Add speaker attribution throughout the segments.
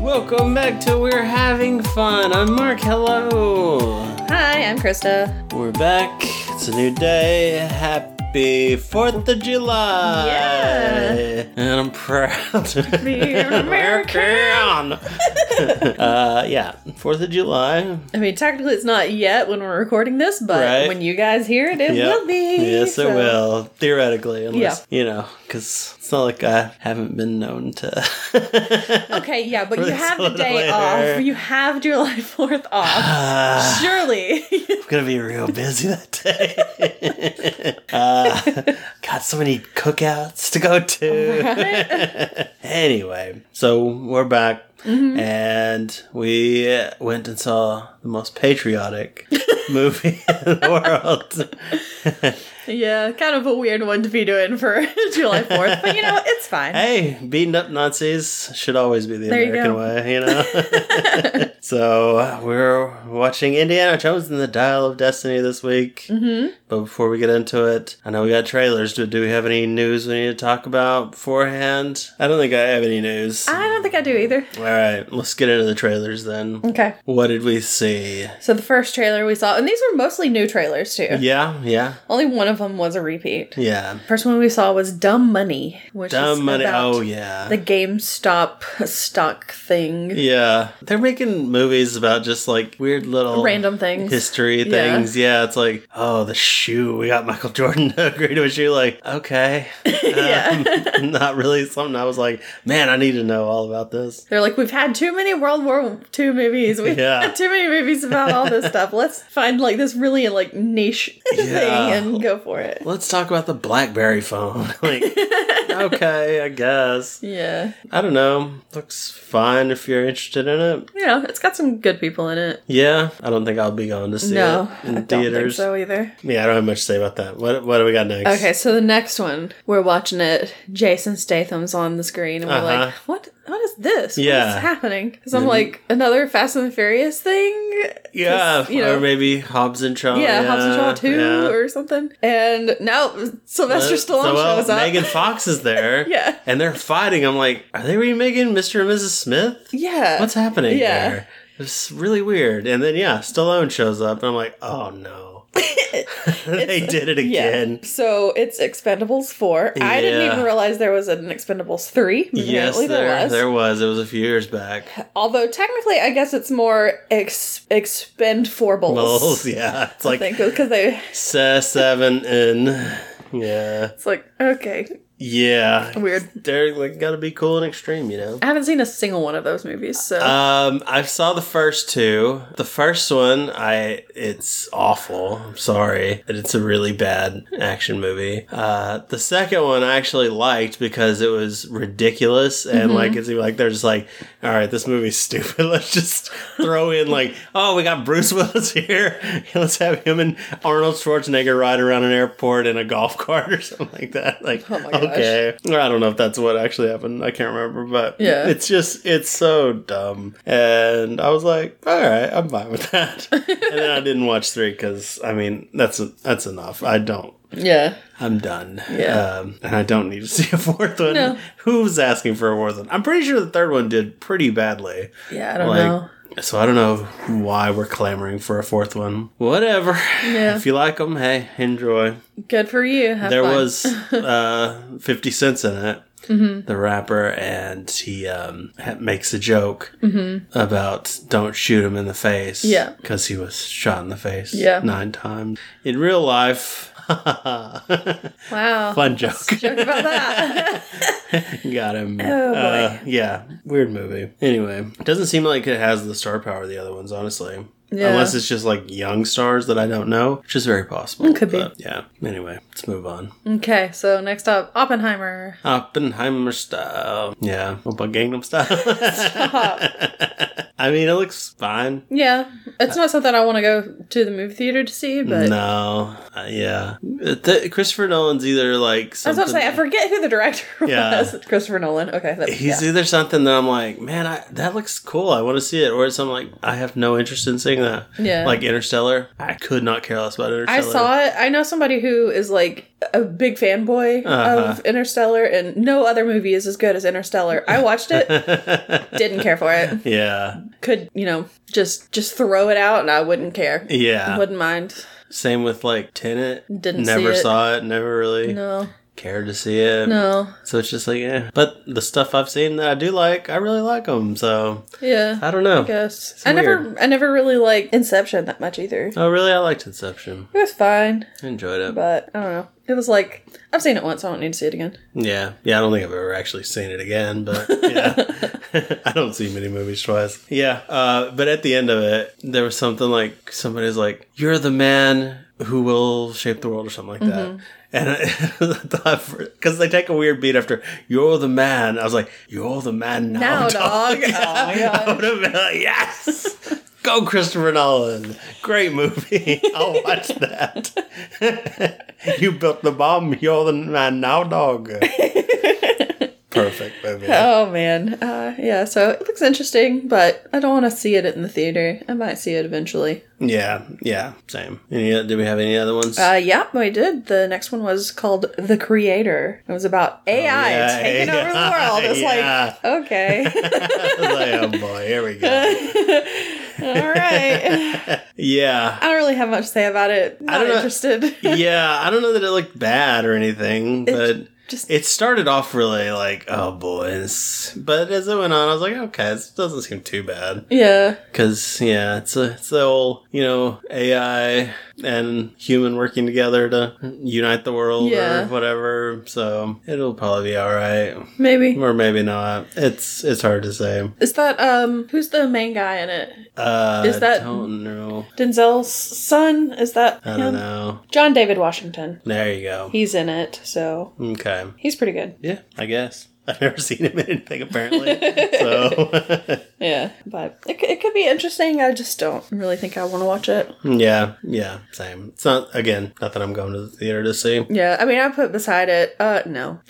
Speaker 1: Welcome back to We're Having Fun. I'm Mark. Hello.
Speaker 2: Hi, I'm Krista.
Speaker 1: We're back. It's a new day. Happy 4th of July.
Speaker 2: Yeah.
Speaker 1: And I'm proud to be
Speaker 2: an American.
Speaker 1: uh, yeah, 4th of July.
Speaker 2: I mean, technically it's not yet when we're recording this, but
Speaker 1: Right.
Speaker 2: when you guys hear it, it
Speaker 1: Yep.
Speaker 2: will be.
Speaker 1: Yes, it
Speaker 2: so-
Speaker 1: will. Theoretically, unless, you know, because it's not like I haven't been known to.
Speaker 2: Okay, yeah, but you
Speaker 1: Release
Speaker 2: have
Speaker 1: a
Speaker 2: the
Speaker 1: little
Speaker 2: day
Speaker 1: later.
Speaker 2: off. You have July 4th off.
Speaker 1: Ah.
Speaker 2: Surely.
Speaker 1: I'm gonna be real busy that day. uh, got so many cookouts to go to. anyway, so we're back, and we uh, went and saw the most patriotic movie in the world.
Speaker 2: yeah, kind of a weird one to be doing for July 4th, but you know, it's fine.
Speaker 1: Hey, beating up Nazis should always be the
Speaker 2: There you
Speaker 1: American
Speaker 2: go.
Speaker 1: way, you know? so uh, we're watching Indiana Jones and the Dial of Destiny this week. Mm-hmm. But before we get into it, I know we got trailers. Do, do we have any news we need to talk about beforehand? I don't think I have any news.
Speaker 2: I don't think I do either.
Speaker 1: All right, let's get into the trailers then.
Speaker 2: Okay.
Speaker 1: What did we see?
Speaker 2: So the first trailer we saw, and these were mostly new trailers too.
Speaker 1: Yeah, yeah,
Speaker 2: Only one of them was a repeat.
Speaker 1: yeah.
Speaker 2: First one we saw was Dumb Money, which is
Speaker 1: Dumb money.
Speaker 2: about
Speaker 1: Oh, yeah.
Speaker 2: the GameStop stock thing.
Speaker 1: yeah. They're making movies about just like weird little
Speaker 2: Random things.
Speaker 1: history
Speaker 2: Yeah.
Speaker 1: things. Yeah. it's like, oh, the shoe. We got Michael Jordan to agree to a shoe. Like, okay,
Speaker 2: yeah.
Speaker 1: Um, not really something. I was like, man, I need to know all about this.
Speaker 2: They're like, we've had too many World War II movies. We've
Speaker 1: Yeah.
Speaker 2: had too many movies about all this stuff. Let's find like this really like niche
Speaker 1: Yeah.
Speaker 2: thing and go for it.
Speaker 1: Let's talk about the BlackBerry phone. like, okay, I guess.
Speaker 2: Yeah.
Speaker 1: I don't know. Looks fine if you're interested in it.
Speaker 2: You know, it's got some good people in it.
Speaker 1: Yeah, I don't think I'll be going to see
Speaker 2: no,
Speaker 1: it in
Speaker 2: I don't think
Speaker 1: theaters.
Speaker 2: so either.
Speaker 1: Yeah, I don't have much to say about that. What What do we got next?
Speaker 2: Okay, so the next one we're watching it. Jason Statham's on the screen, and we're
Speaker 1: Uh-huh.
Speaker 2: like, "What? What is this?
Speaker 1: Yeah.
Speaker 2: what is happening?" Because I'm like, another Fast and the Furious thing. 'Cause,
Speaker 1: Yeah,
Speaker 2: you know,
Speaker 1: or maybe Hobbs and Shaw.
Speaker 2: yeah, Hobbs and Shaw two
Speaker 1: Oh, yeah. Uh,
Speaker 2: or something. And now Sylvester
Speaker 1: So,
Speaker 2: Stallone
Speaker 1: well,
Speaker 2: shows up.
Speaker 1: Megan Fox is there.
Speaker 2: Yeah.
Speaker 1: And they're fighting. I'm like, are they remaking Mr. and Mrs. Smith?
Speaker 2: yeah,
Speaker 1: What's happening
Speaker 2: Yeah.
Speaker 1: there? It's really weird. And then, yeah, Stallone shows up, and I'm like, oh no. they did it
Speaker 2: Yeah.
Speaker 1: again.
Speaker 2: So it's Expendables four. I didn't
Speaker 1: Yeah.
Speaker 2: even realize there was an Expendables three.
Speaker 1: Yes,
Speaker 2: Apparently
Speaker 1: there, there was. It was a few years back.
Speaker 2: Although technically, I guess it's more ex- expend four
Speaker 1: Bulls, yeah. It's
Speaker 2: I
Speaker 1: like
Speaker 2: think because they
Speaker 1: seven and yeah,
Speaker 2: It's like, okay.
Speaker 1: yeah.
Speaker 2: Weird.
Speaker 1: They're like gotta be cool and extreme, you know.
Speaker 2: I haven't seen a single one of those movies, so.
Speaker 1: Um, I saw the first two. The first one, I it's awful. I'm sorry, but it's a really bad action movie. Uh, the second one I actually liked because it was ridiculous
Speaker 2: Mm-hmm.
Speaker 1: and like it's like they're just like, all right, this movie's stupid. Let's just throw in like, oh, we got Bruce Willis here. Let's have him and Arnold Schwarzenegger ride around an airport in a golf cart or something like that. Like,
Speaker 2: Oh my gosh.
Speaker 1: okay, or I don't know if that's what actually happened. I can't remember, but
Speaker 2: Yeah.
Speaker 1: it's just it's so dumb and i was like all right i'm fine with that and then i didn't watch three because i mean that's that's enough i don't
Speaker 2: yeah.
Speaker 1: i'm done
Speaker 2: Yeah.
Speaker 1: um, and i don't need to see a fourth one
Speaker 2: No.
Speaker 1: who's asking for a fourth one i'm pretty sure the third one did pretty badly
Speaker 2: Yeah, I don't
Speaker 1: like
Speaker 2: know.
Speaker 1: so i don't know why we're clamoring for a fourth one whatever
Speaker 2: Yeah.
Speaker 1: if you like them hey enjoy
Speaker 2: Good for you. Have
Speaker 1: there
Speaker 2: fun.
Speaker 1: was uh, 50 cents in it
Speaker 2: Mm-hmm.
Speaker 1: the rapper and he um, ha- makes a joke about don't shoot him in the face
Speaker 2: Mm-hmm. Yeah.
Speaker 1: because he was shot in the face
Speaker 2: Yeah.
Speaker 1: nine times in real life
Speaker 2: Wow.
Speaker 1: fun joke
Speaker 2: Joke about that.
Speaker 1: got him
Speaker 2: Oh, boy.
Speaker 1: Uh, yeah weird movie anyway doesn't seem like it has the star power of the other ones honestly
Speaker 2: Yeah.
Speaker 1: Unless it's just like young stars that I don't know, which is very possible.
Speaker 2: Could be.
Speaker 1: But, yeah. Anyway, let's move on.
Speaker 2: okay, so next up, Oppenheimer.
Speaker 1: Oppenheimer style. Yeah, what about Gangnam style? I mean, it looks fine.
Speaker 2: yeah. It's not something I want to go to the movie theater to see, but.
Speaker 1: Uh, no, uh, yeah. Th- Christopher Nolan's either like
Speaker 2: I was
Speaker 1: something.
Speaker 2: about to say, I forget who the director
Speaker 1: Yeah.
Speaker 2: was. Christopher Nolan. Okay. That,
Speaker 1: He's
Speaker 2: yeah.
Speaker 1: either something that I'm like, man, I, that looks cool. I want to see it, or it's something like I have no interest in seeing that.
Speaker 2: Yeah.
Speaker 1: like Interstellar. I could not care less about Interstellar.
Speaker 2: I saw it. I know somebody who is like a big fanboy
Speaker 1: Uh-huh.
Speaker 2: of Interstellar, and no other movie is as good as Interstellar. I watched it, didn't care for it.
Speaker 1: yeah.
Speaker 2: Could you know just just throw it out, and I wouldn't care.
Speaker 1: Yeah.
Speaker 2: Wouldn't mind.
Speaker 1: Same with like Tenet.
Speaker 2: Didn't
Speaker 1: never
Speaker 2: see it.
Speaker 1: saw it. Never really
Speaker 2: No,
Speaker 1: cared to see it.
Speaker 2: no,
Speaker 1: So it's just like, yeah. But the stuff I've seen that I do like, I really like them. So
Speaker 2: yeah.
Speaker 1: I don't know.
Speaker 2: I guess I never,
Speaker 1: weird.
Speaker 2: I never really liked Inception that much either.
Speaker 1: Oh, really? I liked Inception.
Speaker 2: It was fine,
Speaker 1: I enjoyed it.
Speaker 2: but I don't know. It was like I've seen it once. I don't need to see it again.
Speaker 1: Yeah. Yeah, I don't think I've ever actually seen it again, but yeah. I don't see many movies twice. Yeah. Uh, but at the end of it, there was something like somebody's like, You're the man who will shape the world or something like that. And I thought, because they take a weird beat after, You're the man. I was like, You're the man now.
Speaker 2: Now,
Speaker 1: dog.
Speaker 2: dog. Oh, my God.
Speaker 1: I would have been like, Yes. Go, Christopher Nolan. Great movie. I'll watch that. you built the bomb. You're the man now, dog. Perfect movie.
Speaker 2: Oh man, uh, yeah. So it looks interesting, but I don't want to see it in the theater. I might see it eventually.
Speaker 1: Yeah, yeah, same. Any? Do we have any other ones?
Speaker 2: Uh, yeah, we did. The next one was called The Creator. It was about AI
Speaker 1: yeah,
Speaker 2: taking over the
Speaker 1: AI,
Speaker 2: world. It's
Speaker 1: yeah.
Speaker 2: like okay,
Speaker 1: I was like, oh boy, here we go.
Speaker 2: all right.
Speaker 1: Yeah,
Speaker 2: I don't really have much to say about it. Not
Speaker 1: don't know.
Speaker 2: interested.
Speaker 1: yeah. I don't know that it looked bad or anything, but
Speaker 2: Just
Speaker 1: it started off really like, oh boys. But as it went on, I was like, okay, this doesn't seem too bad.
Speaker 2: yeah,
Speaker 1: Because yeah, it's a it's the whole you know AI and human working together to unite the world
Speaker 2: Yeah.
Speaker 1: or whatever. So it'll probably be all right,
Speaker 2: maybe.
Speaker 1: or maybe not. It's it's hard to say.
Speaker 2: Is that um? Who's the main guy in it?
Speaker 1: Uh,
Speaker 2: Is that-
Speaker 1: I don't know.
Speaker 2: Denzel's son? Is that
Speaker 1: I
Speaker 2: him?
Speaker 1: don't know.
Speaker 2: John David Washington.
Speaker 1: There you go.
Speaker 2: He's in it, so
Speaker 1: Okay.
Speaker 2: he's pretty good.
Speaker 1: Yeah, I guess. I've never seen him in anything apparently. so
Speaker 2: Yeah, but it, c- it could be interesting. I just don't really think I want to watch it.
Speaker 1: Hmm. yeah, yeah, same. It's not again, not that I'm going to the theater to see.
Speaker 2: Yeah, I mean, I put beside it. Uh, no.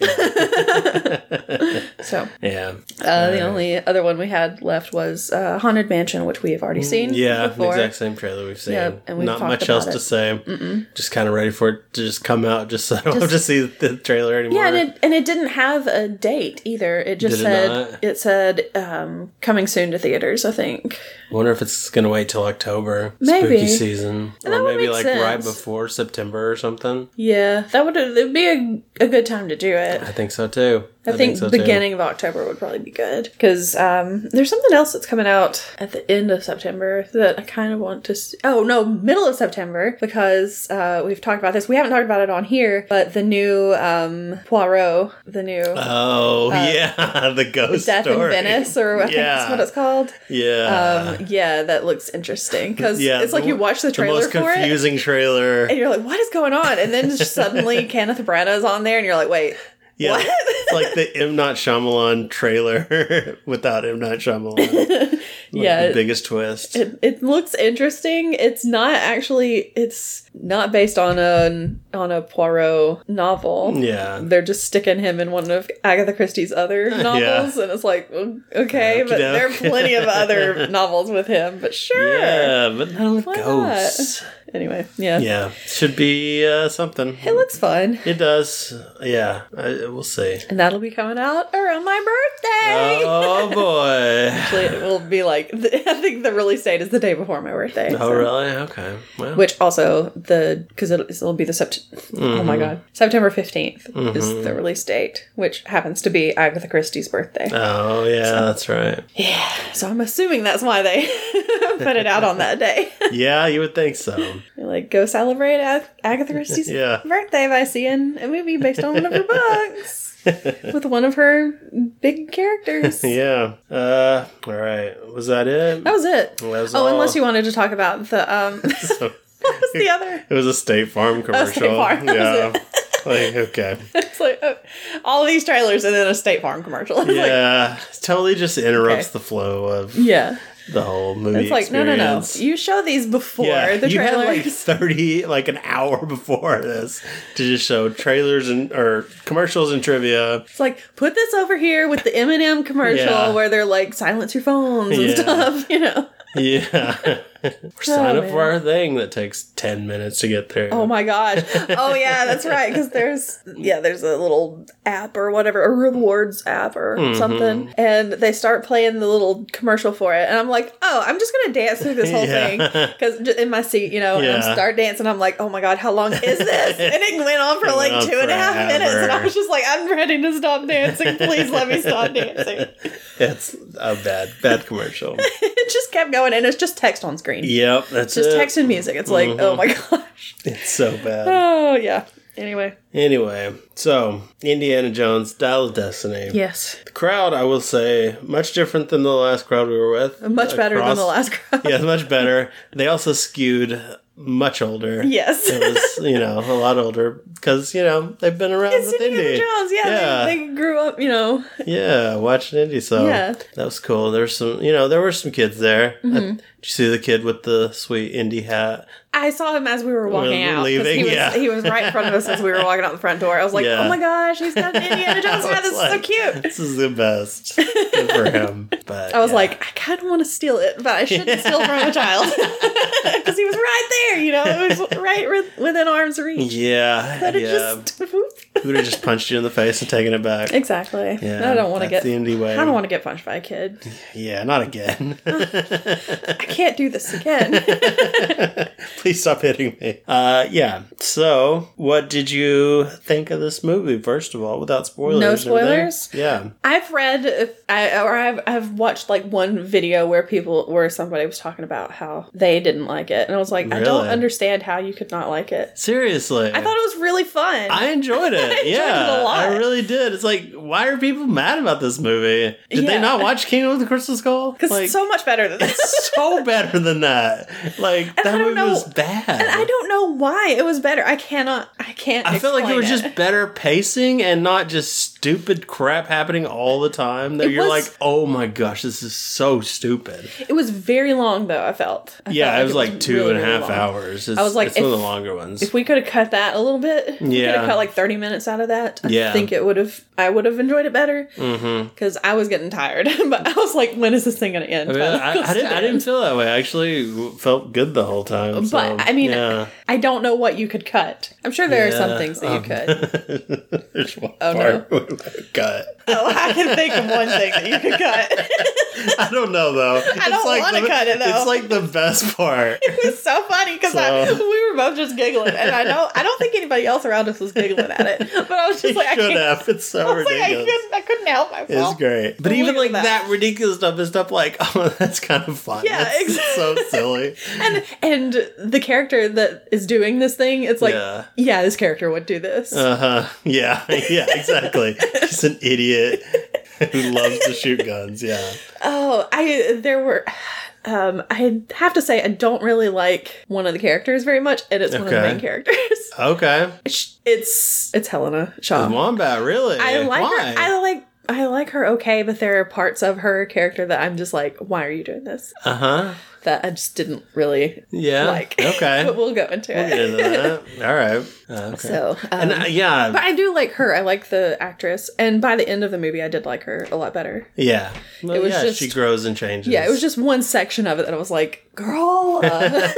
Speaker 2: so
Speaker 1: Yeah.
Speaker 2: uh, the only other one we had left was uh, Haunted Mansion, which we have already seen.
Speaker 1: Hmm. Yeah, the
Speaker 2: before.
Speaker 1: exact same trailer we've seen.
Speaker 2: Yep, and we've
Speaker 1: Not
Speaker 2: talked
Speaker 1: much
Speaker 2: about
Speaker 1: else
Speaker 2: it.
Speaker 1: to say. Just kind of ready for it to just come out, just so I don't have to see the trailer anymore.
Speaker 2: Yeah, and it, and it didn't have a date either. It just
Speaker 1: Did it
Speaker 2: said
Speaker 1: not?
Speaker 2: it, said um, coming soon to theaters. I think.
Speaker 1: I wonder if it's gonna wait till October,
Speaker 2: Maybe.
Speaker 1: spooky season,
Speaker 2: that
Speaker 1: or
Speaker 2: would
Speaker 1: maybe
Speaker 2: make
Speaker 1: like right
Speaker 2: sense.
Speaker 1: before September or something.
Speaker 2: Yeah, that would it'd be a, a good time to do it.
Speaker 1: I think so too.
Speaker 2: I, think,
Speaker 1: so too.
Speaker 2: beginning of October would probably be good because um, there's something else that's coming out at the end of September that I kind of want to. See. Oh no, middle of September because uh, we've talked about this. We haven't talked about it on here, but the new um, Poirot, the new
Speaker 1: Oh yeah, the ghost
Speaker 2: uh, Death
Speaker 1: story.
Speaker 2: in Venice, or I think
Speaker 1: Yeah.
Speaker 2: that's what it's called.
Speaker 1: Yeah.
Speaker 2: um, yeah, that looks interesting because
Speaker 1: yeah,
Speaker 2: it's like
Speaker 1: the-
Speaker 2: you watch the
Speaker 1: the
Speaker 2: trailer
Speaker 1: most
Speaker 2: for it.
Speaker 1: confusing trailer.
Speaker 2: And you're like, what is going on? And then just suddenly Kenneth Branagh's on there, and you're like, wait,
Speaker 1: Yeah,
Speaker 2: what?
Speaker 1: it's like the M Not Shyamalan trailer without M Not Shyamalan. Like
Speaker 2: Yeah,
Speaker 1: the
Speaker 2: it-
Speaker 1: biggest twist.
Speaker 2: It, it looks interesting. It's not actually. It's not based on a on a Poirot novel.
Speaker 1: yeah,
Speaker 2: They're just sticking him in one of Agatha Christie's other novels, and it's like o- okay, but
Speaker 1: Okey-doke.
Speaker 2: there are plenty of other novels with him. But sure,
Speaker 1: yeah, but not with
Speaker 2: Why not?
Speaker 1: ghosts.
Speaker 2: Anyway, yeah.
Speaker 1: Yeah, should be uh, something.
Speaker 2: it looks fun,
Speaker 1: It does. Yeah, I, we'll see.
Speaker 2: and that'll be coming out around my birthday.
Speaker 1: Oh boy.
Speaker 2: Actually, it will be like I think the release date is the day before my birthday.
Speaker 1: Oh
Speaker 2: so.
Speaker 1: really? Okay. Well,
Speaker 2: which also the because it'll, it'll be the sept- oh
Speaker 1: Mm-hmm.
Speaker 2: my god september 15th is the release date which happens to be agatha christie's birthday
Speaker 1: oh yeah, that's right.
Speaker 2: yeah so i'm assuming that's why they put it out on that day
Speaker 1: Yeah, you would think so.
Speaker 2: You're like go celebrate Ag- agatha christie's
Speaker 1: Yeah.
Speaker 2: birthday by seeing a movie based on one of her books with one of her big characters
Speaker 1: Yeah. Uh. All right. Was that it?
Speaker 2: that was it
Speaker 1: That was
Speaker 2: oh
Speaker 1: all.
Speaker 2: unless you wanted to talk about the um
Speaker 1: So-
Speaker 2: what was the other
Speaker 1: It was a State Farm commercial.
Speaker 2: State Farm, that
Speaker 1: Yeah.
Speaker 2: was
Speaker 1: like okay.
Speaker 2: It's like oh, all these trailers and then a State Farm commercial. It's like,
Speaker 1: Yeah. totally just interrupts
Speaker 2: Okay.
Speaker 1: the flow of
Speaker 2: yeah.
Speaker 1: the whole movie.
Speaker 2: It's like no, no, no.
Speaker 1: experience.
Speaker 2: You show these before
Speaker 1: Yeah,
Speaker 2: the
Speaker 1: you had like
Speaker 2: trailers.
Speaker 1: thirty, like an hour before this to just show trailers and or commercials and trivia.
Speaker 2: it's like put this over here with the Eminem commercial
Speaker 1: Yeah.
Speaker 2: where they're like silence your phones and
Speaker 1: Yeah.
Speaker 2: stuff. You know.
Speaker 1: Yeah, or sign
Speaker 2: Oh,
Speaker 1: up for
Speaker 2: man.
Speaker 1: our thing that takes 10 minutes to get through.
Speaker 2: Oh my gosh. Oh yeah, that's right. Because there's yeah, there's a little app or whatever, a rewards app or
Speaker 1: Mm-hmm.
Speaker 2: something, and they start playing the little commercial for it, and I'm like, oh, I'm just gonna dance through this whole
Speaker 1: Yeah.
Speaker 2: thing because in my seat, you know, and
Speaker 1: Yeah.
Speaker 2: I start dancing. I'm like, oh my god, how long is this? and it went on for
Speaker 1: It went
Speaker 2: like
Speaker 1: on
Speaker 2: two and a half
Speaker 1: forever.
Speaker 2: minutes, and I was just like, I'm ready to stop dancing. Please let me stop dancing.
Speaker 1: It's a bad, bad commercial.
Speaker 2: it just kept going, and it's just text on screen.
Speaker 1: yep, that's
Speaker 2: Just
Speaker 1: it.
Speaker 2: text and music. It's like,
Speaker 1: Mm-hmm.
Speaker 2: oh my gosh.
Speaker 1: It's so bad.
Speaker 2: Oh, yeah. Anyway.
Speaker 1: Anyway, so Indiana Jones, Dial of Destiny.
Speaker 2: Yes.
Speaker 1: The crowd, I will say, much different than the last crowd we were with.
Speaker 2: Much better than
Speaker 1: Across-
Speaker 2: the last crowd.
Speaker 1: Yeah, much better. They also skewed much older.
Speaker 2: Yes.
Speaker 1: It was, you know, a lot older because, you know, they've been around
Speaker 2: It's
Speaker 1: with
Speaker 2: Indiana
Speaker 1: Indy.
Speaker 2: Jones. Yeah,
Speaker 1: Yeah.
Speaker 2: They, they grew up, you know.
Speaker 1: Yeah, watching Indy. So
Speaker 2: Yeah.
Speaker 1: that was cool. There was some, you know, there were some kids there. I-
Speaker 2: Mm-hmm.
Speaker 1: did you see the kid with the sweet Indy hat?
Speaker 2: I saw him as we were walking
Speaker 1: We're
Speaker 2: out. 'cause
Speaker 1: leaving,
Speaker 2: he was,
Speaker 1: yeah.
Speaker 2: he was right in front of us as we were walking out the front door. I was like,
Speaker 1: Yeah.
Speaker 2: oh my gosh, he's got an Indiana Jones.
Speaker 1: I
Speaker 2: hat.
Speaker 1: was
Speaker 2: this
Speaker 1: like,
Speaker 2: is so cute.
Speaker 1: This is the best Good for him. But
Speaker 2: I was
Speaker 1: yeah.
Speaker 2: like, I kind of want to steal it, but I shouldn't steal from a child. Because he was right there, you know. It was right with- within arm's reach.
Speaker 1: yeah,
Speaker 2: But it
Speaker 1: yeah.
Speaker 2: just.
Speaker 1: He would have just punched you in the face and taken it back.
Speaker 2: exactly.
Speaker 1: Yeah,
Speaker 2: I don't want to
Speaker 1: that's
Speaker 2: get.
Speaker 1: the Indy way.
Speaker 2: I don't want to get punched by a kid.
Speaker 1: Yeah, not again.
Speaker 2: I can't do this again.
Speaker 1: Please stop hitting me. Uh, yeah. So, what did you think of this movie? First of all, without spoilers.
Speaker 2: No
Speaker 1: and everything?
Speaker 2: spoilers?
Speaker 1: Yeah.
Speaker 2: I've read if I or I've I've watched like one video where people where somebody was talking about how they didn't like it and I was like I don't
Speaker 1: Really?
Speaker 2: understand how you could not like it.
Speaker 1: Seriously.
Speaker 2: I thought it was really fun.
Speaker 1: I enjoyed it.
Speaker 2: enjoyed
Speaker 1: yeah,
Speaker 2: it a lot.
Speaker 1: I really did. It's like, why are people mad about this movie? Did they
Speaker 2: Yeah.
Speaker 1: not watch Kingdom of the Crystal Skull?
Speaker 2: Cuz
Speaker 1: Like,
Speaker 2: it's so much better than this.
Speaker 1: so better than that. Like that
Speaker 2: don't
Speaker 1: movie
Speaker 2: know-
Speaker 1: was bad.
Speaker 2: and I don't know why it was better. I cannot I can't
Speaker 1: I feel like there
Speaker 2: explain
Speaker 1: was just better pacing and not just stupid crap happening all the time that
Speaker 2: It
Speaker 1: you're
Speaker 2: was-
Speaker 1: like, oh my gosh, this is so stupid.
Speaker 2: it was very long though, I felt. I
Speaker 1: yeah,
Speaker 2: felt
Speaker 1: it was like two
Speaker 2: really,
Speaker 1: and a half
Speaker 2: really long.
Speaker 1: hours. It's,
Speaker 2: was like,
Speaker 1: it's one of
Speaker 2: if-
Speaker 1: the longer ones.
Speaker 2: If we could have cut that a little bit, we could
Speaker 1: Yeah.
Speaker 2: have cut like 30 minutes out of that. I
Speaker 1: Yeah.
Speaker 2: think it would have I would have enjoyed it better.
Speaker 1: mm-hmm.
Speaker 2: because I was getting tired. but I was like, when is this thing going to end?
Speaker 1: I, mean,
Speaker 2: But
Speaker 1: I, I, didn't, I didn't feel that way. I actually felt good the whole time.
Speaker 2: But,
Speaker 1: so,
Speaker 2: I mean,
Speaker 1: yeah.
Speaker 2: I don't know what you could cut. I'm sure there are
Speaker 1: Yeah.
Speaker 2: some things that you
Speaker 1: Um,
Speaker 2: could.
Speaker 1: There's one
Speaker 2: Oh,
Speaker 1: part we cut.
Speaker 2: oh, I can think of one thing that you could cut.
Speaker 1: I don't know though. I
Speaker 2: don't wanna cut it, though.
Speaker 1: It's like the best part.
Speaker 2: it was so funny because
Speaker 1: So-
Speaker 2: we were both just giggling, and I know I don't think anybody else around us was giggling at it, but I was just like, I
Speaker 1: should
Speaker 2: can't.
Speaker 1: have. It's so
Speaker 2: I was like, I
Speaker 1: ridiculous.
Speaker 2: couldn't, I couldn't help myself.
Speaker 1: It's great. But
Speaker 2: we'll
Speaker 1: even
Speaker 2: leave it
Speaker 1: like
Speaker 2: at
Speaker 1: that.
Speaker 2: that.
Speaker 1: ridiculous stuff is stuff like, oh, that's kind of fun.
Speaker 2: Yeah,
Speaker 1: That's
Speaker 2: ex-
Speaker 1: so silly.
Speaker 2: And and the character that is doing this thing, it's like,
Speaker 1: Yeah.
Speaker 2: yeah, this character would do this.
Speaker 1: Uh huh. Yeah. Yeah. Exactly. Just an idiot who loves to shoot guns. Yeah.
Speaker 2: Oh, I there were. Um, I have to say I don't really like one of the characters very much, and it's one of the
Speaker 1: Okay.
Speaker 2: main characters.
Speaker 1: Okay.
Speaker 2: Sh- it's it's Helena Shaw.
Speaker 1: Wombat. Really?
Speaker 2: I like
Speaker 1: Why?
Speaker 2: her. I like I like her okay, but there are parts of her character that I'm just like, why are you doing this?
Speaker 1: uh huh.
Speaker 2: That I just didn't really
Speaker 1: Yeah.
Speaker 2: like.
Speaker 1: Okay.
Speaker 2: but we'll go into
Speaker 1: We'll get
Speaker 2: it.
Speaker 1: into that. All right. Uh, okay.
Speaker 2: So, um,
Speaker 1: and uh, yeah,
Speaker 2: but I do like her. I like the actress, and by the end of the movie, I did like her a lot better.
Speaker 1: yeah. Well,
Speaker 2: it was
Speaker 1: yeah,
Speaker 2: just-
Speaker 1: she grows and changes.
Speaker 2: Yeah, it was just one section of it that I was like, girl. uh,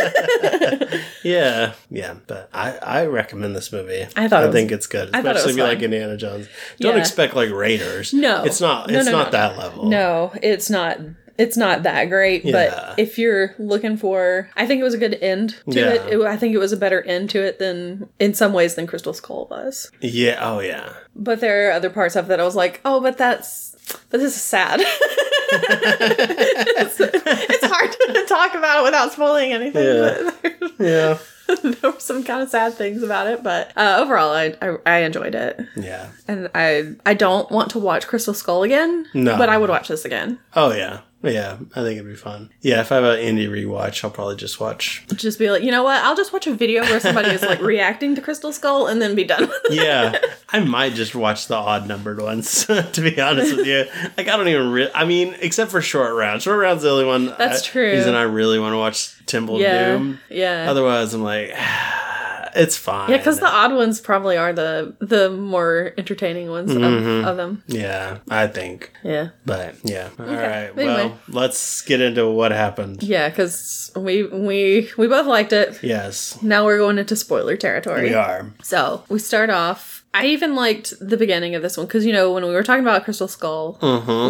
Speaker 1: Yeah, yeah, but I, I recommend this movie.
Speaker 2: I thought
Speaker 1: I
Speaker 2: it was-
Speaker 1: think it's good,
Speaker 2: I thought it
Speaker 1: especially if
Speaker 2: was
Speaker 1: you
Speaker 2: fun.
Speaker 1: like Indiana Jones. Don't
Speaker 2: Yeah.
Speaker 1: expect like Raiders.
Speaker 2: No.
Speaker 1: it's not.
Speaker 2: No,
Speaker 1: It's
Speaker 2: no,
Speaker 1: not
Speaker 2: no,
Speaker 1: that level.
Speaker 2: No, it's not. It's not that great,
Speaker 1: Yeah.
Speaker 2: but if you're looking for, I think it was a good end to
Speaker 1: Yeah.
Speaker 2: it. It- I think it was a better end to it than, in some ways, than Crystal Skull was.
Speaker 1: Yeah. Oh yeah.
Speaker 2: But there are other parts of it that I was like, oh, but that's, but this is sad. it's, it's hard to talk about it without spoiling anything.
Speaker 1: Yeah.
Speaker 2: but
Speaker 1: Yeah.
Speaker 2: There, there were some kind of sad things about it, but uh, overall, I, I I enjoyed it,
Speaker 1: Yeah.
Speaker 2: and I I don't want to watch Crystal Skull again.
Speaker 1: No.
Speaker 2: but I would watch this again.
Speaker 1: Oh yeah. Yeah. I think it'd be fun. Yeah. If I have an indie rewatch, I'll probably just watch.
Speaker 2: just be like, you know what? I'll just watch a video where somebody is like reacting to Crystal Skull and then be done with it.
Speaker 1: Yeah. I might just watch the odd numbered ones. to be honest with you, like I don't even. Re- I mean, except for Short Round. Short Round's the only one.
Speaker 2: That's
Speaker 1: I-
Speaker 2: true.
Speaker 1: Reason I really want to watch Temple of
Speaker 2: Yeah.
Speaker 1: Doom.
Speaker 2: Yeah.
Speaker 1: Otherwise, I'm like, it's fine.
Speaker 2: Yeah, because the odd ones probably are the the more entertaining ones
Speaker 1: Mm-hmm.
Speaker 2: of, of them.
Speaker 1: Yeah, I think.
Speaker 2: Yeah,
Speaker 1: But yeah. all right.
Speaker 2: Anyway.
Speaker 1: Well, let's get into what happened.
Speaker 2: yeah, because we we we both liked it.
Speaker 1: Yes,
Speaker 2: Now we're going into spoiler territory.
Speaker 1: we are.
Speaker 2: So we start off. I even liked the beginning of this one because you know when we were talking about Crystal Skull,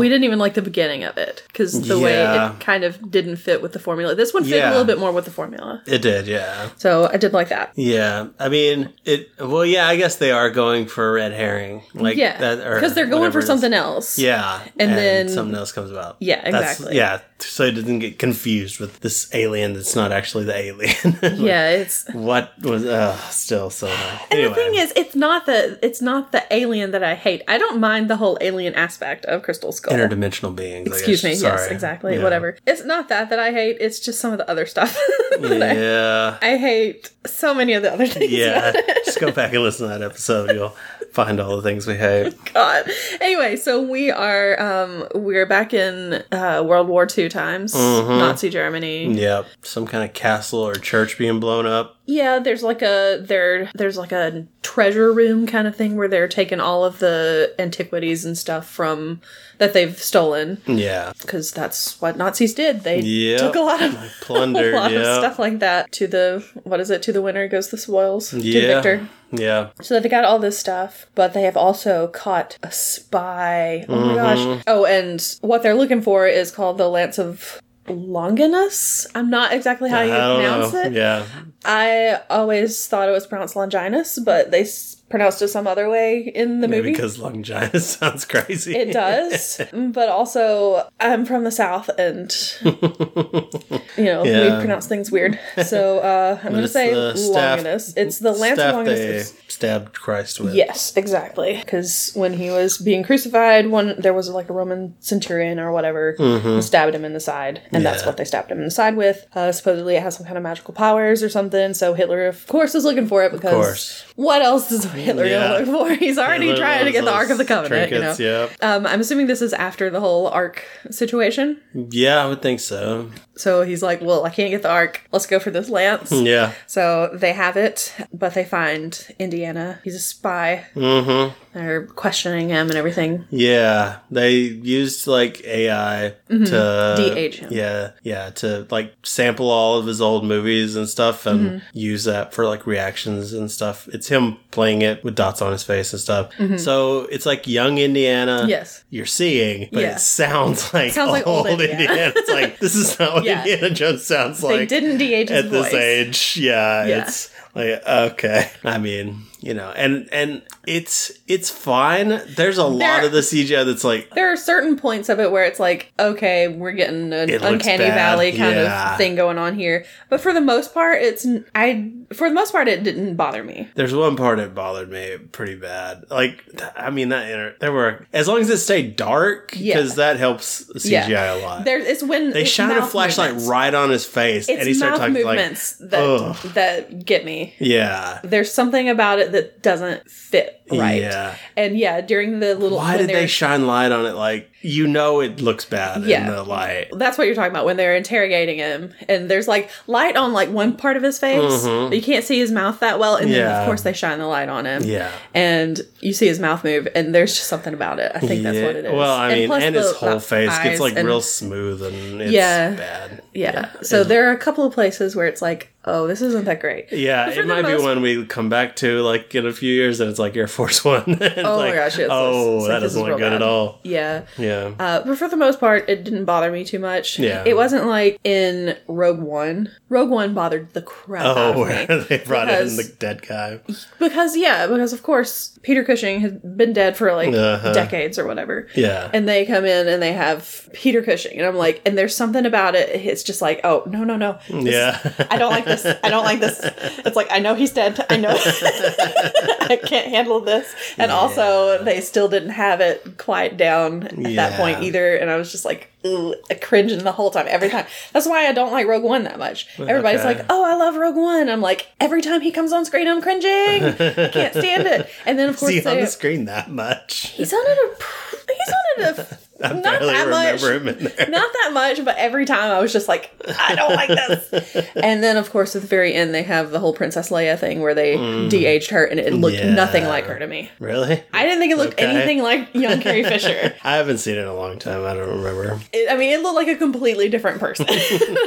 Speaker 2: we didn't even like the beginning of it because the
Speaker 1: Mm-hmm. Yeah.
Speaker 2: way it kind of didn't fit with the formula. This one fit
Speaker 1: Yeah.
Speaker 2: a little bit more with the formula,
Speaker 1: It did, yeah.
Speaker 2: so I did like that.
Speaker 1: Yeah. I mean, it, well, yeah, I guess they are going for a red herring. Like,
Speaker 2: Yeah,
Speaker 1: that- or
Speaker 2: because they're going
Speaker 1: whatever
Speaker 2: for
Speaker 1: it is.
Speaker 2: something else.
Speaker 1: Yeah.
Speaker 2: And then-
Speaker 1: something else comes about.
Speaker 2: Yeah,
Speaker 1: That's-
Speaker 2: exactly.
Speaker 1: yeah. So it didn't get confused with this alien that's not actually the alien. Like,
Speaker 2: yeah, it's
Speaker 1: What was, uh, still so.
Speaker 2: And
Speaker 1: Anyway.
Speaker 2: the thing is, it's not the it's not the alien that I hate. I don't mind the whole alien aspect of Crystal Skull.
Speaker 1: interdimensional beings. I
Speaker 2: Excuse
Speaker 1: guess.
Speaker 2: me. Yes,
Speaker 1: Sorry.
Speaker 2: exactly.
Speaker 1: Yeah.
Speaker 2: Whatever. It's not that that I hate. It's just some of the other stuff. that I-
Speaker 1: Yeah.
Speaker 2: I, hate so many of the other things.
Speaker 1: Yeah.
Speaker 2: about it.
Speaker 1: Just go back and listen to that episode. You'll find all the things we hate.
Speaker 2: God. Anyway, so we are um we're back in uh World War II times,
Speaker 1: Mm-hmm.
Speaker 2: Nazi Germany.
Speaker 1: Yep. Some kind of castle or church being blown up.
Speaker 2: Yeah, there's like a there there's like a treasure room kind of thing where they're taking all of the antiquities and stuff from that they've stolen.
Speaker 1: Yeah.
Speaker 2: because that's what Nazis did. They
Speaker 1: Yep.
Speaker 2: took a lot of
Speaker 1: Plundered.
Speaker 2: a lot
Speaker 1: yeah.
Speaker 2: of stuff like that to the what is it? To the winner goes the spoils. To the
Speaker 1: Yeah.
Speaker 2: victor.
Speaker 1: Yeah.
Speaker 2: So they got all this stuff, but they have also caught a spy. Oh
Speaker 1: Mm-hmm.
Speaker 2: my gosh! Oh, and what they're looking for is called the Lance of Longinus. I'm not exactly how
Speaker 1: I
Speaker 2: you
Speaker 1: don't
Speaker 2: pronounce
Speaker 1: know.
Speaker 2: it.
Speaker 1: Yeah.
Speaker 2: I always thought it was pronounced Longinus, but they s- pronounced it some other way in the
Speaker 1: Maybe
Speaker 2: movie.
Speaker 1: because Longinus sounds crazy.
Speaker 2: It does, mm, but also I'm from the south, and you know
Speaker 1: Yeah.
Speaker 2: we pronounce things weird. So uh, I'm going to
Speaker 1: it's
Speaker 2: say
Speaker 1: the staff-
Speaker 2: Longinus. It's the lance of
Speaker 1: Staff
Speaker 2: Longinus.
Speaker 1: they
Speaker 2: is-
Speaker 1: stabbed Christ with.
Speaker 2: Yes, exactly. Because when he was being crucified, one there was like a Roman centurion or whatever who stabbed him in the side, and that's
Speaker 1: Mm-hmm. Yeah.
Speaker 2: what they stabbed him in the side with. Uh, supposedly, it has some kind of magical powers or something. So Hitler, of course, is looking for it
Speaker 1: course.
Speaker 2: because what else is Hitler
Speaker 1: Yeah.
Speaker 2: going to look for? He's already
Speaker 1: Hitler
Speaker 2: trying to
Speaker 1: loves
Speaker 2: get the
Speaker 1: those
Speaker 2: Ark of the Covenant.
Speaker 1: trinkets,
Speaker 2: you know.
Speaker 1: Yep.
Speaker 2: Um, I'm assuming this is after the whole Ark situation.
Speaker 1: Yeah, I would think so.
Speaker 2: So he's like, well, I can't get the Ark. Let's go for this lance.
Speaker 1: Yeah.
Speaker 2: So they have it, but they find Indiana. He's a spy. Mm-hmm. They're questioning him and everything.
Speaker 1: Yeah, they used like AI to
Speaker 2: Mm-hmm. De-age him.
Speaker 1: Uh, Yeah, yeah, to like sample all of his old movies and stuff, and
Speaker 2: Mm-hmm.
Speaker 1: use that for like reactions and stuff. It's him playing it with dots on his face and stuff. So it's like young Indiana.
Speaker 2: Mm-hmm. Yes.
Speaker 1: You're seeing, but
Speaker 2: Yeah.
Speaker 1: it sounds like
Speaker 2: Sounds like
Speaker 1: old
Speaker 2: old
Speaker 1: Indiana.
Speaker 2: Indiana.
Speaker 1: It's like this is not what
Speaker 2: Yeah.
Speaker 1: Indiana Jones sounds
Speaker 2: They
Speaker 1: like
Speaker 2: didn't de-age his
Speaker 1: at
Speaker 2: voice.
Speaker 1: this age. Yeah,
Speaker 2: Yeah.
Speaker 1: it's like okay. I mean, you know, and and it's it's fine. There's a lot
Speaker 2: There-
Speaker 1: of the CGI that's like
Speaker 2: There are certain points of it where it's like, okay, we're getting an
Speaker 1: It looks
Speaker 2: uncanny
Speaker 1: bad,
Speaker 2: valley kind
Speaker 1: yeah.
Speaker 2: of thing going on here. But for the most part, it's n- I for the most part it didn't bother me.
Speaker 1: there's one part that bothered me pretty bad. Like th- I mean, that inter- there were as long as it stayed dark
Speaker 2: Yeah.
Speaker 1: because that helps the CGI a lot.
Speaker 2: There, it's when
Speaker 1: they
Speaker 2: it's
Speaker 1: shine a
Speaker 2: mouth
Speaker 1: flashlight
Speaker 2: movements.
Speaker 1: right on his face,
Speaker 2: It's
Speaker 1: and he started
Speaker 2: mouth
Speaker 1: talking like,
Speaker 2: movements that
Speaker 1: ugh.
Speaker 2: that get me.
Speaker 1: "Yeah,
Speaker 2: There's something about it that doesn't fit right.
Speaker 1: yeah."
Speaker 2: And yeah, during the little
Speaker 1: Why
Speaker 2: when
Speaker 1: did
Speaker 2: they're-
Speaker 1: they shine light on it? Like you know, it looks bad
Speaker 2: Yeah.
Speaker 1: in the light.
Speaker 2: that's what you're talking about when they're interrogating him and there's like light on like one part of his face
Speaker 1: Mhm.
Speaker 2: but you can't see his mouth that well and then
Speaker 1: Yeah.
Speaker 2: of course they shine the light on him
Speaker 1: Yeah.
Speaker 2: and you see his mouth move and there's just something about it i think that's
Speaker 1: Yeah.
Speaker 2: what it is
Speaker 1: Well, I mean,
Speaker 2: plus
Speaker 1: and his
Speaker 2: the-
Speaker 1: whole
Speaker 2: the
Speaker 1: face gets
Speaker 2: eyes
Speaker 1: like
Speaker 2: and-
Speaker 1: real smooth and it's
Speaker 2: Yeah.
Speaker 1: bad.
Speaker 2: yeah, so there are a couple of places where it's like oh this isn't that great
Speaker 1: Yeah,
Speaker 2: But for
Speaker 1: it
Speaker 2: the
Speaker 1: might be
Speaker 2: most-
Speaker 1: one we come back to like in a few years and it's like Air Force One. oh
Speaker 2: oh
Speaker 1: like,
Speaker 2: my gosh it's,
Speaker 1: oh,
Speaker 2: it's like,
Speaker 1: that
Speaker 2: this is
Speaker 1: doesn't look
Speaker 2: real
Speaker 1: good at
Speaker 2: bad.
Speaker 1: all.
Speaker 2: yeah
Speaker 1: Yeah.
Speaker 2: Uh, but for the most part, it didn't bother me too much.
Speaker 1: Yeah.
Speaker 2: It wasn't like in Rogue One. Rogue One bothered the crap out
Speaker 1: oh,
Speaker 2: of
Speaker 1: where
Speaker 2: me.
Speaker 1: they brought in
Speaker 2: because-
Speaker 1: the dead guy.
Speaker 2: Because, yeah, because of course, Peter Cushing has been dead for like
Speaker 1: Uh-huh.
Speaker 2: decades or whatever.
Speaker 1: Yeah.
Speaker 2: And they come in and they have Peter Cushing. And I'm like, and there's something about it. It's just like, oh, no, no, no. This-
Speaker 1: yeah.
Speaker 2: I don't like this. I don't like this. It's like I know he's dead. I know I can't handle this. And also, they still didn't have it quiet down at that point
Speaker 1: Yeah.
Speaker 2: either. And I was just like ugh, cringing the whole time, every time. That's why I don't like Rogue One that much. Everybody's
Speaker 1: Okay.
Speaker 2: like, "Oh, I love Rogue One." I'm like, every time he comes on screen, I'm cringing. I can't stand it. And then of course,
Speaker 1: See on
Speaker 2: they-
Speaker 1: the screen that much.
Speaker 2: he's on it. A, he's on it. A,
Speaker 1: I
Speaker 2: Not
Speaker 1: barely
Speaker 2: that much.
Speaker 1: remember him in there.
Speaker 2: Not that much, but every time I was just like, I don't like this. and then, of course, at the very end, they have the whole Princess Leia thing where they de-aged her, and it looked
Speaker 1: Mm. Yeah.
Speaker 2: nothing like her to me.
Speaker 1: Really?
Speaker 2: I didn't think it looked
Speaker 1: Okay.
Speaker 2: anything like young Carrie Fisher.
Speaker 1: I haven't seen it in a long time. I don't remember.
Speaker 2: It, I mean, it looked like a completely different person.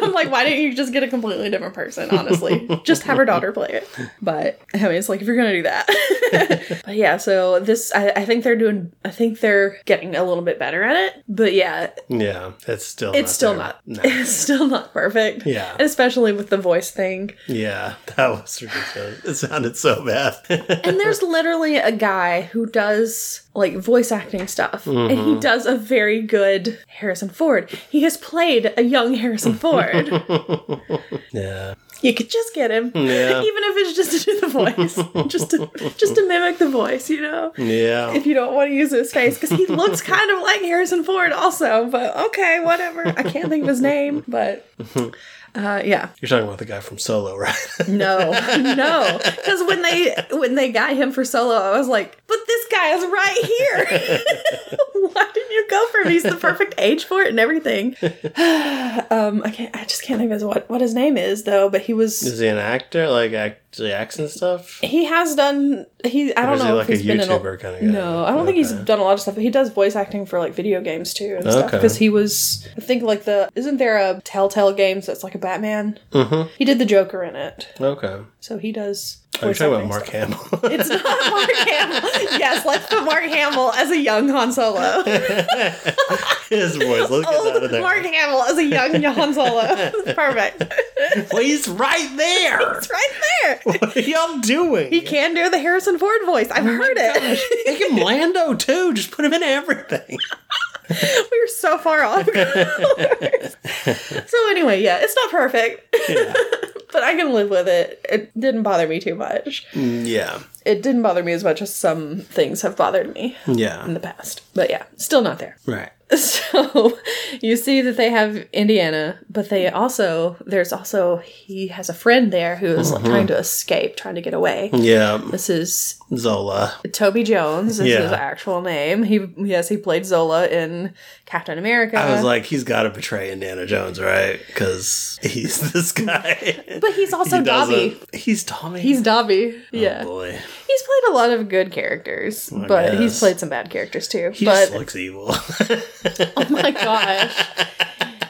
Speaker 2: I'm like, why didn't you just get a completely different person? Honestly, just have her daughter play it. But I mean, it's like if you're gonna do that. but yeah, so this, I, I think they're doing. I think they're getting a little bit better at it. But yeah,
Speaker 1: Yeah, it's still
Speaker 2: it's still
Speaker 1: there.
Speaker 2: not.
Speaker 1: No.
Speaker 2: It's still not perfect.
Speaker 1: Yeah.
Speaker 2: And especially with the voice thing.
Speaker 1: Yeah, that was ridiculous. It sounded so bad.
Speaker 2: And there's literally a guy who does like voice acting stuff, and
Speaker 1: Mm-hmm.
Speaker 2: he does a very good Harrison Ford. He has played a young Harrison Ford.
Speaker 1: yeah.
Speaker 2: you could just get him,
Speaker 1: Yeah.
Speaker 2: even if it's just to do the voice, just to just to mimic the voice, you know.
Speaker 1: Yeah.
Speaker 2: If you don't want to use his face, because he looks kind of like Harrison Ford, also. But okay, whatever. I can't think of his name, but uh, yeah.
Speaker 1: You're talking about the guy from Solo, right?
Speaker 2: No, no. Because when they when they got him for solo, I was like, "But this guy is right here. Why didn't you go for him? He's the perfect age for it and everything." um, I can't. I just can't think of his, what what his name is though. But he was.
Speaker 1: Is he an actor? Like actually acts and stuff?
Speaker 2: He has done. He. I
Speaker 1: Or
Speaker 2: don't
Speaker 1: is
Speaker 2: know
Speaker 1: he like a
Speaker 2: if he's been in a,
Speaker 1: YouTuber kind of guy?
Speaker 2: No, I don't think he's done a lot of stuff, but he does voice acting for like video games too and stuff.
Speaker 1: Okay.
Speaker 2: Because he was, I think, like the isn't there a Telltale games that's like a Batman?
Speaker 1: Mhm.
Speaker 2: He did the Joker in it,
Speaker 1: Okay. Are
Speaker 2: so he does.
Speaker 1: you
Speaker 2: voice
Speaker 1: talking about
Speaker 2: acting
Speaker 1: Mark
Speaker 2: stuff.
Speaker 1: Hamill?
Speaker 2: It's not Mark Hamill. Yes, let's put Mark Hamill as a young Han Solo.
Speaker 1: His voice. Let's get that out
Speaker 2: Old
Speaker 1: of there.
Speaker 2: Oh, Mark Hamill as a young Han Solo. Perfect. It's
Speaker 1: Well, he's right there.
Speaker 2: right there.
Speaker 1: What are y'all doing?
Speaker 2: He can do the Harrison Ford voice.
Speaker 1: Oh
Speaker 2: I've heard it.
Speaker 1: Make him Lando too. Just put him in everything.
Speaker 2: we were so far off. so anyway, yeah, it's not perfect. But I can live with it. It didn't bother me too much.
Speaker 1: Yeah.
Speaker 2: It didn't bother me as much as some things have bothered me in
Speaker 1: Yeah.
Speaker 2: the past. But yeah, still not there.
Speaker 1: Right.
Speaker 2: So you see that they have Indiana, but they also there's also he has a friend there who is,
Speaker 1: Mm-hmm.
Speaker 2: like, trying to escape, trying to get away.
Speaker 1: Yeah.
Speaker 2: This is
Speaker 1: Zola.
Speaker 2: Toby Jones is his
Speaker 1: Yeah.
Speaker 2: actual name. He yes, he played Zola in Captain America.
Speaker 1: I was like, he's got to betray Indiana Jones, right? Because he's this guy.
Speaker 2: but he's also
Speaker 1: He
Speaker 2: Dobby.
Speaker 1: doesn't- He's Tommy.
Speaker 2: He's Dobby. Yeah.
Speaker 1: Oh, boy.
Speaker 2: He's played a lot of good characters, but he's
Speaker 1: guess.
Speaker 2: played some bad characters too.
Speaker 1: He
Speaker 2: but
Speaker 1: just looks evil.
Speaker 2: oh my gosh.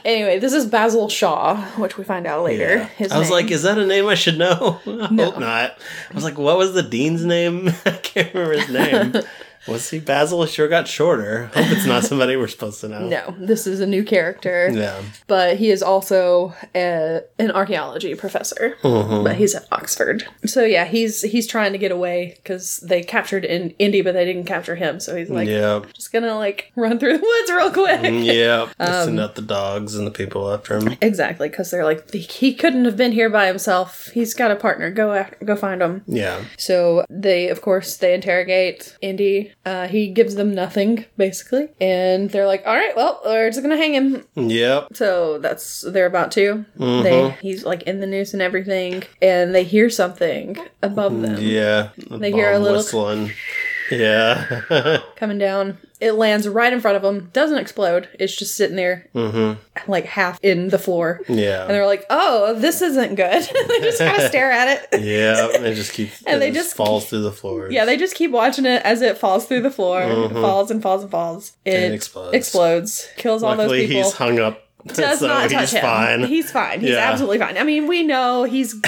Speaker 2: Anyway, this is Basil Shaw, which we find out later.
Speaker 1: Yeah.
Speaker 2: His
Speaker 1: I was
Speaker 2: name.
Speaker 1: like, is that a name I should know? I
Speaker 2: No.
Speaker 1: hope not. I was like, what was the dean's name? I can't remember his name. was he Basil? It Sure got shorter. Hope it's not somebody we're supposed to know.
Speaker 2: no, this is a new character.
Speaker 1: Yeah.
Speaker 2: but he is also a, an archaeology professor but he's at oxford so yeah he's he's trying to get away because they captured in indy but they didn't capture him so he's like
Speaker 1: yeah. Mm-hmm.
Speaker 2: just gonna like run through the woods real quick
Speaker 1: Yeah.
Speaker 2: um,
Speaker 1: They send out the dogs and the people after him.
Speaker 2: exactly because they're like he- he couldn't have been here by himself he's got a partner go after, go find him
Speaker 1: Yeah.
Speaker 2: So they, of course, they interrogate Indy. Uh, he gives them nothing, basically, and they're like, "All right, well, we're just gonna hang him."
Speaker 1: Yep.
Speaker 2: So that's they're about to. They
Speaker 1: Mm-hmm.
Speaker 2: he's like in the news and everything, and they hear something above them
Speaker 1: Mm, Yeah. The
Speaker 2: They hear a
Speaker 1: bomb
Speaker 2: little-
Speaker 1: whistling. Yeah.
Speaker 2: coming down. It lands right in front of them. Doesn't explode. It's just sitting there,
Speaker 1: Mm-hmm.
Speaker 2: like half in the floor. And
Speaker 1: yeah.
Speaker 2: they're like, "Oh, this isn't good." they just kind of stare at it.
Speaker 1: Yeah. They just keep.
Speaker 2: And
Speaker 1: it
Speaker 2: they just-
Speaker 1: falls through the floor.
Speaker 2: Yeah, they just keep watching it as it falls through the floor, falls and falls and falls. It
Speaker 1: Mm-hmm. And explodes.
Speaker 2: explodes, kills all
Speaker 1: Luckily,
Speaker 2: those people.
Speaker 1: he's hung up.
Speaker 2: does
Speaker 1: so
Speaker 2: not touch
Speaker 1: he's
Speaker 2: him.
Speaker 1: fine.
Speaker 2: He's fine. He's
Speaker 1: Yeah.
Speaker 2: absolutely fine. I mean, we know he's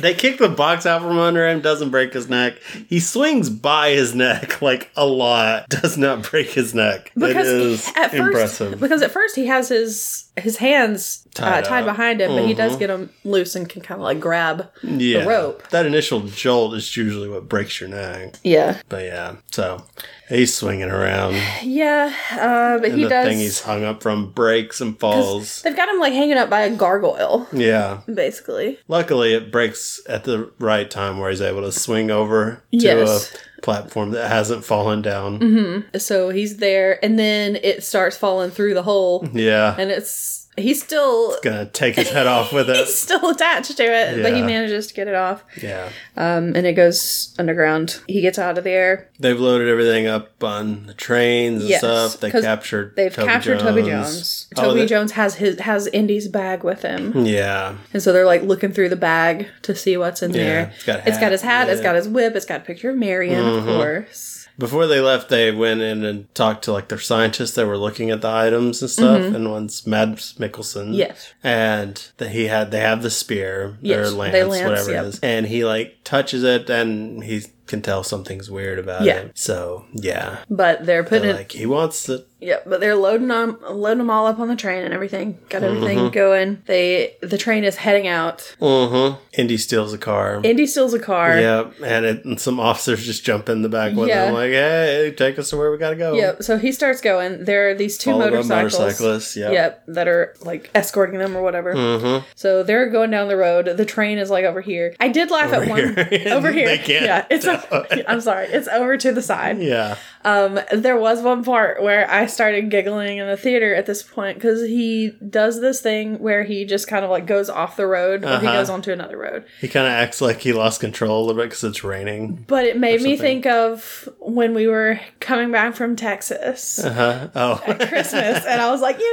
Speaker 1: They kick the box out from under him, doesn't break his neck. He swings by his neck like a lot, does not break his neck.
Speaker 2: because
Speaker 1: it is
Speaker 2: at first
Speaker 1: impressive.
Speaker 2: because at first he has his his hands
Speaker 1: Tied
Speaker 2: tied, uh, tied
Speaker 1: up. Mm-hmm.
Speaker 2: behind him, but he does get them loose and can kind of like grab.
Speaker 1: yeah.
Speaker 2: rope.
Speaker 1: That initial jolt is usually what breaks your neck.
Speaker 2: Yeah,
Speaker 1: But yeah, so he's swinging around.
Speaker 2: yeah, uh, but
Speaker 1: And
Speaker 2: he
Speaker 1: the
Speaker 2: does.
Speaker 1: thing he's hung up from breaks and falls.
Speaker 2: They've got him like hanging up by a gargoyle,
Speaker 1: Yeah.
Speaker 2: basically.
Speaker 1: Luckily, it breaks at the right time where he's able to swing over to
Speaker 2: Yes. Mm-hmm.
Speaker 1: a platform that hasn't fallen down.
Speaker 2: So he's there, and then it starts falling through the hole,
Speaker 1: Yeah.
Speaker 2: and it's he's still
Speaker 1: Gonna take his head off with
Speaker 2: he's
Speaker 1: it.
Speaker 2: still attached to it, but he
Speaker 1: Yeah.
Speaker 2: manages to get it off.
Speaker 1: Yeah.
Speaker 2: Um, and it goes underground. He gets out of there.
Speaker 1: They've loaded everything up on the trains and
Speaker 2: Yes,
Speaker 1: stuff. They
Speaker 2: 'cause
Speaker 1: captured.
Speaker 2: They've
Speaker 1: Toby
Speaker 2: captured
Speaker 1: Jones.
Speaker 2: Toby Jones.
Speaker 1: Oh,
Speaker 2: Toby
Speaker 1: they-
Speaker 2: Jones has his has Indy's bag with him,
Speaker 1: Yeah,
Speaker 2: and so they're like looking through the bag to see what's in
Speaker 1: Yeah,
Speaker 2: there.
Speaker 1: it's got a
Speaker 2: it's
Speaker 1: hat,
Speaker 2: got his hat. It's
Speaker 1: yeah. Mm-hmm.
Speaker 2: got his whip. It's got a picture of Marion, of course.
Speaker 1: Before they left, they went in and talked to like their scientists that were looking at the items and stuff. And one's Mads Mikkelsen.
Speaker 2: Mm-hmm. Yes.
Speaker 1: And that he had they have the spear, their
Speaker 2: Yes, they
Speaker 1: lance,
Speaker 2: lance,
Speaker 1: whatever
Speaker 2: yep.
Speaker 1: it is. And he like touches it and he can tell something's weird about
Speaker 2: Yeah.
Speaker 1: it. So yeah.
Speaker 2: But they're putting
Speaker 1: They're
Speaker 2: it.
Speaker 1: like he wants it.
Speaker 2: Yeah, but they're loading them, loading them all up on the train and everything. Got everything going. They the train is heading out.
Speaker 1: Mm-hmm. Indy steals a car.
Speaker 2: Indy steals a car.
Speaker 1: Yep, and, it, and some officers just jump in the back with
Speaker 2: Yeah.
Speaker 1: him, like, "Hey, take us to where we gotta go."
Speaker 2: Yep. So he starts going. There are these two
Speaker 1: Followed by
Speaker 2: motorcycles.
Speaker 1: motorcyclists. Yep.
Speaker 2: Yep, that are like escorting them or whatever.
Speaker 1: Mm-hmm.
Speaker 2: So they're going down the road. The train is like over here. I did laugh at one
Speaker 1: here.
Speaker 2: over here.
Speaker 1: They can't
Speaker 2: Yeah, it's. i I'm sorry. It's over to the side.
Speaker 1: Yeah.
Speaker 2: Um, there was one part where I started giggling in the theater at this point because he does this thing where he just kind of like goes off the road or he
Speaker 1: Uh-huh.
Speaker 2: goes onto another road.
Speaker 1: He kind of acts like he lost control a little bit because it's raining.
Speaker 2: But it made me
Speaker 1: something.
Speaker 2: think of when we were coming back from Texas
Speaker 1: Uh huh. Oh.
Speaker 2: Christmas, and I was like, you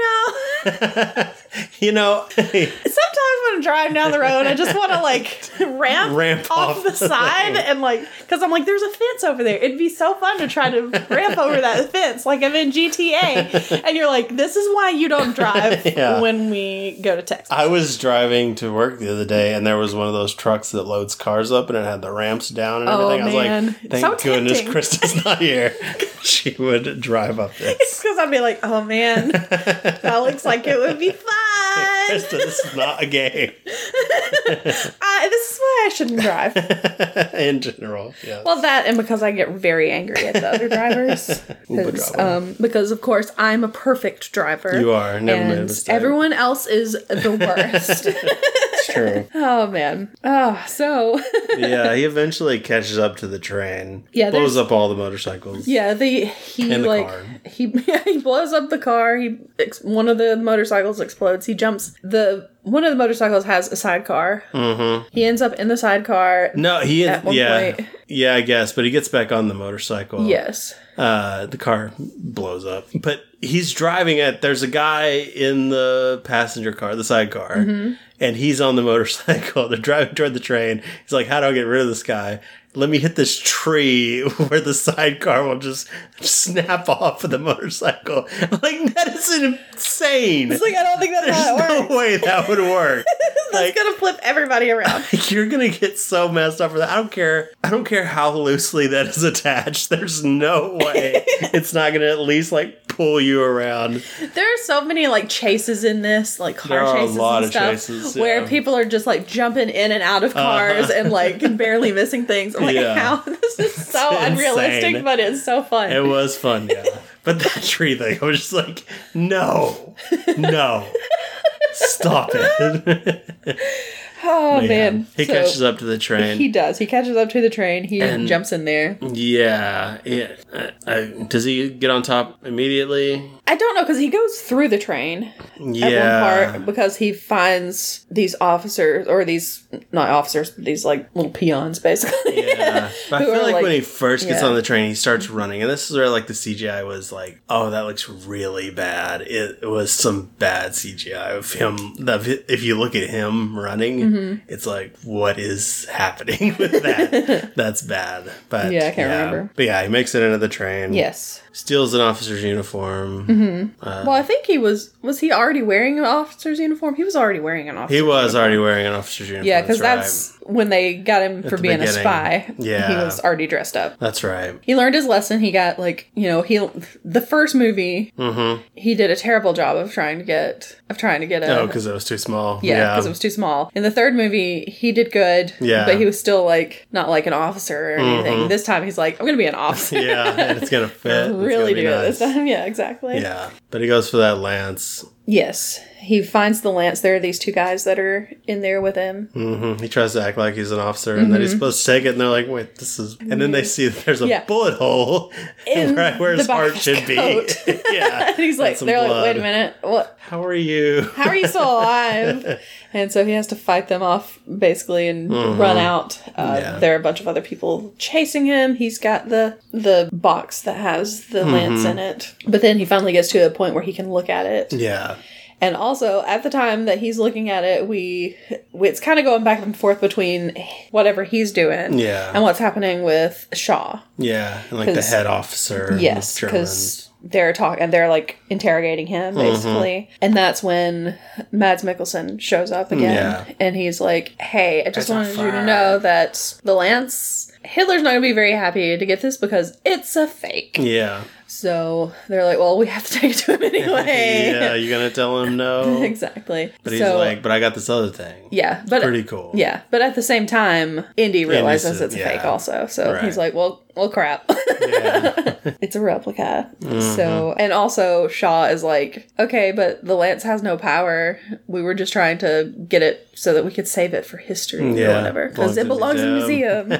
Speaker 2: know.
Speaker 1: you know,
Speaker 2: Sometimes when I'm driving down the road, I just want to like ramp,
Speaker 1: Ramp
Speaker 2: off,
Speaker 1: off
Speaker 2: the
Speaker 1: the
Speaker 2: side and like, because I'm like, there's a fence over there. It'd be so fun to try to ramp over that fence, like I'm in GTA. And you're like, this is why you don't drive
Speaker 1: Yeah.
Speaker 2: when we go to Texas.
Speaker 1: I was driving to work the other day and there was one of those trucks that loads cars up and it had the ramps down and
Speaker 2: Oh,
Speaker 1: everything. I was
Speaker 2: man.
Speaker 1: like, thank
Speaker 2: So
Speaker 1: goodness
Speaker 2: tempting.
Speaker 1: Krista's not here. she would drive up this.
Speaker 2: Because I'd be like, oh man, that looks like it would be fun.
Speaker 1: Krista, this is not a game
Speaker 2: I, this is why I shouldn't drive.
Speaker 1: in general. Yeah.
Speaker 2: Well, that and because I get very angry at the other drivers. 'Cause,
Speaker 1: driver.
Speaker 2: um, because of course I'm a perfect driver.
Speaker 1: You are, never made a
Speaker 2: and
Speaker 1: mistake.
Speaker 2: everyone else is the worst.
Speaker 1: It's true.
Speaker 2: oh man. Oh, so
Speaker 1: yeah, he eventually catches up to the train.
Speaker 2: Yeah,
Speaker 1: blows up all the motorcycles.
Speaker 2: yeah, the he
Speaker 1: And the
Speaker 2: like
Speaker 1: car.
Speaker 2: he he blows up the car. He ex- one of the motorcycles explodes. He jumps the one of the motorcycles has a sidecar. Mm-hmm. He ends up in the sidecar.
Speaker 1: No, he
Speaker 2: At one
Speaker 1: yeah
Speaker 2: point.
Speaker 1: yeah I guess, but he gets back on the motorcycle.
Speaker 2: Yes.
Speaker 1: uh, the car blows up, but he's driving it. There's a guy in the passenger car, the sidecar,
Speaker 2: Mm-hmm.
Speaker 1: and he's on the motorcycle. They're driving toward the train. He's like, "How do I get rid of this guy? Let me hit this tree where the sidecar will just snap off of the motorcycle." Like that is insane.
Speaker 2: It's like I don't think that's how it
Speaker 1: There's
Speaker 2: works.
Speaker 1: no way that would work.
Speaker 2: That's
Speaker 1: like,
Speaker 2: gonna flip everybody around.
Speaker 1: you're gonna get so messed up for that. I don't care. I don't care how loosely that is attached. There's no way it's not gonna at least like pull you around.
Speaker 2: There are so many like chases in this, like car
Speaker 1: There are a
Speaker 2: chases
Speaker 1: lot
Speaker 2: and
Speaker 1: of
Speaker 2: stuff,
Speaker 1: chases, yeah. Uh-huh.
Speaker 2: where people are just like jumping in and out of cars and like barely missing things. I'm like,
Speaker 1: Yeah.
Speaker 2: how this is so
Speaker 1: It's
Speaker 2: unrealistic,
Speaker 1: insane.
Speaker 2: but it's so fun.
Speaker 1: It was fun, yeah. but that tree thing, I was just like, no, no, stop it.
Speaker 2: oh man,
Speaker 1: he
Speaker 2: So,
Speaker 1: catches up to the
Speaker 2: He
Speaker 1: train.
Speaker 2: does. He catches up to the train. He jumps in there.
Speaker 1: yeah, yeah. Uh, uh, does he get on top immediately?
Speaker 2: I don't know because he goes through the train at one
Speaker 1: Yeah.
Speaker 2: part because he finds these officers or these not officers, but these like little peons basically.
Speaker 1: Yeah. But I
Speaker 2: Who
Speaker 1: feel
Speaker 2: are
Speaker 1: like,
Speaker 2: like-
Speaker 1: when he first gets
Speaker 2: yeah.
Speaker 1: on the train, he starts running, and this is where like the CGI was like, oh, that looks really bad. It, it was some bad CGI of him. That vi- if you look at him running,
Speaker 2: Mm-hmm.
Speaker 1: it's like, what is happening with that? That's bad. But
Speaker 2: Yeah, I can't remember.
Speaker 1: But yeah, he makes it into the train.
Speaker 2: yes.
Speaker 1: steals an officer's uniform.
Speaker 2: Mm-hmm. Well, I think he was. Was he already wearing an officer's uniform? He was already wearing an officer.
Speaker 1: He was already wearing an officer's uniform.
Speaker 2: yeah, because
Speaker 1: right.
Speaker 2: that's, when they got him for
Speaker 1: the
Speaker 2: being a
Speaker 1: beginning.
Speaker 2: spy. he
Speaker 1: Yeah.
Speaker 2: was already dressed up.
Speaker 1: that's right.
Speaker 2: He learned his lesson. He got like you know he the first movie
Speaker 1: Mm-hmm.
Speaker 2: he did a terrible job of trying to get of trying to get a
Speaker 1: Oh, because it was too small.
Speaker 2: yeah because it was too small. In the third movie he did good
Speaker 1: Yeah. Mm-hmm.
Speaker 2: but he was still like not like an officer or anything. This time he's like I'm gonna be an officer.
Speaker 1: yeah, and it's gonna fit. It's gonna
Speaker 2: really do
Speaker 1: be
Speaker 2: it this
Speaker 1: nice.
Speaker 2: time. Yeah, exactly.
Speaker 1: Yeah, but he goes for that lance.
Speaker 2: Yes. He finds the lance. There are these two guys that are in there with him.
Speaker 1: hmm He tries to act like he's an officer and then he's supposed to take it, and they're like, wait, this is. And then they see that there's a
Speaker 2: Mm-hmm. Yeah.
Speaker 1: bullet hole
Speaker 2: In
Speaker 1: right where
Speaker 2: the
Speaker 1: his heart
Speaker 2: back
Speaker 1: should be.
Speaker 2: coat.
Speaker 1: yeah.
Speaker 2: And he's like,
Speaker 1: some
Speaker 2: they're
Speaker 1: blood.
Speaker 2: like, wait a minute, what?
Speaker 1: How are you?
Speaker 2: How are you still alive? and so he has to fight them off basically and run out. Uh,
Speaker 1: Mm-hmm. Yeah.
Speaker 2: There are a bunch of other people chasing him. He's got the the box that has the
Speaker 1: Mm-hmm.
Speaker 2: lance in it, but then he finally gets to a point where he can look at it.
Speaker 1: Yeah.
Speaker 2: And also, at the time that he's looking at it, we it's kind of going back and forth between whatever he's doing
Speaker 1: Yeah.
Speaker 2: and what's happening with Shaw.
Speaker 1: Yeah. And like the
Speaker 2: 'Cause-
Speaker 1: head officer. and the
Speaker 2: Yes,
Speaker 1: Germans.
Speaker 2: because they're talking and they're like interrogating him
Speaker 1: Mm-hmm.
Speaker 2: basically, and that's when Mads Mikkelsen shows up again,
Speaker 1: Mm, Yeah.
Speaker 2: and he's like, "Hey, I
Speaker 1: It's
Speaker 2: just
Speaker 1: a
Speaker 2: wanted you
Speaker 1: fire."
Speaker 2: to know that the Lance Hitler's not gonna be very happy to get this because it's a fake."
Speaker 1: Yeah.
Speaker 2: So they're like, "Well, we have to take it to him anyway."
Speaker 1: Yeah. You're going to tell him no.
Speaker 2: exactly.
Speaker 1: But he's like, but I got this other thing.
Speaker 2: "Yeah, but
Speaker 1: Pretty cool.
Speaker 2: Yeah, but at the same time, Indy realizes
Speaker 1: said-
Speaker 2: it's a
Speaker 1: yeah.
Speaker 2: fake also. So
Speaker 1: Right.
Speaker 2: he's like, "Well, well, crap."
Speaker 1: Yeah.
Speaker 2: it's a replica. So,
Speaker 1: Mm-hmm.
Speaker 2: and also Shaw is like, okay, but the Lance has no power. We were just trying to get it so that we could save it for history
Speaker 1: Yeah,
Speaker 2: or whatever
Speaker 1: belongs
Speaker 2: because it
Speaker 1: in
Speaker 2: belongs in a
Speaker 1: museum.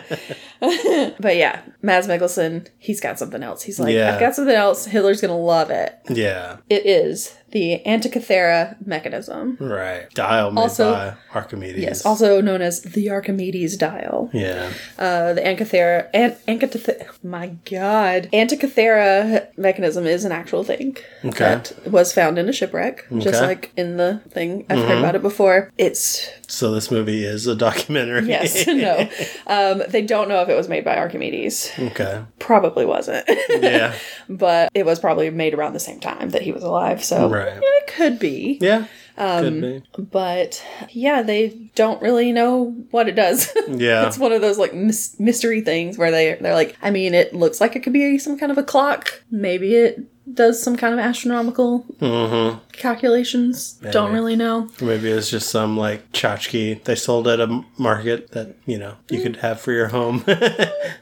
Speaker 2: museum. but yeah, Mads Mikkelsen, he's got something else. He's like,
Speaker 1: Yeah.
Speaker 2: I've got something else. Hitler's gonna love it.
Speaker 1: Yeah.
Speaker 2: It is the Antikythera mechanism.
Speaker 1: Right. Dial made
Speaker 2: Also-
Speaker 1: by Archimedes.
Speaker 2: Yes, also known as the Archimedes dial.
Speaker 1: Yeah.
Speaker 2: Uh, the Antikythera, an- Antikythera, my God, Antikythera mechanism is an actual thing
Speaker 1: Okay.
Speaker 2: that was found in a shipwreck, just
Speaker 1: Okay. Mm-hmm.
Speaker 2: like in the thing. I've heard about it before. It's
Speaker 1: So this movie is a documentary.
Speaker 2: yes, no. Um, they don't know if it was made by Archimedes.
Speaker 1: okay.
Speaker 2: Probably wasn't,
Speaker 1: Yeah.
Speaker 2: but it was probably made around the same time that he was alive. So
Speaker 1: Right.
Speaker 2: it could be,
Speaker 1: Yeah.
Speaker 2: Um,
Speaker 1: Could be.
Speaker 2: but yeah, they don't really know what it does.
Speaker 1: Yeah.
Speaker 2: It's one of those like mys- mystery things where they they're like, I mean, it looks like it could be some kind of a clock. Maybe it does some kind of astronomical
Speaker 1: Mm-hmm.
Speaker 2: calculations. Don't really know.
Speaker 1: Maybe it's just some like tchotchke they sold at a m- market that, you know, you could have for your home. like,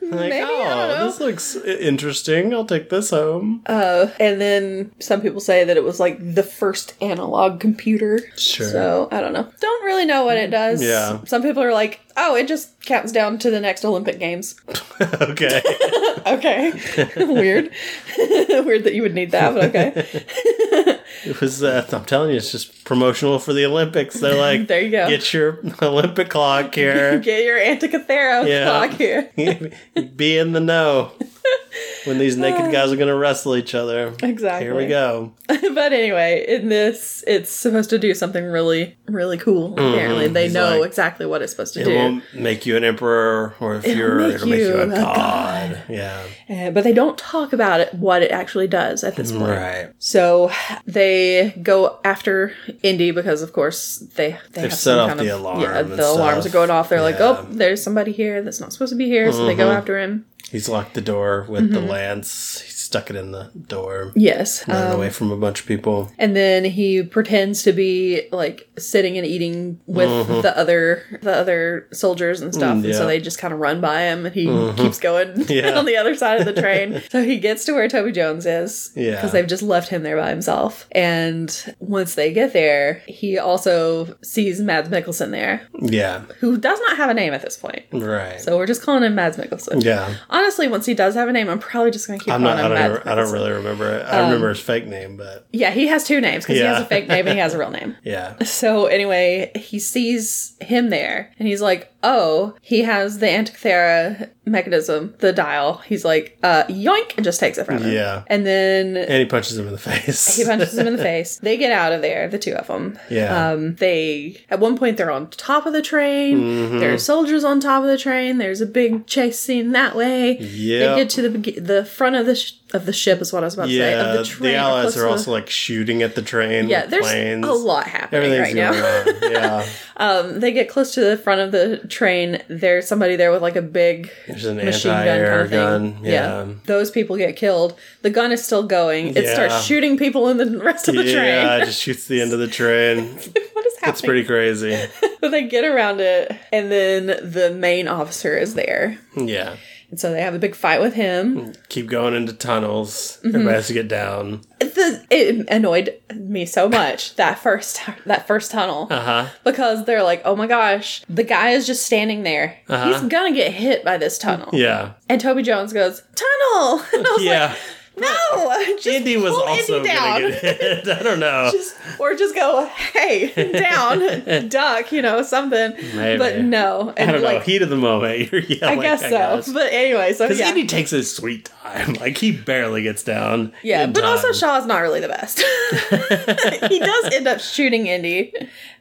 Speaker 2: Maybe, I
Speaker 1: oh,
Speaker 2: don't know."
Speaker 1: this looks i- interesting. I'll take this home.
Speaker 2: And then some people say that it was like the first analog computer.
Speaker 1: Sure. Mm,
Speaker 2: So I don't know. Don't really know what it does.
Speaker 1: Yeah.
Speaker 2: Some people are like, oh, it just counts down to the next Olympic Games.
Speaker 1: okay.
Speaker 2: Okay. Weird. Weird that you would need that, but okay.
Speaker 1: it was, uh, I'm telling you, it's just promotional for the Olympics. They're like,
Speaker 2: There you go.
Speaker 1: Get your Olympic clock here.
Speaker 2: Get your Antikythera
Speaker 1: Yeah.
Speaker 2: clock here.
Speaker 1: Be in the know when these naked guys are going to wrestle each other.
Speaker 2: Exactly.
Speaker 1: Here we go.
Speaker 2: but anyway, in this, it's supposed to do something really, really cool. Apparently, they
Speaker 1: He's
Speaker 2: know
Speaker 1: Mm, like-
Speaker 2: exactly what it's supposed to
Speaker 1: It
Speaker 2: do,
Speaker 1: won't make you an emperor, or if you're,
Speaker 2: make
Speaker 1: it'll make you
Speaker 2: you
Speaker 1: a,
Speaker 2: a
Speaker 1: god.
Speaker 2: god.
Speaker 1: Yeah.
Speaker 2: Uh, but they don't talk about it what it actually does at this point.
Speaker 1: Right.
Speaker 2: So they go after Indy because, of course, they they have
Speaker 1: set
Speaker 2: some
Speaker 1: off
Speaker 2: kind
Speaker 1: the
Speaker 2: of-
Speaker 1: alarm
Speaker 2: Yeah,
Speaker 1: and
Speaker 2: the alarms are
Speaker 1: stuff.
Speaker 2: going off. They're like,
Speaker 1: Yeah. Mm-hmm.
Speaker 2: "Oh, there's somebody here that's not supposed to be here," so they go after him.
Speaker 1: He's locked the door with the
Speaker 2: Mm-hmm.
Speaker 1: lance. He stuck it in the door,
Speaker 2: Yes,
Speaker 1: running
Speaker 2: um,
Speaker 1: away from a bunch of people.
Speaker 2: and then he pretends to be like sitting and eating with the other the other soldiers and stuff
Speaker 1: Mm-hmm.
Speaker 2: and
Speaker 1: Mm, yeah. Mm-hmm.
Speaker 2: so they just kind of run by him and he keeps going
Speaker 1: Yeah.
Speaker 2: on the other side of the train so he gets to where toby jones is
Speaker 1: Yeah.
Speaker 2: because they've just left him there by himself and once they get there he also sees mads mikkelsen there
Speaker 1: Yeah,
Speaker 2: who does not have a name at this point
Speaker 1: right.
Speaker 2: so we're just calling him mads mikkelsen
Speaker 1: yeah,
Speaker 2: honestly once he does have a name i'm probably just gonna keep
Speaker 1: I'm
Speaker 2: calling
Speaker 1: not. I
Speaker 2: him
Speaker 1: don't.
Speaker 2: mads
Speaker 1: re- I don't
Speaker 2: Mikkelsen.
Speaker 1: really remember it. I remember
Speaker 2: Um,
Speaker 1: his fake name, but
Speaker 2: yeah he has two names because
Speaker 1: Yeah.
Speaker 2: he has a fake name and he has a real name
Speaker 1: yeah,
Speaker 2: So anyway, he sees him there and he's like, "Oh, he has the Antikythera mechanism, the dial." He's like, "Uh, yoink!" and just takes it from him.
Speaker 1: Yeah.
Speaker 2: And then
Speaker 1: and he punches him in the face.
Speaker 2: he punches him in the face. They get out of there, the two of them.
Speaker 1: Yeah.
Speaker 2: Um, they at one point they're on top of the train.
Speaker 1: Mm-hmm.
Speaker 2: There are soldiers on top of the train. There's a big chase scene that way.
Speaker 1: Yep.
Speaker 2: They get to the beg- the front of the sh- of the ship is what I was about to say.
Speaker 1: yeah,
Speaker 2: Of
Speaker 1: the,
Speaker 2: the train, or close
Speaker 1: allies
Speaker 2: to
Speaker 1: are
Speaker 2: the-
Speaker 1: also like shooting at the train.
Speaker 2: yeah.
Speaker 1: with
Speaker 2: There's
Speaker 1: planes.
Speaker 2: a lot happening
Speaker 1: Everything's
Speaker 2: right now.
Speaker 1: going on. Yeah,
Speaker 2: Um, they get close to the front of the train. There's somebody there with like a big
Speaker 1: there's an
Speaker 2: machine gun kind
Speaker 1: anti-air
Speaker 2: of thing.
Speaker 1: gun. Yeah.
Speaker 2: those people get killed. The gun is still going. It
Speaker 1: Yeah.
Speaker 2: starts shooting people in the rest of the
Speaker 1: Yeah,
Speaker 2: train.
Speaker 1: it just shoots the end of the train.
Speaker 2: what is happening?
Speaker 1: It's pretty crazy.
Speaker 2: But they get around it, and then the main officer is there,
Speaker 1: Yeah.
Speaker 2: and so they have a big fight with him. Mm-hmm.
Speaker 1: Keep going into tunnels. Everybody has to get down.
Speaker 2: This the it annoyed me so much that first that first tunnel
Speaker 1: Uh huh.
Speaker 2: because they're like, oh my gosh, the guy is just standing there.
Speaker 1: Uh-huh.
Speaker 2: He's gonna get hit by this tunnel.
Speaker 1: Yeah.
Speaker 2: And Toby Jones goes, tunnel. And I was
Speaker 1: Yeah.
Speaker 2: like, no, just
Speaker 1: Indy was
Speaker 2: pull
Speaker 1: also
Speaker 2: Indy down.
Speaker 1: gonna get hit. I don't know.
Speaker 2: just or just go, hey, down, duck, you know, something.
Speaker 1: Maybe.
Speaker 2: But no,
Speaker 1: I
Speaker 2: and
Speaker 1: don't know.
Speaker 2: like
Speaker 1: Heat of the moment. You're yelling.
Speaker 2: I guess so. But anyway, so
Speaker 1: Because
Speaker 2: yeah.
Speaker 1: Indy takes his sweet time. Like he barely gets down.
Speaker 2: Yeah,
Speaker 1: in
Speaker 2: but also
Speaker 1: time.
Speaker 2: Shaw's not really the best. he does end up shooting Indy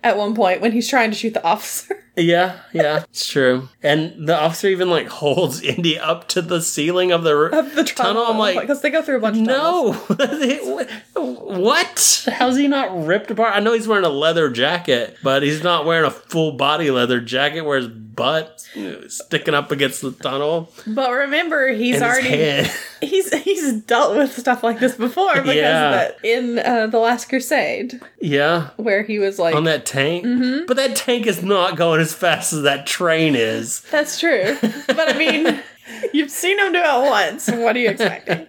Speaker 2: at one point when he's trying to shoot the officer.
Speaker 1: Yeah, yeah, it's true. And the officer even like holds Indy up to the ceiling of the,
Speaker 2: Of the tunnel,
Speaker 1: I'm like,
Speaker 2: because they go through a bunch of tunnels.
Speaker 1: no. what? How's he not ripped apart? I know he's wearing a leather jacket, but he's not wearing a full body leather jacket where his butt sticking up against the tunnel
Speaker 2: But remember, he's
Speaker 1: and
Speaker 2: already
Speaker 1: his head.
Speaker 2: he's he's dealt with stuff like this before because
Speaker 1: Yeah.
Speaker 2: of that in uh, the Last Crusade
Speaker 1: yeah,
Speaker 2: where he was like,
Speaker 1: on that tank.
Speaker 2: Mm-hmm.
Speaker 1: But that tank is not going as fast as that train is.
Speaker 2: "That's true," but I mean. You've seen him do it once. What are you expecting?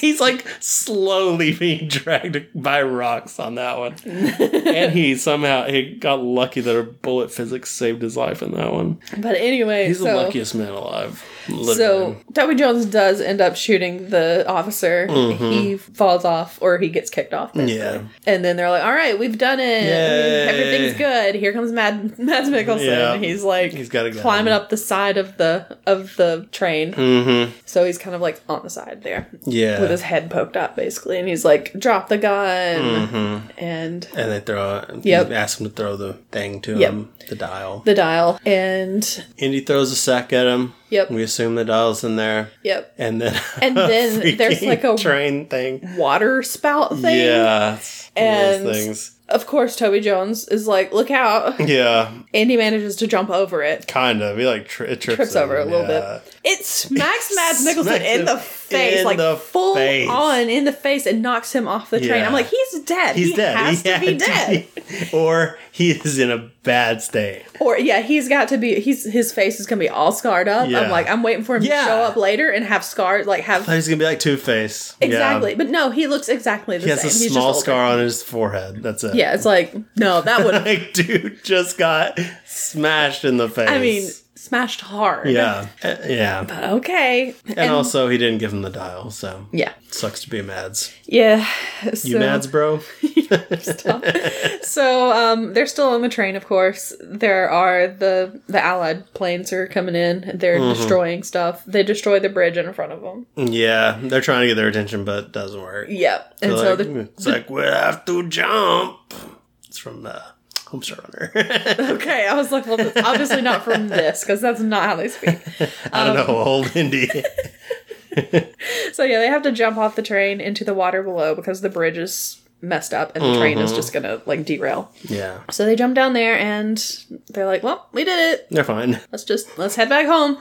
Speaker 1: He's like slowly being dragged by rocks on that one. and he somehow he got lucky that a bullet physics saved his life in that one.
Speaker 2: But anyway,
Speaker 1: He's
Speaker 2: so,
Speaker 1: the luckiest man alive. Literally.
Speaker 2: So Toby Jones does end up shooting the officer. He falls off or he gets kicked off. basically.
Speaker 1: Mm-hmm. Yeah.
Speaker 2: And then they're like, "All right, we've done it.
Speaker 1: Yay.
Speaker 2: Everything's good." Here comes Mad Mads Mikkelsen.
Speaker 1: Yeah.
Speaker 2: He's like,
Speaker 1: He's gotta go.
Speaker 2: climbing up the side of the of the train.
Speaker 1: Mm-hmm.
Speaker 2: So he's kind of like on the side there
Speaker 1: Yeah.
Speaker 2: with his head poked up, basically. And he's like, "Drop the gun."
Speaker 1: mm-hmm.
Speaker 2: And
Speaker 1: And they throw it.
Speaker 2: Yep.
Speaker 1: He asks him to throw the thing to
Speaker 2: Yep.
Speaker 1: him, the dial.
Speaker 2: the dial. And
Speaker 1: And he throws a sack at him.
Speaker 2: Yep.
Speaker 1: We assume the dial's in there.
Speaker 2: yep,
Speaker 1: And then
Speaker 2: And
Speaker 1: a
Speaker 2: then there's,
Speaker 1: freaking
Speaker 2: like, a-
Speaker 1: train thing.
Speaker 2: water spout thing.
Speaker 1: Yeah. it's one of
Speaker 2: And-
Speaker 1: those things.
Speaker 2: Of course, Toby Jones is like, "Look out!"
Speaker 1: Yeah.
Speaker 2: Andy manages to jump over it.
Speaker 1: Kind of. He like tri- it trips,
Speaker 2: trips over a
Speaker 1: him,
Speaker 2: little
Speaker 1: yeah.
Speaker 2: bit. It smacks Mads
Speaker 1: Smacks
Speaker 2: Mikkelsen in
Speaker 1: him
Speaker 2: the face,
Speaker 1: in
Speaker 2: like
Speaker 1: the
Speaker 2: full
Speaker 1: face.
Speaker 2: on in the face, and knocks him off the train.
Speaker 1: Yeah.
Speaker 2: I'm like, he's dead.
Speaker 1: He's
Speaker 2: he
Speaker 1: dead.
Speaker 2: Has
Speaker 1: He
Speaker 2: to be
Speaker 1: had
Speaker 2: dead.
Speaker 1: to be- or he is in a bad state.
Speaker 2: Or yeah, he's got to be. He's his face is gonna be all scarred up.
Speaker 1: Yeah.
Speaker 2: I'm like, I'm waiting for him
Speaker 1: Yeah.
Speaker 2: to show up later and have scars, like have
Speaker 1: He's gonna be like Two Face.
Speaker 2: exactly. But no, he looks exactly the
Speaker 1: He has
Speaker 2: same.
Speaker 1: a
Speaker 2: he's
Speaker 1: small
Speaker 2: just older.
Speaker 1: scar on his forehead. That's it.
Speaker 2: Yeah, it's like no, that would.
Speaker 1: Like dude just got smashed in the face.
Speaker 2: I mean, smashed hard.
Speaker 1: yeah, Uh, yeah, and,
Speaker 2: Okay. And,
Speaker 1: also he didn't give him the dial, so
Speaker 2: um, yeah,
Speaker 1: sucks to be Mads.
Speaker 2: yeah.
Speaker 1: You Mads, bro?
Speaker 2: So um, they're still on the train, of course. There are the the Allied planes are coming in. They're
Speaker 1: Mm-hmm.
Speaker 2: destroying stuff. They destroy the bridge in front of them.
Speaker 1: Mm. yeah, they're trying to get their attention, but it doesn't work.
Speaker 2: Yep. And
Speaker 1: They're
Speaker 2: so
Speaker 1: like,
Speaker 2: the,
Speaker 1: "Mm, it's like we have to jump. It's from uh, the Homestar Runner.
Speaker 2: okay, I was like, well, that's obviously not from this because that's not how they speak.
Speaker 1: I don't
Speaker 2: Um,
Speaker 1: know, old Indy.
Speaker 2: So yeah, they have to jump off the train into the water below because the bridge is messed up and the train
Speaker 1: Mm-hmm.
Speaker 2: is just gonna like derail.
Speaker 1: yeah,
Speaker 2: So they jump down there and they're like, well, we did it.
Speaker 1: they're fine.
Speaker 2: let's just let's head back home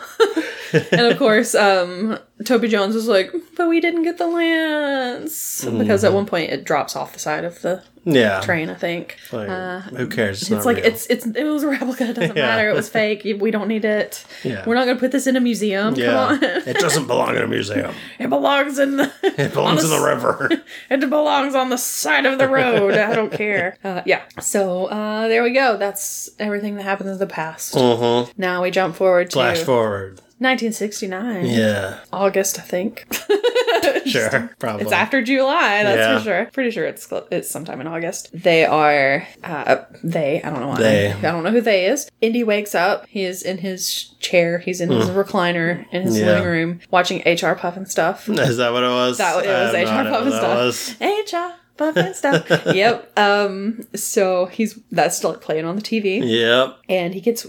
Speaker 2: and of course um toby jones was like but we didn't get the lance because
Speaker 1: Mm-hmm.
Speaker 2: at one point it drops off the side of the
Speaker 1: Yeah,
Speaker 2: train i think
Speaker 1: Like,
Speaker 2: Uh,
Speaker 1: who cares? It's, not
Speaker 2: it's like
Speaker 1: real.
Speaker 2: it's it's it was a replica it doesn't
Speaker 1: Yeah.
Speaker 2: matter it was fake we don't need it
Speaker 1: Yeah.
Speaker 2: we're not gonna put this in a museum
Speaker 1: yeah.
Speaker 2: come on
Speaker 1: it doesn't belong in a museum.
Speaker 2: it belongs in the
Speaker 1: It belongs in the
Speaker 2: Honest-
Speaker 1: river.
Speaker 2: it belongs on the side of the road i don't care uh, yeah so uh there we go that's everything that happens in the past
Speaker 1: uh huh.
Speaker 2: now we jump forward to
Speaker 1: Flash forward.
Speaker 2: 1969
Speaker 1: Yeah,
Speaker 2: August, I think.
Speaker 1: sure, probably.
Speaker 2: It's after July, that's
Speaker 1: Yeah.
Speaker 2: for sure. Pretty sure it's cl- it's sometime in August. They are uh, they. I don't know why.
Speaker 1: They.
Speaker 2: I don't know who they is. Indy wakes up. He is in his chair. He's in his recliner in his
Speaker 1: Mm. Yeah.
Speaker 2: living room watching HR Puff and stuff.
Speaker 1: Is that what it was?
Speaker 2: That it
Speaker 1: I have
Speaker 2: was
Speaker 1: no
Speaker 2: HR
Speaker 1: idea what
Speaker 2: Puff and
Speaker 1: that
Speaker 2: stuff.
Speaker 1: was.
Speaker 2: HR Puff and stuff. yep. Um. So he's that's still playing on the TV,
Speaker 1: Yep.
Speaker 2: and he gets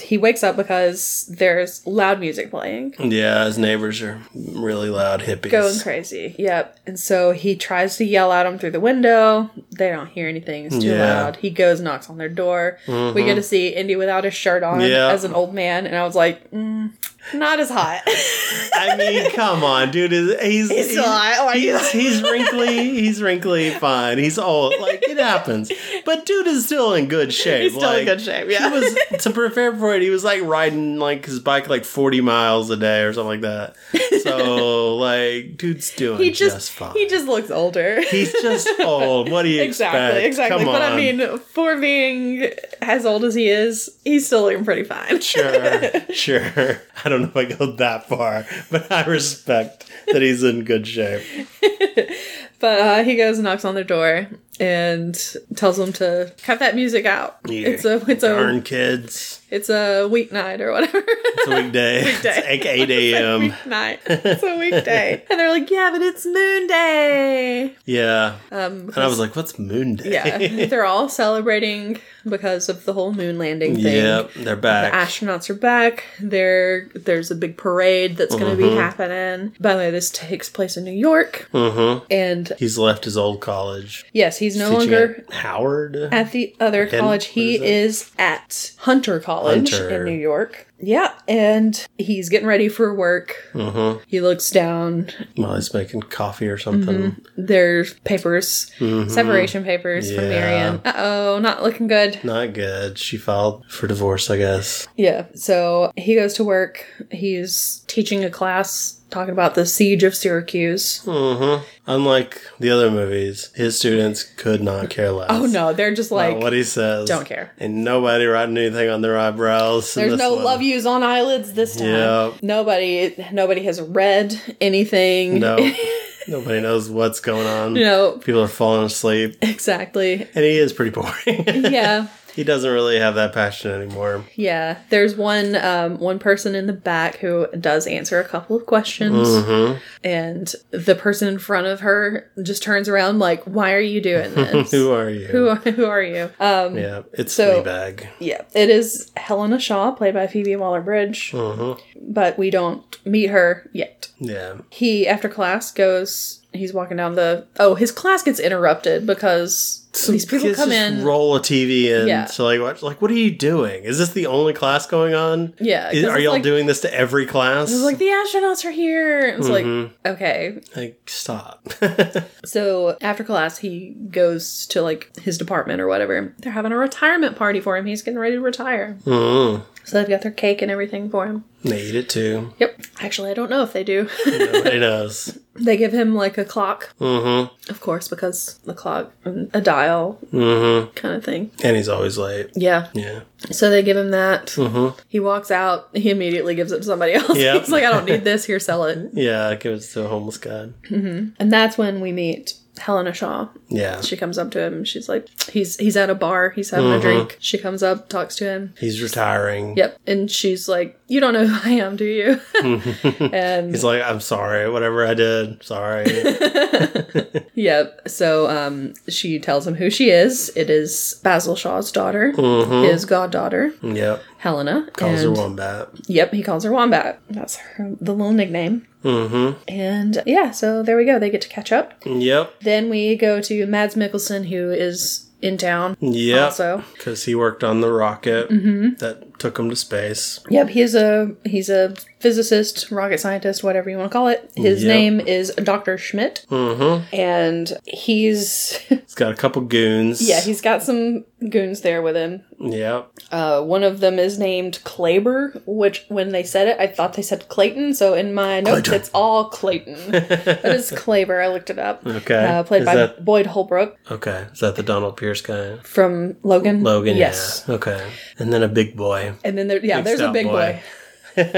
Speaker 2: he wakes up because there's loud music playing.
Speaker 1: Yeah, his neighbors are really loud hippies.
Speaker 2: going crazy. Yep. And so he tries to yell at them through the window. They don't hear anything. It's too
Speaker 1: Yeah. Mm-hmm.
Speaker 2: loud. He goes knocks on their door. We get to see Indy without his shirt on
Speaker 1: Yeah.
Speaker 2: as an old man, and I was like, mm, Not as hot.
Speaker 1: I mean, come on, dude. Is he's
Speaker 2: He's still hot. Oh my
Speaker 1: he's,
Speaker 2: God.
Speaker 1: he's wrinkly. He's wrinkly. Fine. He's old. Like it happens. But dude is still in good shape.
Speaker 2: He's still in
Speaker 1: like,
Speaker 2: good shape, yeah.
Speaker 1: he was to prepare for it. He was like riding like his bike like forty miles a day or something like that. So like, dude's doing
Speaker 2: he
Speaker 1: just,
Speaker 2: just,
Speaker 1: fine.
Speaker 2: he just looks older.
Speaker 1: he's just old. What do you expect?
Speaker 2: exactly, exactly.
Speaker 1: Come
Speaker 2: But I
Speaker 1: on.
Speaker 2: mean, for being as old as he is, he's still looking pretty fine.
Speaker 1: Sure, sure. I don't know if I go that far, but I respect that he's in good shape.
Speaker 2: But uh, he goes and knocks on their door and tells them to cut that music out.
Speaker 1: Yeah.
Speaker 2: It's a it's
Speaker 1: Darn
Speaker 2: a
Speaker 1: kids.
Speaker 2: it's a weeknight or whatever.
Speaker 1: It's a weekday.
Speaker 2: Weekday.
Speaker 1: It's like 8 a.m.
Speaker 2: Night. It's a weekday. and they're like, yeah, but it's moon day.
Speaker 1: Yeah.
Speaker 2: Um,
Speaker 1: And I was like, what's moon day?
Speaker 2: yeah, they're all celebrating because of the whole moon landing thing.
Speaker 1: Yep, they're
Speaker 2: The
Speaker 1: back.
Speaker 2: astronauts are back. There, there's a big parade that's going to be happening. By the way, this takes place in New York,
Speaker 1: mm-hmm.
Speaker 2: and
Speaker 1: He's left his old college.
Speaker 2: yes, he's no
Speaker 1: Teaching
Speaker 2: longer
Speaker 1: at Howard.
Speaker 2: at the other
Speaker 1: Hen-
Speaker 2: college. He
Speaker 1: what
Speaker 2: is, at Hunter College
Speaker 1: Hunter.
Speaker 2: in New York. Yeah, and he's getting ready for work.
Speaker 1: mm-hmm.
Speaker 2: He looks down.
Speaker 1: While he's making coffee or something.
Speaker 2: Mm-hmm. There's papers,
Speaker 1: Mhm.
Speaker 2: separation papers from
Speaker 1: Yeah.
Speaker 2: Marion. Uh oh, not looking good.
Speaker 1: Not good. She filed for divorce, I guess.
Speaker 2: Yeah, so he goes to work. He's teaching a class talking about the siege of Syracuse.
Speaker 1: Mm-hmm. Unlike the other movies, his students could not care less.
Speaker 2: Oh no, they're just
Speaker 1: about
Speaker 2: like
Speaker 1: what he says.
Speaker 2: don't care.
Speaker 1: And nobody writing anything on their eyebrows. in
Speaker 2: There's
Speaker 1: this
Speaker 2: no
Speaker 1: one.
Speaker 2: love yous on eyelids this time.
Speaker 1: Yeah.
Speaker 2: Nobody nobody has read anything.
Speaker 1: No. Nobody knows what's going on.
Speaker 2: no,
Speaker 1: People are falling asleep.
Speaker 2: exactly.
Speaker 1: And he is pretty boring.
Speaker 2: Yeah.
Speaker 1: he doesn't really have that passion anymore.
Speaker 2: Yeah, there's one um, one person in the back who does answer a couple of questions,
Speaker 1: Mm-hmm.
Speaker 2: and the person in front of her just turns around like, "Why are you doing this?
Speaker 1: Who are you?
Speaker 2: who are, who are you?" Um, yeah.
Speaker 1: yeah, it's
Speaker 2: So-
Speaker 1: Fleabag.
Speaker 2: it is Helena Shaw, played by Phoebe Waller-Bridge,
Speaker 1: Mm-hmm.
Speaker 2: but we don't meet her yet.
Speaker 1: Yeah.
Speaker 2: He after class goes. He's walking down the. Oh, his class gets interrupted because these people
Speaker 1: kids
Speaker 2: come
Speaker 1: just
Speaker 2: in.
Speaker 1: roll a TV in
Speaker 2: Yeah.
Speaker 1: to like watch. Like, what are you doing? Is this the only class going on?
Speaker 2: yeah, 'cause
Speaker 1: Is- are
Speaker 2: it's
Speaker 1: y'all
Speaker 2: like,
Speaker 1: doing this to every class?
Speaker 2: It's like the astronauts are here. It's
Speaker 1: Mhm.
Speaker 2: like okay,
Speaker 1: Like, stop.
Speaker 2: So after class, he goes to like his department or whatever. They're having a retirement party for him. He's getting ready to retire.
Speaker 1: mm-hmm.
Speaker 2: So they've got their cake and everything for him.
Speaker 1: They eat it too.
Speaker 2: Yep. Actually, I don't know if they do.
Speaker 1: Nobody knows.
Speaker 2: they give him like a clock,
Speaker 1: Mm-hmm.
Speaker 2: of course, because the clock and a dial
Speaker 1: Mm-hmm.
Speaker 2: kind of thing.
Speaker 1: And he's always late.
Speaker 2: Yeah.
Speaker 1: Yeah.
Speaker 2: So they give him that.
Speaker 1: Mm-hmm.
Speaker 2: He walks out. He immediately gives it to somebody else.
Speaker 1: Yep.
Speaker 2: He's like, I don't need this. Here, sell it.
Speaker 1: Yeah, I give it to a homeless guy.
Speaker 2: And that's when we meet Helena Shaw.
Speaker 1: Yeah.
Speaker 2: She comes up to him. and She's like, he's he's at a bar. He's having
Speaker 1: Mm-hmm.
Speaker 2: a drink. She comes up, talks to him.
Speaker 1: He's retiring.
Speaker 2: Yep. And she's like, You don't know who I am, do you? and
Speaker 1: He's like, I'm sorry, whatever I did, sorry.
Speaker 2: yep. So um, she tells him who she is. It is Basil Shaw's daughter, his goddaughter,
Speaker 1: yep.
Speaker 2: Helena.
Speaker 1: Mm-hmm. Calls her
Speaker 2: and-
Speaker 1: wombat.
Speaker 2: Yep. He calls her Wombat. That's her, the little nickname.
Speaker 1: Mm-hmm.
Speaker 2: And yeah, so there we go. They get to catch up.
Speaker 1: Yep.
Speaker 2: Then we go to Mads Mikkelsen, who is in town.
Speaker 1: Yep.
Speaker 2: Also, Mm-hmm.
Speaker 1: Because he worked on the rocket that took him to space.
Speaker 2: yep, he's a he's a physicist, rocket scientist, whatever you want to call it. His
Speaker 1: Yep.
Speaker 2: name is Dr. Schmidt,
Speaker 1: Mm-hmm.
Speaker 2: and he's
Speaker 1: He's got a couple goons.
Speaker 2: Yeah, he's got some goons there with him.
Speaker 1: Yep.
Speaker 2: Uh, one of them is named Claber, which when they said it, I thought they said Clayton. So in my notes,
Speaker 1: Clayton.
Speaker 2: it's all Clayton. but it's Claber. I looked it up.
Speaker 1: Okay.
Speaker 2: Uh, played
Speaker 1: Is
Speaker 2: by
Speaker 1: that-
Speaker 2: Boyd Holbrook
Speaker 1: Okay. Is that the Donald Pierce guy?
Speaker 2: from Logan.
Speaker 1: Logan.
Speaker 2: Yes.
Speaker 1: Yeah. Okay. And then a big boy.
Speaker 2: And then there, yeah, there's a
Speaker 1: stout
Speaker 2: big boy.
Speaker 1: boy.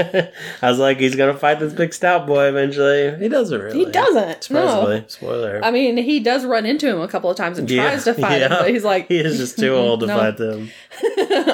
Speaker 1: I was like, he's gonna fight this big stout boy eventually. He doesn't really.
Speaker 2: He doesn't.
Speaker 1: Surprisingly.
Speaker 2: No.
Speaker 1: Spoiler.
Speaker 2: I mean, he does run into him a couple of times and
Speaker 1: Yeah,
Speaker 2: tries to fight him,
Speaker 1: yeah.
Speaker 2: but he's like,
Speaker 1: he is just too old to
Speaker 2: No.
Speaker 1: fight them.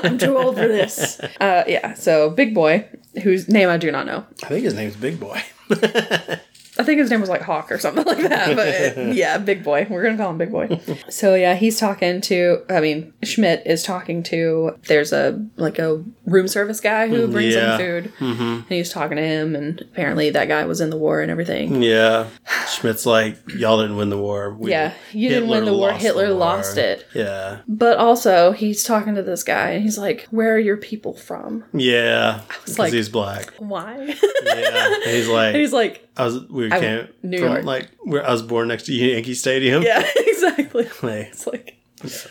Speaker 2: I'm too old for this. Uh, yeah, so Big Boy, whose name I do not know.
Speaker 1: I think his name's Big Boy.
Speaker 2: I think his name was like Hawk or something like that. But yeah, Big Boy. We're gonna call him Big Boy. so yeah, he's talking to. I mean, Schmidt is talking to. There's a like a room service guy who brings
Speaker 1: Mm, Yeah. Mm-hmm.
Speaker 2: him food, and he's talking to him. And apparently, that guy was in the war and everything.
Speaker 1: Yeah. Schmidt's like, y'all didn't win the war. We-
Speaker 2: yeah, you didn't win
Speaker 1: Hitler
Speaker 2: the war.
Speaker 1: lost
Speaker 2: Hitler
Speaker 1: the war."
Speaker 2: lost it.
Speaker 1: Yeah.
Speaker 2: But also, he's talking to this guy and he's like, Where are your people from?
Speaker 1: Yeah.
Speaker 2: was
Speaker 1: Because
Speaker 2: like-
Speaker 1: he's black.
Speaker 2: Why?
Speaker 1: Yeah. And he's like,
Speaker 2: and he's like,
Speaker 1: I was, we
Speaker 2: I-
Speaker 1: came
Speaker 2: New
Speaker 1: from
Speaker 2: York.
Speaker 1: like, where I was born next to Yankee Stadium.
Speaker 2: Yeah, exactly.
Speaker 1: Like,
Speaker 2: It's like,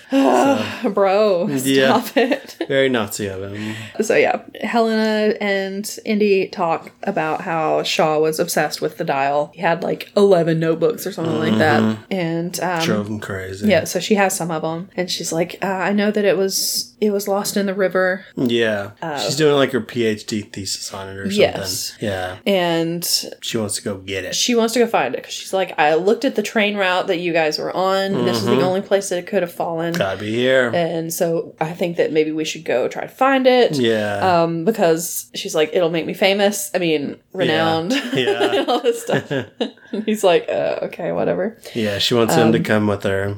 Speaker 2: bro,
Speaker 1: Yeah.
Speaker 2: stop it.
Speaker 1: very Nazi of him.
Speaker 2: So yeah, Helena and Indy talk about how Shaw was obsessed with the dial. He had like eleven notebooks or something like that, and um,
Speaker 1: Drove him crazy.
Speaker 2: yeah, so she has some of them, and she's like, uh, I know that it was it was lost in the river,
Speaker 1: Yeah. She's doing like her PhD thesis on it or something.
Speaker 2: Uh, Yes.
Speaker 1: Yeah.
Speaker 2: and
Speaker 1: She wants to go get it.
Speaker 2: she wants to go find it because she's like, I looked at the train route that you guys were on. This is the only place that it could have fallen.
Speaker 1: Gotta be here.
Speaker 2: And so I think that maybe we should go try to find it.
Speaker 1: Yeah.
Speaker 2: um, because she's like, it'll make me famous. I mean, renowned,
Speaker 1: Yeah.
Speaker 2: and all this stuff. And he's like, uh, okay, whatever.
Speaker 1: yeah. She wants him to
Speaker 2: um,
Speaker 1: come with her.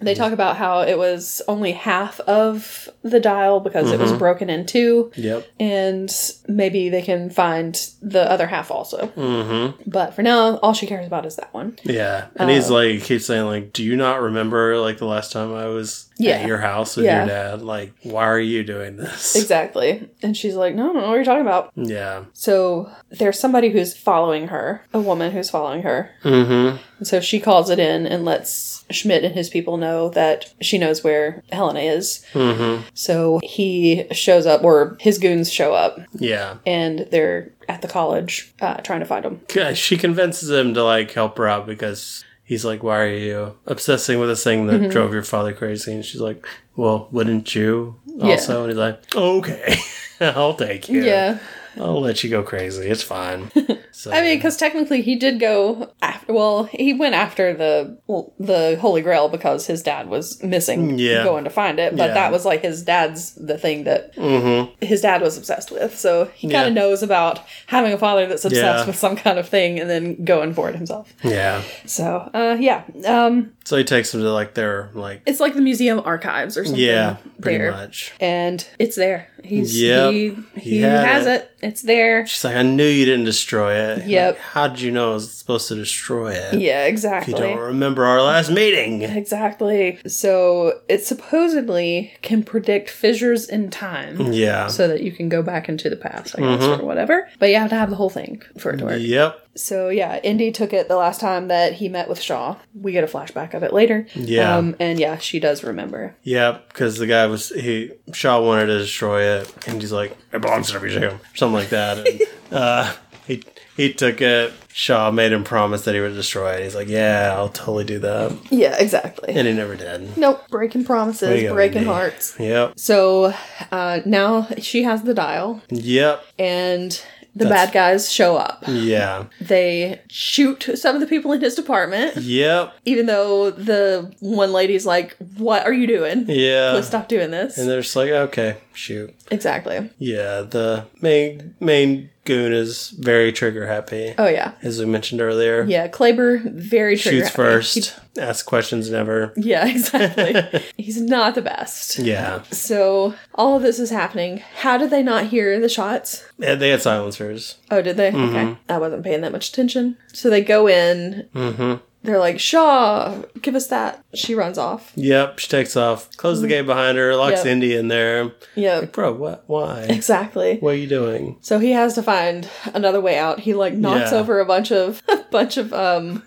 Speaker 2: They talk about how it was only half of the dial because it was broken in two,
Speaker 1: Yep.
Speaker 2: and maybe they can find the other half also.
Speaker 1: Mm.
Speaker 2: Mm-hmm. But for now, all she cares about is that one.
Speaker 1: Yeah. And
Speaker 2: Um,
Speaker 1: he's like, keeps saying, like, do you not remember, like, the last time I was
Speaker 2: Yeah.
Speaker 1: at your house with your
Speaker 2: Yeah.
Speaker 1: dad? Like, why are you doing this?
Speaker 2: Exactly. And she's like, no, I don't know what you're talking about.
Speaker 1: Yeah.
Speaker 2: So there's somebody who's following her, a woman who's following her,
Speaker 1: Mm hmm.
Speaker 2: So she calls it in and lets Schmidt and his people know that she knows where Helena is.
Speaker 1: Mm hmm.
Speaker 2: So he shows up, or his goons show up,
Speaker 1: Yeah.
Speaker 2: and they're at the college uh, trying to find him.
Speaker 1: Yeah, She convinces him to, like, help her out because he's like, why are you obsessing with this thing
Speaker 2: Mm-hmm.
Speaker 1: that drove your father crazy? And she's like, well, wouldn't you also? And he's like, okay. I'll take you. I'll let you go crazy. It's fine. So,
Speaker 2: I mean, because technically he did go after. Well, he went after the well, the Holy Grail because his dad was missing,
Speaker 1: Yeah.
Speaker 2: going to find it. But
Speaker 1: Yeah. Mm-hmm.
Speaker 2: that was like his dad's the thing that his dad was obsessed with. So he kind
Speaker 1: Yeah.
Speaker 2: of knows about having a father that's obsessed
Speaker 1: Yeah.
Speaker 2: with some kind of thing and then going for it himself.
Speaker 1: yeah.
Speaker 2: So, uh, yeah, um,
Speaker 1: So he takes him to, like, their, like,
Speaker 2: it's like the museum archives or something.
Speaker 1: yeah, pretty
Speaker 2: there.
Speaker 1: much.
Speaker 2: And it's there. He's
Speaker 1: Yep.
Speaker 2: he he,
Speaker 1: He had
Speaker 2: has
Speaker 1: it.
Speaker 2: it. It's there.
Speaker 1: She's like, I knew you didn't destroy it.
Speaker 2: Yep.
Speaker 1: Like, How did you know I was supposed to destroy it?
Speaker 2: Yeah,
Speaker 1: You
Speaker 2: exactly.
Speaker 1: don't remember our last meeting.
Speaker 2: Exactly. So it supposedly can predict fissures in time.
Speaker 1: Yeah.
Speaker 2: So that you can go back into the past, I guess, or whatever. But you have to have the whole thing for it to work.
Speaker 1: Yep.
Speaker 2: So yeah, Indy took it the last time that he met with Shaw. We get a flashback of it later.
Speaker 1: Yeah.
Speaker 2: Um, and yeah, she does remember.
Speaker 1: Yep. Because the guy was he Shaw wanted to destroy it, and he's like, "It belongs to the museum," something like that. And, uh, he he took it. Shaw made him promise that he would destroy it. He's like, "Yeah, I'll totally do that,"
Speaker 2: Yeah, exactly.
Speaker 1: and he never did.
Speaker 2: Nope, breaking
Speaker 1: There
Speaker 2: promises,
Speaker 1: you go,
Speaker 2: breaking
Speaker 1: Indy.
Speaker 2: hearts.
Speaker 1: Yep.
Speaker 2: So uh, now she has the dial,
Speaker 1: Yep.
Speaker 2: and the
Speaker 1: That's-
Speaker 2: bad guys show up.
Speaker 1: Yeah.
Speaker 2: They shoot some of the people in his department,
Speaker 1: Yep.
Speaker 2: even though the one lady's like, What are you doing?
Speaker 1: Yeah.
Speaker 2: Let's stop doing this.
Speaker 1: And they're just like, "Okay, shoot."
Speaker 2: exactly.
Speaker 1: Yeah. The main main goon is very trigger happy.
Speaker 2: Oh, yeah.
Speaker 1: as we mentioned earlier.
Speaker 2: Yeah, Claber, very trigger
Speaker 1: Shoots
Speaker 2: happy.
Speaker 1: first, asks questions never.
Speaker 2: He- yeah, exactly. He's not the best.
Speaker 1: Yeah.
Speaker 2: So, all of this is happening. How did they not hear the shots?
Speaker 1: And They had silencers.
Speaker 2: Oh, did they? Okay.
Speaker 1: Mm-hmm.
Speaker 2: I wasn't paying that much attention. So they go in. Mm-hmm. They're like, Shaw, give us that. She runs off.
Speaker 1: Yep, she takes off, closes the gate behind her, locks
Speaker 2: Mm-hmm. Yep.
Speaker 1: Indy in there.
Speaker 2: Yep.
Speaker 1: Bro, what? Why?
Speaker 2: Exactly.
Speaker 1: what are you doing?
Speaker 2: So he has to find another way out. He like knocks
Speaker 1: Yeah.
Speaker 2: over a bunch of a bunch of um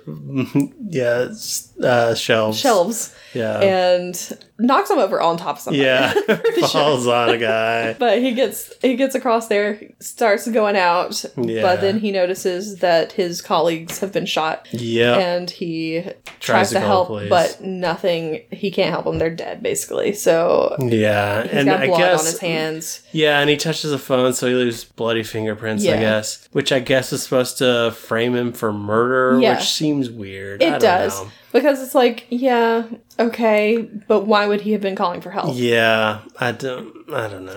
Speaker 1: Yeah, it's, uh, shelves.
Speaker 2: shelves
Speaker 1: Yeah.
Speaker 2: and knocks them over on top of something.
Speaker 1: Oh. yeah. Falls on a guy.
Speaker 2: But he gets he gets across there, starts going out,
Speaker 1: Yeah.
Speaker 2: but then he notices that his colleagues have been shot.
Speaker 1: Yep.
Speaker 2: and he
Speaker 1: Tries
Speaker 2: tries, to,
Speaker 1: to call
Speaker 2: help,
Speaker 1: the police.
Speaker 2: but nothing. He can't help them; they're dead, basically. So
Speaker 1: yeah.
Speaker 2: he's
Speaker 1: and
Speaker 2: got
Speaker 1: I
Speaker 2: blood
Speaker 1: guess.
Speaker 2: on his hands.
Speaker 1: Yeah, and he touches the phone, so he leaves bloody fingerprints, I
Speaker 2: Yeah.
Speaker 1: guess. Which I guess is supposed to frame him for murder,
Speaker 2: Yeah.
Speaker 1: which seems weird. I
Speaker 2: It
Speaker 1: don't
Speaker 2: does
Speaker 1: know.
Speaker 2: because it's like, yeah, okay, but why would he have been calling for help?
Speaker 1: Yeah, I don't. I don't know.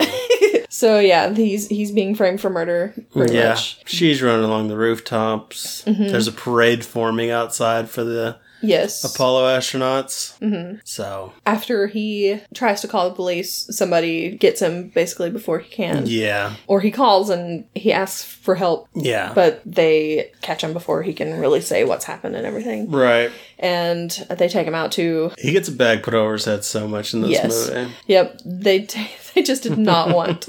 Speaker 2: So yeah, he's he's being framed for murder, pretty
Speaker 1: Yeah,
Speaker 2: much. Mm-hmm.
Speaker 1: she's running along the rooftops. There's a parade forming outside for the
Speaker 2: Yes.
Speaker 1: Apollo astronauts.
Speaker 2: hmm
Speaker 1: So,
Speaker 2: After he tries to call the police, somebody gets him basically before he can.
Speaker 1: yeah.
Speaker 2: Or he calls and he asks for help,
Speaker 1: Yeah.
Speaker 2: but they catch him before he can really say what's happened and everything.
Speaker 1: right.
Speaker 2: And they take him out to
Speaker 1: He gets a bag put over his head so much in this
Speaker 2: Yes.
Speaker 1: movie.
Speaker 2: Yep, they t- they just did not want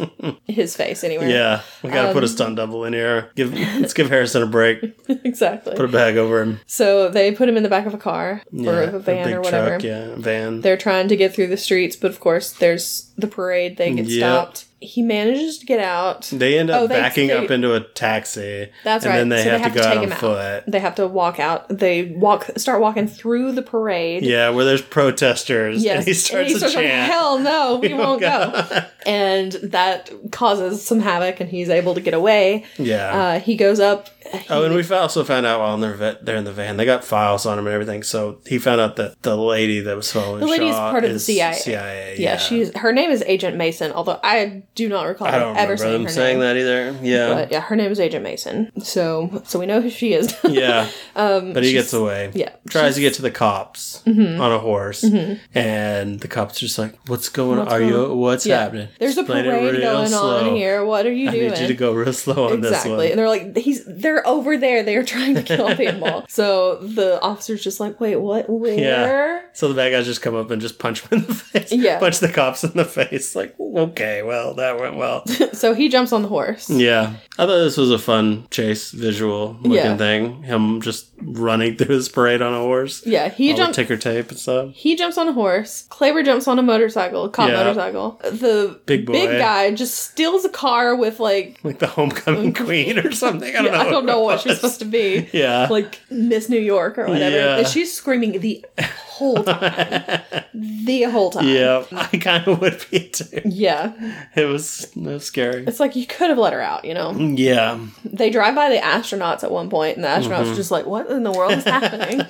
Speaker 2: his face anywhere.
Speaker 1: Yeah. We got to put a
Speaker 2: Um,
Speaker 1: stunt double in here. Give Let's give Harrison a break.
Speaker 2: exactly.
Speaker 1: Put a bag over him.
Speaker 2: so they put him in the back of a car or
Speaker 1: Yeah,
Speaker 2: of a van or whatever.
Speaker 1: yeah. a Van.
Speaker 2: They're trying to get through the streets, but of course, there's the parade. They get
Speaker 1: Yep.
Speaker 2: stopped. He manages to get out.
Speaker 1: They end up
Speaker 2: Oh, they-
Speaker 1: backing
Speaker 2: they-
Speaker 1: up into a taxi.
Speaker 2: That's
Speaker 1: and
Speaker 2: right.
Speaker 1: then they
Speaker 2: so
Speaker 1: have, to go
Speaker 2: take
Speaker 1: out on
Speaker 2: him
Speaker 1: foot.
Speaker 2: out. They have to walk out. They walk, start walking through the parade.
Speaker 1: Yeah, where there's protesters.
Speaker 2: Yes.
Speaker 1: And he starts a
Speaker 2: like,
Speaker 1: chant. Oh,
Speaker 2: Hell no, we won't go. and that causes some havoc, and he's able to get away.
Speaker 1: yeah.
Speaker 2: Uh, he goes up.
Speaker 1: Oh, and we fa- also found out while in their vet, they're in the van, they got files on him and everything. So he found out that the lady that was following
Speaker 2: The lady is
Speaker 1: Shaw
Speaker 2: part of the
Speaker 1: is
Speaker 2: CIA.
Speaker 1: CIA,
Speaker 2: Yeah,
Speaker 1: yeah,
Speaker 2: she's her name is Agent Mason. Although I do not recall
Speaker 1: I don't
Speaker 2: ever
Speaker 1: remember
Speaker 2: seeing
Speaker 1: them
Speaker 2: her
Speaker 1: saying
Speaker 2: name.
Speaker 1: that either. Yeah,
Speaker 2: But yeah, her name is Agent Mason. So so we know who she is.
Speaker 1: yeah. Um, but he gets away.
Speaker 2: yeah, Mm-hmm.
Speaker 1: tries to get to the cops on a horse, and the cops are just like, "What's going? on? Are you? What's
Speaker 2: Yeah.
Speaker 1: happening?
Speaker 2: There's a
Speaker 1: Explain it
Speaker 2: parade
Speaker 1: real
Speaker 2: going
Speaker 1: slow.
Speaker 2: on here. What are you
Speaker 1: I
Speaker 2: doing?
Speaker 1: need you to go real slow on
Speaker 2: Exactly.
Speaker 1: this
Speaker 2: And they're like, he's they're over there. They're trying to kill people. so the officer's just like, wait, what? Where?
Speaker 1: one." So the bad guys just come up and just punch him in the face.
Speaker 2: Yeah.
Speaker 1: punch the cops in the face. Like, okay, well, that went well.
Speaker 2: So he jumps on the horse.
Speaker 1: Yeah. I thought this was a fun chase visual looking
Speaker 2: Yeah.
Speaker 1: thing. Him just running through his parade on a horse.
Speaker 2: Yeah, he
Speaker 1: All the
Speaker 2: jumps.
Speaker 1: ticker tape and stuff.
Speaker 2: He jumps on a horse. Claver jumps on a motorcycle, cop
Speaker 1: Yeah.
Speaker 2: motorcycle. The
Speaker 1: Big boy.
Speaker 2: big guy just steals a car with like
Speaker 1: Like the homecoming queen or something. I don't
Speaker 2: Yeah,
Speaker 1: know.
Speaker 2: I don't know what she's
Speaker 1: was.
Speaker 2: supposed to be.
Speaker 1: Yeah.
Speaker 2: Like Miss New York or whatever.
Speaker 1: Yeah.
Speaker 2: And she's screaming the whole time. the whole time.
Speaker 1: yeah. I kinda would be too.
Speaker 2: Yeah.
Speaker 1: It was it was scary.
Speaker 2: It's like you could have let her out, you know?
Speaker 1: Yeah.
Speaker 2: They drive by the astronauts at one point, and the astronauts
Speaker 1: Mm-hmm.
Speaker 2: are just like, what in the world is happening?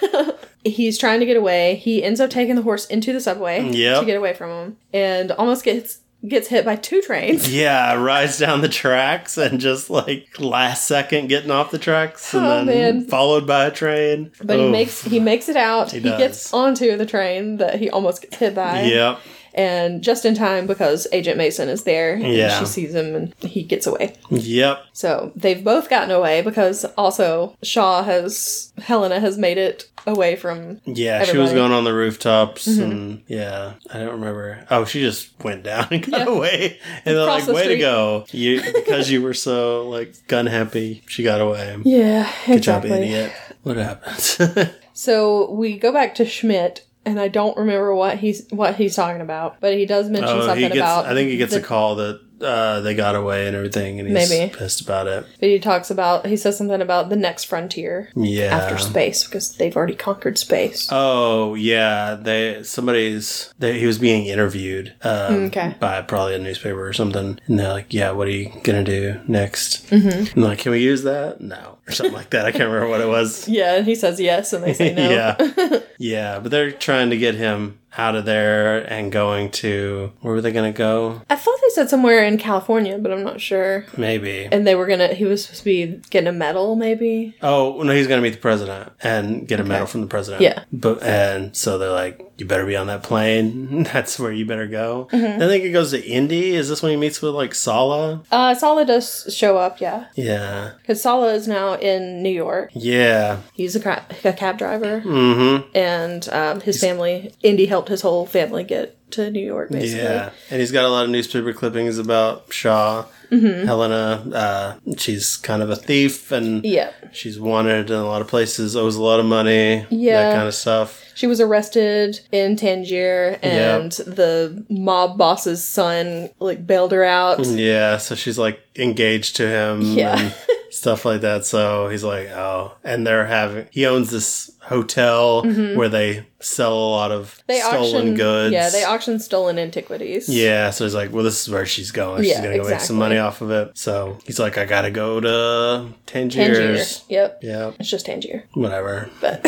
Speaker 2: He's trying to get away. He ends up taking the horse into the subway
Speaker 1: Yep.
Speaker 2: to get away from him and almost gets gets hit by two trains.
Speaker 1: Yeah, rides down the tracks and just like last second getting off the tracks and
Speaker 2: Oh,
Speaker 1: then
Speaker 2: man.
Speaker 1: followed by a train.
Speaker 2: But he
Speaker 1: Oof.
Speaker 2: makes he makes it out. He,
Speaker 1: does.
Speaker 2: gets onto the train that he almost gets hit by.
Speaker 1: Yep.
Speaker 2: and just in time because Agent Mason is there. and
Speaker 1: Yeah.
Speaker 2: she sees him and he gets away.
Speaker 1: Yep.
Speaker 2: So they've both gotten away because also Shaw has Helena has made it away from.
Speaker 1: Yeah, she was
Speaker 2: everybody. Mm-hmm.
Speaker 1: going on the rooftops, and yeah, I don't remember. Oh, she just went down and got
Speaker 2: Yeah.
Speaker 1: away, and they're
Speaker 2: Across
Speaker 1: like,
Speaker 2: the
Speaker 1: "Way to
Speaker 2: street."
Speaker 1: go, you!" Because you were so like gun happy, she got away.
Speaker 2: Yeah,
Speaker 1: Good job, idiot. What happened?
Speaker 2: So we go back to Schmidt. And I don't remember what he's what he's talking about, but he does mention
Speaker 1: oh,
Speaker 2: something
Speaker 1: he gets.
Speaker 2: about.
Speaker 1: I think he gets
Speaker 2: the-
Speaker 1: a call that uh, they got away and everything, and he's
Speaker 2: Maybe.
Speaker 1: pissed about it.
Speaker 2: But he talks about he says something about the next frontier
Speaker 1: Yeah.
Speaker 2: after space because they've already conquered space.
Speaker 1: Oh yeah, they somebody's they, he was being interviewed um,
Speaker 2: Mm, Okay.
Speaker 1: by probably a newspaper or something, and they're like, "Yeah, what are you gonna do next?" Mm-hmm. And like, "Can we use that?" No, or something like that. I can't remember what it was.
Speaker 2: yeah, and he says yes, and they say no.
Speaker 1: yeah, yeah, but they're trying to get him out of there and going to where were they gonna go?
Speaker 2: I thought they said somewhere in California, but I'm not sure.
Speaker 1: Maybe.
Speaker 2: And they were gonna. He was supposed to be getting a medal, maybe.
Speaker 1: Oh no, he's gonna meet the president and get a medal from the president.
Speaker 2: Yeah.
Speaker 1: but and so they're like, you better be on that plane. That's where you better go.
Speaker 2: Mm-hmm.
Speaker 1: I think it goes to Indy. Is this when he meets with like Sala?
Speaker 2: Uh, Sala does show up, yeah,
Speaker 1: Yeah,
Speaker 2: because Sala is now in New York.
Speaker 1: yeah.
Speaker 2: He's a, cra- a cab driver,
Speaker 1: Mm-hmm.
Speaker 2: and um, his family. Indy helped his whole family get to New York, basically.
Speaker 1: Yeah, and he's got a lot of newspaper clippings about Shaw,
Speaker 2: Mm-hmm.
Speaker 1: Helena. Uh, she's kind of a thief, and
Speaker 2: Yeah.
Speaker 1: she's wanted in a lot of places. Owes a lot of money.
Speaker 2: Yeah.
Speaker 1: that kind of stuff.
Speaker 2: She was arrested in Tangier, and the mob boss's son like bailed her out.
Speaker 1: Yeah, so she's like engaged to him
Speaker 2: Yeah.
Speaker 1: and stuff like that. So he's like, oh, and they're having he owns this hotel where they sell a lot of
Speaker 2: Mm-hmm. They
Speaker 1: stolen
Speaker 2: auctioned,
Speaker 1: goods.
Speaker 2: Yeah, they auctioned stolen antiquities.
Speaker 1: Yeah, so he's like, well, this is where she's going. she's
Speaker 2: Yeah,
Speaker 1: gonna go make some
Speaker 2: exactly.
Speaker 1: money off of it. So he's like, I gotta go to
Speaker 2: Tangier.
Speaker 1: Tangiers.
Speaker 2: Yep.
Speaker 1: Yeah,
Speaker 2: It's just Tangier,
Speaker 1: whatever.
Speaker 2: but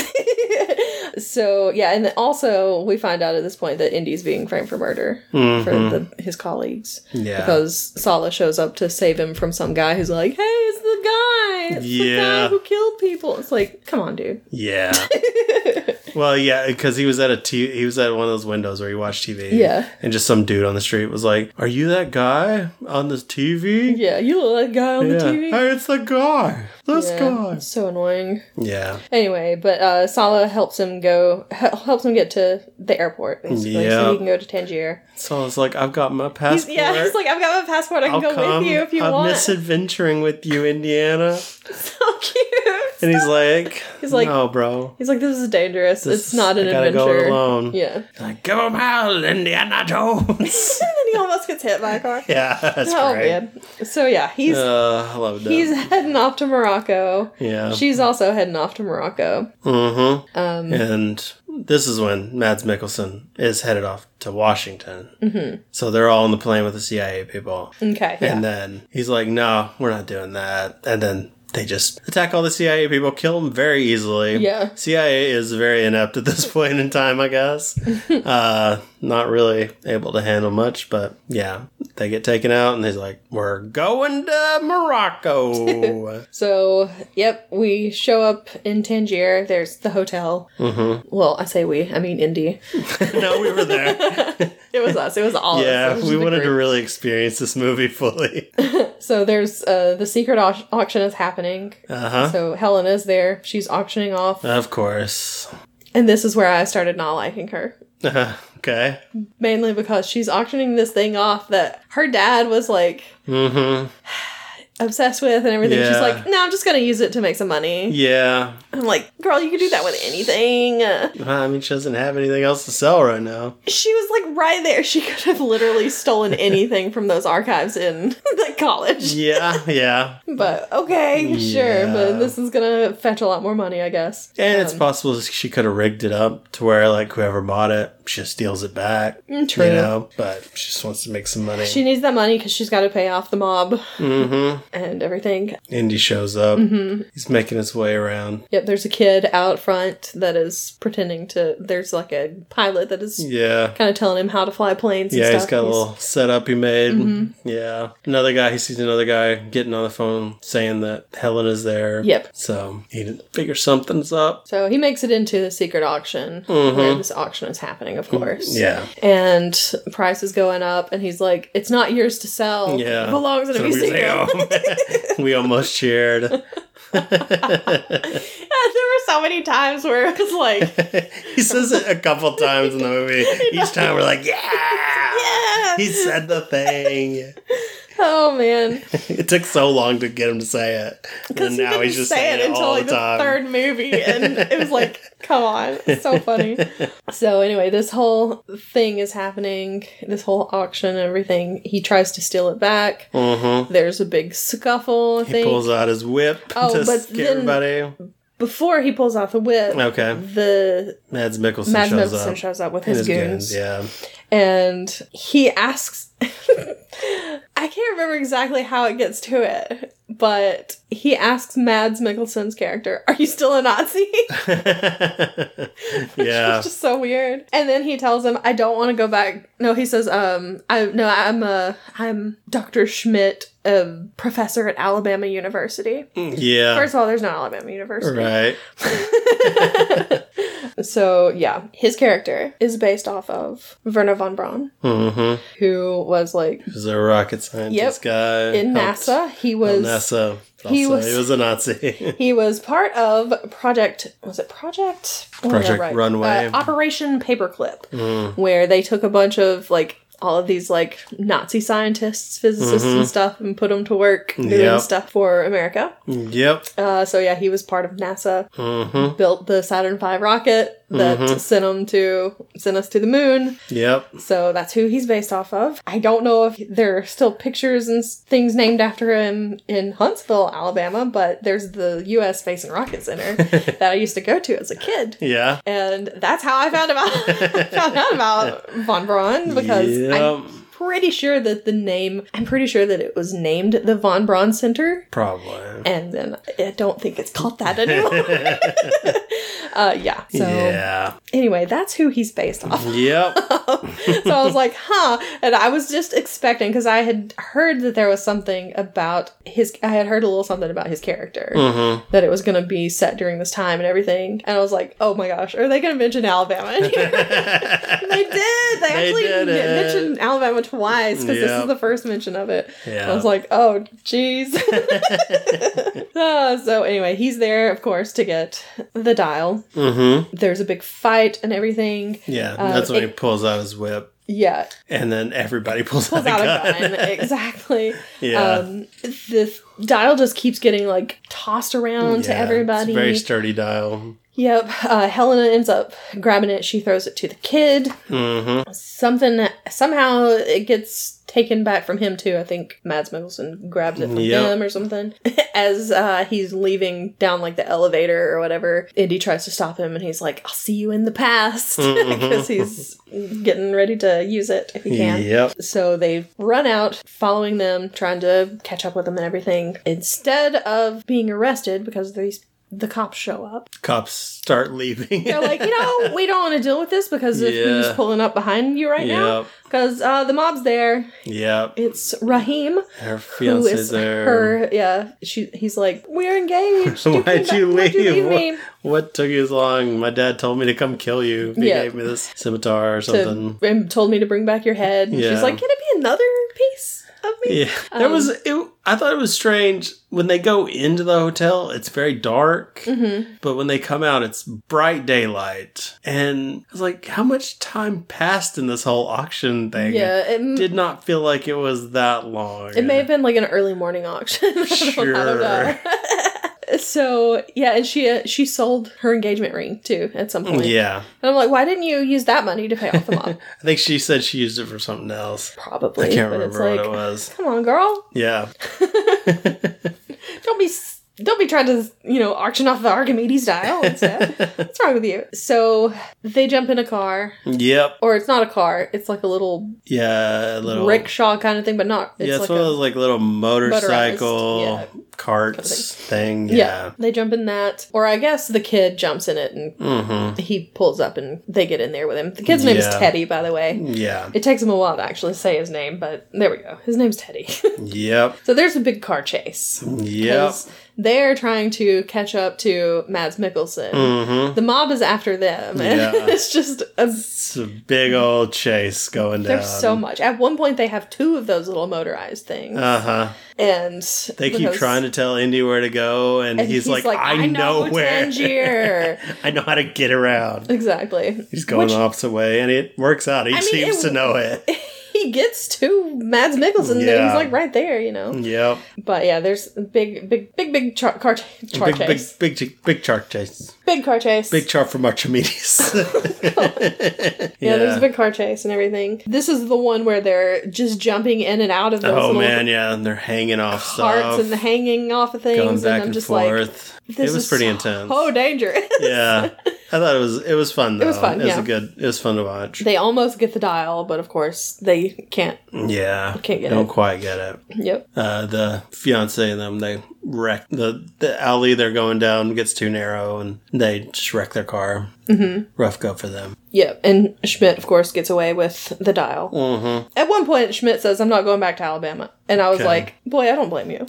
Speaker 2: So yeah, and then also we find out at this point that Indy's being framed for murder for the, his colleagues
Speaker 1: Mm-hmm. Yeah.
Speaker 2: because Sala shows up to save him from some guy who's like, "Hey, it's the guy, it's the guy
Speaker 1: Yeah.
Speaker 2: who killed people." It's like, come on, dude.
Speaker 1: Yeah. well, yeah, because he was at a t- he was at one of those windows where he watched TV.
Speaker 2: Yeah.
Speaker 1: And just some dude on the street was like, "Are you that guy on this TV?"
Speaker 2: Yeah, you look like that guy on the TV.
Speaker 1: Hey, it's the guy. This
Speaker 2: Yeah,
Speaker 1: guy.
Speaker 2: so annoying.
Speaker 1: Yeah.
Speaker 2: Anyway, but uh, Sala helps him go, hel- helps him get to the airport basically, so
Speaker 1: Yeah.
Speaker 2: he can go to Tangier.
Speaker 1: So I was like, "I've got my
Speaker 2: He's,
Speaker 1: passport."
Speaker 2: yeah, he's like, I've got my passport. I can
Speaker 1: I'll
Speaker 2: go
Speaker 1: come.
Speaker 2: with you if you
Speaker 1: I'm
Speaker 2: want.
Speaker 1: misadventuring with you, Indiana.
Speaker 2: So cute.
Speaker 1: And he's like,
Speaker 2: He's like-
Speaker 1: no, bro.
Speaker 2: He's like, this is dangerous. it's
Speaker 1: is-
Speaker 2: not an
Speaker 1: I gotta go
Speaker 2: adventure.
Speaker 1: it alone.
Speaker 2: Yeah.
Speaker 1: He's like, give him hell, Indiana Jones."
Speaker 2: and then he almost gets hit by a car.
Speaker 1: yeah, that's
Speaker 2: oh
Speaker 1: great.
Speaker 2: man. So yeah, he's
Speaker 1: Uh, I love that.
Speaker 2: he's heading off to Morocco.
Speaker 1: yeah.
Speaker 2: She's also heading off to Morocco.
Speaker 1: Mm-hmm.
Speaker 2: Um,
Speaker 1: And this is when Mads Mikkelsen is headed off to Washington. Mm-hmm. So they're all on the plane with the CIA people.
Speaker 2: Okay. Yeah.
Speaker 1: And then he's like, no, we're not doing that. And then they just attack all the CIA people, kill them very easily.
Speaker 2: Yeah.
Speaker 1: CIA is very inept at this point in time, I guess. uh, not really able to handle much, but yeah, they get taken out and he's like, we're going to Morocco.
Speaker 2: So, yep, we show up in Tangier. There's the hotel. Mm-hmm. Well, I say we, I mean Indy.
Speaker 1: no, we were there.
Speaker 2: It was us. It was all
Speaker 1: Yeah,
Speaker 2: of us. It was
Speaker 1: we
Speaker 2: just a
Speaker 1: wanted to
Speaker 2: group.
Speaker 1: really experience this movie fully.
Speaker 2: So there's uh, the secret au- auction is happening.
Speaker 1: Uh huh.
Speaker 2: So Helena's there. She's auctioning off,
Speaker 1: Of course.
Speaker 2: and this is where I started not liking her.
Speaker 1: Uh, okay.
Speaker 2: Mainly because she's auctioning this thing off that her dad was like
Speaker 1: Mm hmm.
Speaker 2: obsessed with and everything. She's
Speaker 1: Yeah.
Speaker 2: like, no, I'm just going to use it to make some money.
Speaker 1: Yeah.
Speaker 2: I'm like, girl, you could do that with anything. Uh,
Speaker 1: I mean, she doesn't have anything else to sell right now.
Speaker 2: She was like right there. She could have literally stolen anything from those archives in the college.
Speaker 1: Yeah, yeah.
Speaker 2: But okay, sure.
Speaker 1: Yeah.
Speaker 2: But this is going to fetch a lot more money, I guess.
Speaker 1: And it's possible she could have rigged it up to where, like, whoever bought it, she steals it back.
Speaker 2: Mm, true.
Speaker 1: You know, but she just wants to make some money.
Speaker 2: She needs that money because she's got to pay off the mob
Speaker 1: mm hmm.
Speaker 2: and everything.
Speaker 1: Indy shows up.
Speaker 2: Mm-hmm.
Speaker 1: He's making his way around.
Speaker 2: Yep, there's a kid out front that is pretending to. There's like a pilot that is
Speaker 1: Yeah.
Speaker 2: kind of telling him how to fly planes.
Speaker 1: Hmm. Yeah,
Speaker 2: and
Speaker 1: he's
Speaker 2: stuff. Mm-hmm.
Speaker 1: got a little setup he made. Yeah. Another guy, he sees another guy getting on the phone saying that Helen is there.
Speaker 2: Yep.
Speaker 1: So he didn't figure something's up.
Speaker 2: So he makes it into the secret auction where this auction is happening, of course.
Speaker 1: Mm-hmm. Hmm, Yeah.
Speaker 2: And the price is going up, and he's like, "It's not yours to sell.
Speaker 1: Yeah.
Speaker 2: It belongs in a
Speaker 1: So we, say,
Speaker 2: museum."
Speaker 1: "Oh." we almost cheered.
Speaker 2: there
Speaker 1: "Oh."
Speaker 2: were so many times where it was like,
Speaker 1: he says it a couple times in the movie. Each time we're like, yeah.
Speaker 2: "Yeah,
Speaker 1: He said the thing.
Speaker 2: "Eh." oh man."
Speaker 1: It took so long to get him to say it.
Speaker 2: Because
Speaker 1: And
Speaker 2: he
Speaker 1: now
Speaker 2: didn't
Speaker 1: he's just
Speaker 2: say
Speaker 1: saying
Speaker 2: it
Speaker 1: it
Speaker 2: until
Speaker 1: all
Speaker 2: like
Speaker 1: the
Speaker 2: the
Speaker 1: time.
Speaker 2: third movie, and it was like, come on, it's so funny. So anyway, this whole thing is happening, this whole auction, and everything. He tries to steal it back.
Speaker 1: Mhm.
Speaker 2: There's a big scuffle. I
Speaker 1: He
Speaker 2: think
Speaker 1: pulls out his whip
Speaker 2: Oh,
Speaker 1: to
Speaker 2: but
Speaker 1: scare
Speaker 2: then-
Speaker 1: everybody.
Speaker 2: before he pulls out the whip,
Speaker 1: Okay.
Speaker 2: the
Speaker 1: Mads Mikkelsen
Speaker 2: Mads
Speaker 1: shows
Speaker 2: Mikkelsen
Speaker 1: up.
Speaker 2: shows up with
Speaker 1: And
Speaker 2: his, goons,
Speaker 1: Yeah.
Speaker 2: and he asks. I can't remember exactly how it gets to it, but he asks Mads Mikkelsen's character, "Are you still a Nazi?"
Speaker 1: yeah.
Speaker 2: It's just so weird. And then he tells him, "I don't want to go back." No, he says, "Um, I no, I'm a I'm Dr. Schmidt, a professor at Alabama University."
Speaker 1: Mm. yeah.
Speaker 2: First of all, there's no Alabama University.
Speaker 1: right.
Speaker 2: So yeah, his character is based off of Werner von Braun,
Speaker 1: Mm-hmm.
Speaker 2: who was like
Speaker 1: He's a rocket scientist
Speaker 2: Yep.
Speaker 1: guy.
Speaker 2: in
Speaker 1: Helped-
Speaker 2: NASA. He
Speaker 1: helped
Speaker 2: was
Speaker 1: NASA. Also,
Speaker 2: he
Speaker 1: he was,
Speaker 2: was-
Speaker 1: a Nazi.
Speaker 2: He was part of Project. Was it Project? Oh, yeah,
Speaker 1: Project Runway. Mm.
Speaker 2: Uh, Operation Paperclip, where they took a bunch of like all of these like Nazi scientists, physicists, and stuff, and put them to work doing
Speaker 1: Mm-hmm. Yep.
Speaker 2: stuff for America.
Speaker 1: yep.
Speaker 2: Uh, so yeah, he was part of NASA.
Speaker 1: Mm-hmm.
Speaker 2: Built the Saturn V rocket that sent him to sent us to the moon.
Speaker 1: Yep.
Speaker 2: So that's who he's based off of. I don't know if there are still pictures and s- things named after him in Huntsville, Alabama, but there's the U.S. Space and Rocket Center that I used to go to as a kid.
Speaker 1: Yeah.
Speaker 2: And that's how I found about found out about von Braun because
Speaker 1: Yep.
Speaker 2: I'm pretty sure that the name I'm pretty sure that it was named the von Braun Center,
Speaker 1: Probably.
Speaker 2: and then I don't think it's called that anymore. Uh, yeah. So
Speaker 1: yeah.
Speaker 2: anyway, that's who he's based off.
Speaker 1: Yep.
Speaker 2: so I was like, huh. And I was just expecting because I had heard that there was something about his. I had heard a little something about his character
Speaker 1: mm-hmm.
Speaker 2: that it was going to be set during this time and everything. And I was like, oh my gosh, are they going to mention Alabama? in here? they did. They, actually
Speaker 1: did
Speaker 2: men-
Speaker 1: it.
Speaker 2: mentioned Alabama twice because this
Speaker 1: Yep.
Speaker 2: is the first mention of it.
Speaker 1: Yeah.
Speaker 2: I was like, oh, jeez. Ah, so anyway, he's there, of course, to get the dial.
Speaker 1: mm-hmm.
Speaker 2: There's a big fight and everything.
Speaker 1: Yeah.
Speaker 2: Uh,
Speaker 1: that's when
Speaker 2: it-
Speaker 1: he pulls out his whip,
Speaker 2: Yeah,
Speaker 1: and then everybody pulls,
Speaker 2: pulls
Speaker 1: out,
Speaker 2: out a
Speaker 1: a gun.
Speaker 2: gun. exactly.
Speaker 1: yeah.
Speaker 2: Um, the dial just keeps getting like tossed around to
Speaker 1: Yeah, it's a
Speaker 2: everybody.
Speaker 1: very sturdy dial.
Speaker 2: Yep. Uh, Helena ends up grabbing it. She throws it to the kid.
Speaker 1: Mm-hmm.
Speaker 2: Something somehow it gets taken back from him too. I think Mads Mikkelsen grabs it from
Speaker 1: Yep.
Speaker 2: him or something. As uh, he's leaving down like the elevator or whatever, Indy tries to stop him and he's like, "I'll see you in the past,"
Speaker 1: Mm-hmm.
Speaker 2: because he's getting ready to use it if he can.
Speaker 1: Yep.
Speaker 2: So they run out, following them, trying to catch up with them and everything. Instead of being arrested because these the cops show up,
Speaker 1: Cops start leaving.
Speaker 2: they're like, you know, we don't want to deal with this because if we're
Speaker 1: Yeah.
Speaker 2: just pulling up behind you right now,
Speaker 1: Yep.
Speaker 2: because uh, the mob's there.
Speaker 1: Yep.
Speaker 2: It's Raheem
Speaker 1: Her
Speaker 2: who
Speaker 1: fiance's
Speaker 2: is
Speaker 1: there.
Speaker 2: her. Yeah, she. He's like, we're engaged. You
Speaker 1: Why'd
Speaker 2: came
Speaker 1: you leave?
Speaker 2: back- Why'd you leave me?
Speaker 1: What took you so long? My dad told me to come kill you. He
Speaker 2: Yeah.
Speaker 1: gave me this scimitar or something.
Speaker 2: To, and told me to bring back your head. And
Speaker 1: Yeah.
Speaker 2: She's like, can it be another piece of me?
Speaker 1: Yeah, there was. It, I thought it was strange when they go into the hotel. It's very dark,
Speaker 2: Mm-hmm.
Speaker 1: but when they come out, it's bright daylight. And I was like, how much time passed in this whole auction thing?
Speaker 2: Yeah, it-
Speaker 1: did not feel like it was that long.
Speaker 2: It may have been like an early morning auction. I don't- I don't know. so yeah, and she uh, she sold her engagement ring too at some point.
Speaker 1: Yeah,
Speaker 2: and I'm like, why didn't you use that money to pay off the mob?
Speaker 1: I think she said she used it for something else.
Speaker 2: Probably.
Speaker 1: I can't
Speaker 2: but
Speaker 1: remember
Speaker 2: it's
Speaker 1: what it
Speaker 2: like,
Speaker 1: was.
Speaker 2: Come on, girl.
Speaker 1: Yeah,
Speaker 2: Don't be s- don't be trying to you know auction off the Archimedes dial and stuff. What's wrong with you? So they jump in a car,
Speaker 1: yep,
Speaker 2: or it's not a car. It's like a little,
Speaker 1: yeah, a little
Speaker 2: rickshaw kind of thing, but not. It's
Speaker 1: Oh. Yeah, it's
Speaker 2: like
Speaker 1: one
Speaker 2: a,
Speaker 1: of those like little motorcycle
Speaker 2: yeah.
Speaker 1: carts thing.
Speaker 2: yeah.
Speaker 1: Yeah.
Speaker 2: They jump in that, or I guess the kid jumps in it and
Speaker 1: Mm-hmm.
Speaker 2: he pulls up and they get in there with him. The kid's name is
Speaker 1: Yeah.
Speaker 2: Teddy, by the way.
Speaker 1: Yeah.
Speaker 2: It takes him a while to actually say his name, but there we go. His name's Teddy.
Speaker 1: Yep.
Speaker 2: so there's a big car chase.
Speaker 1: Yep.
Speaker 2: 'Cause They're trying to catch up to Mads Mikkelsen.
Speaker 1: Mm-hmm.
Speaker 2: The mob is after them. and
Speaker 1: Yeah.
Speaker 2: it's just a,
Speaker 1: It's a big old chase going down.
Speaker 2: there's so much. At one point, they have two of those little motorized things,
Speaker 1: Uh huh.
Speaker 2: and
Speaker 1: They keep trying to tell Indy where to go, and,
Speaker 2: And
Speaker 1: he's, like, I, know, where.
Speaker 2: Tangier."
Speaker 1: I know how to get around.
Speaker 2: exactly.
Speaker 1: He's going the opposite way, and it works out. He
Speaker 2: mean,
Speaker 1: seems
Speaker 2: it-
Speaker 1: to know it.
Speaker 2: He gets to Mads Mikkelsen, and
Speaker 1: Yeah.
Speaker 2: he's like right there, you know.
Speaker 1: Yep.
Speaker 2: But yeah, there's a big, big, big, big char- car, ch- char
Speaker 1: Big, big,
Speaker 2: chase.
Speaker 1: big, big, big chart chase.
Speaker 2: Big, car chase.
Speaker 1: Big chart from Archimedes.
Speaker 2: yeah, there's a big car chase and everything. This is the one where they're just jumping in and out of those
Speaker 1: Oh
Speaker 2: little
Speaker 1: man, yeah, and they're hanging off
Speaker 2: carts
Speaker 1: stuff,
Speaker 2: and hanging off of
Speaker 1: going
Speaker 2: things.
Speaker 1: back
Speaker 2: and I'm
Speaker 1: and
Speaker 2: just like,
Speaker 1: forth.
Speaker 2: this
Speaker 1: it was
Speaker 2: is
Speaker 1: pretty intense.
Speaker 2: oh, dangerous.
Speaker 1: yeah, I thought it was it was fun though.
Speaker 2: was fun,
Speaker 1: It was
Speaker 2: yeah.
Speaker 1: a good. It was fun to watch.
Speaker 2: they almost get the dial, but of course they can't.
Speaker 1: yeah,
Speaker 2: Can't get
Speaker 1: don't
Speaker 2: it.
Speaker 1: quite get it.
Speaker 2: Yep.
Speaker 1: Uh, the fiance and them they wreck the the alley they're going down gets too narrow and they just wreck their car. Mm-hmm. Rough go for them.
Speaker 2: Yep. And Schmidt, of course, gets away with the dial.
Speaker 1: Mm-hmm.
Speaker 2: At one point, Schmidt says, I'm not going back to Alabama. And I was
Speaker 1: Okay.
Speaker 2: like, boy, I don't blame you.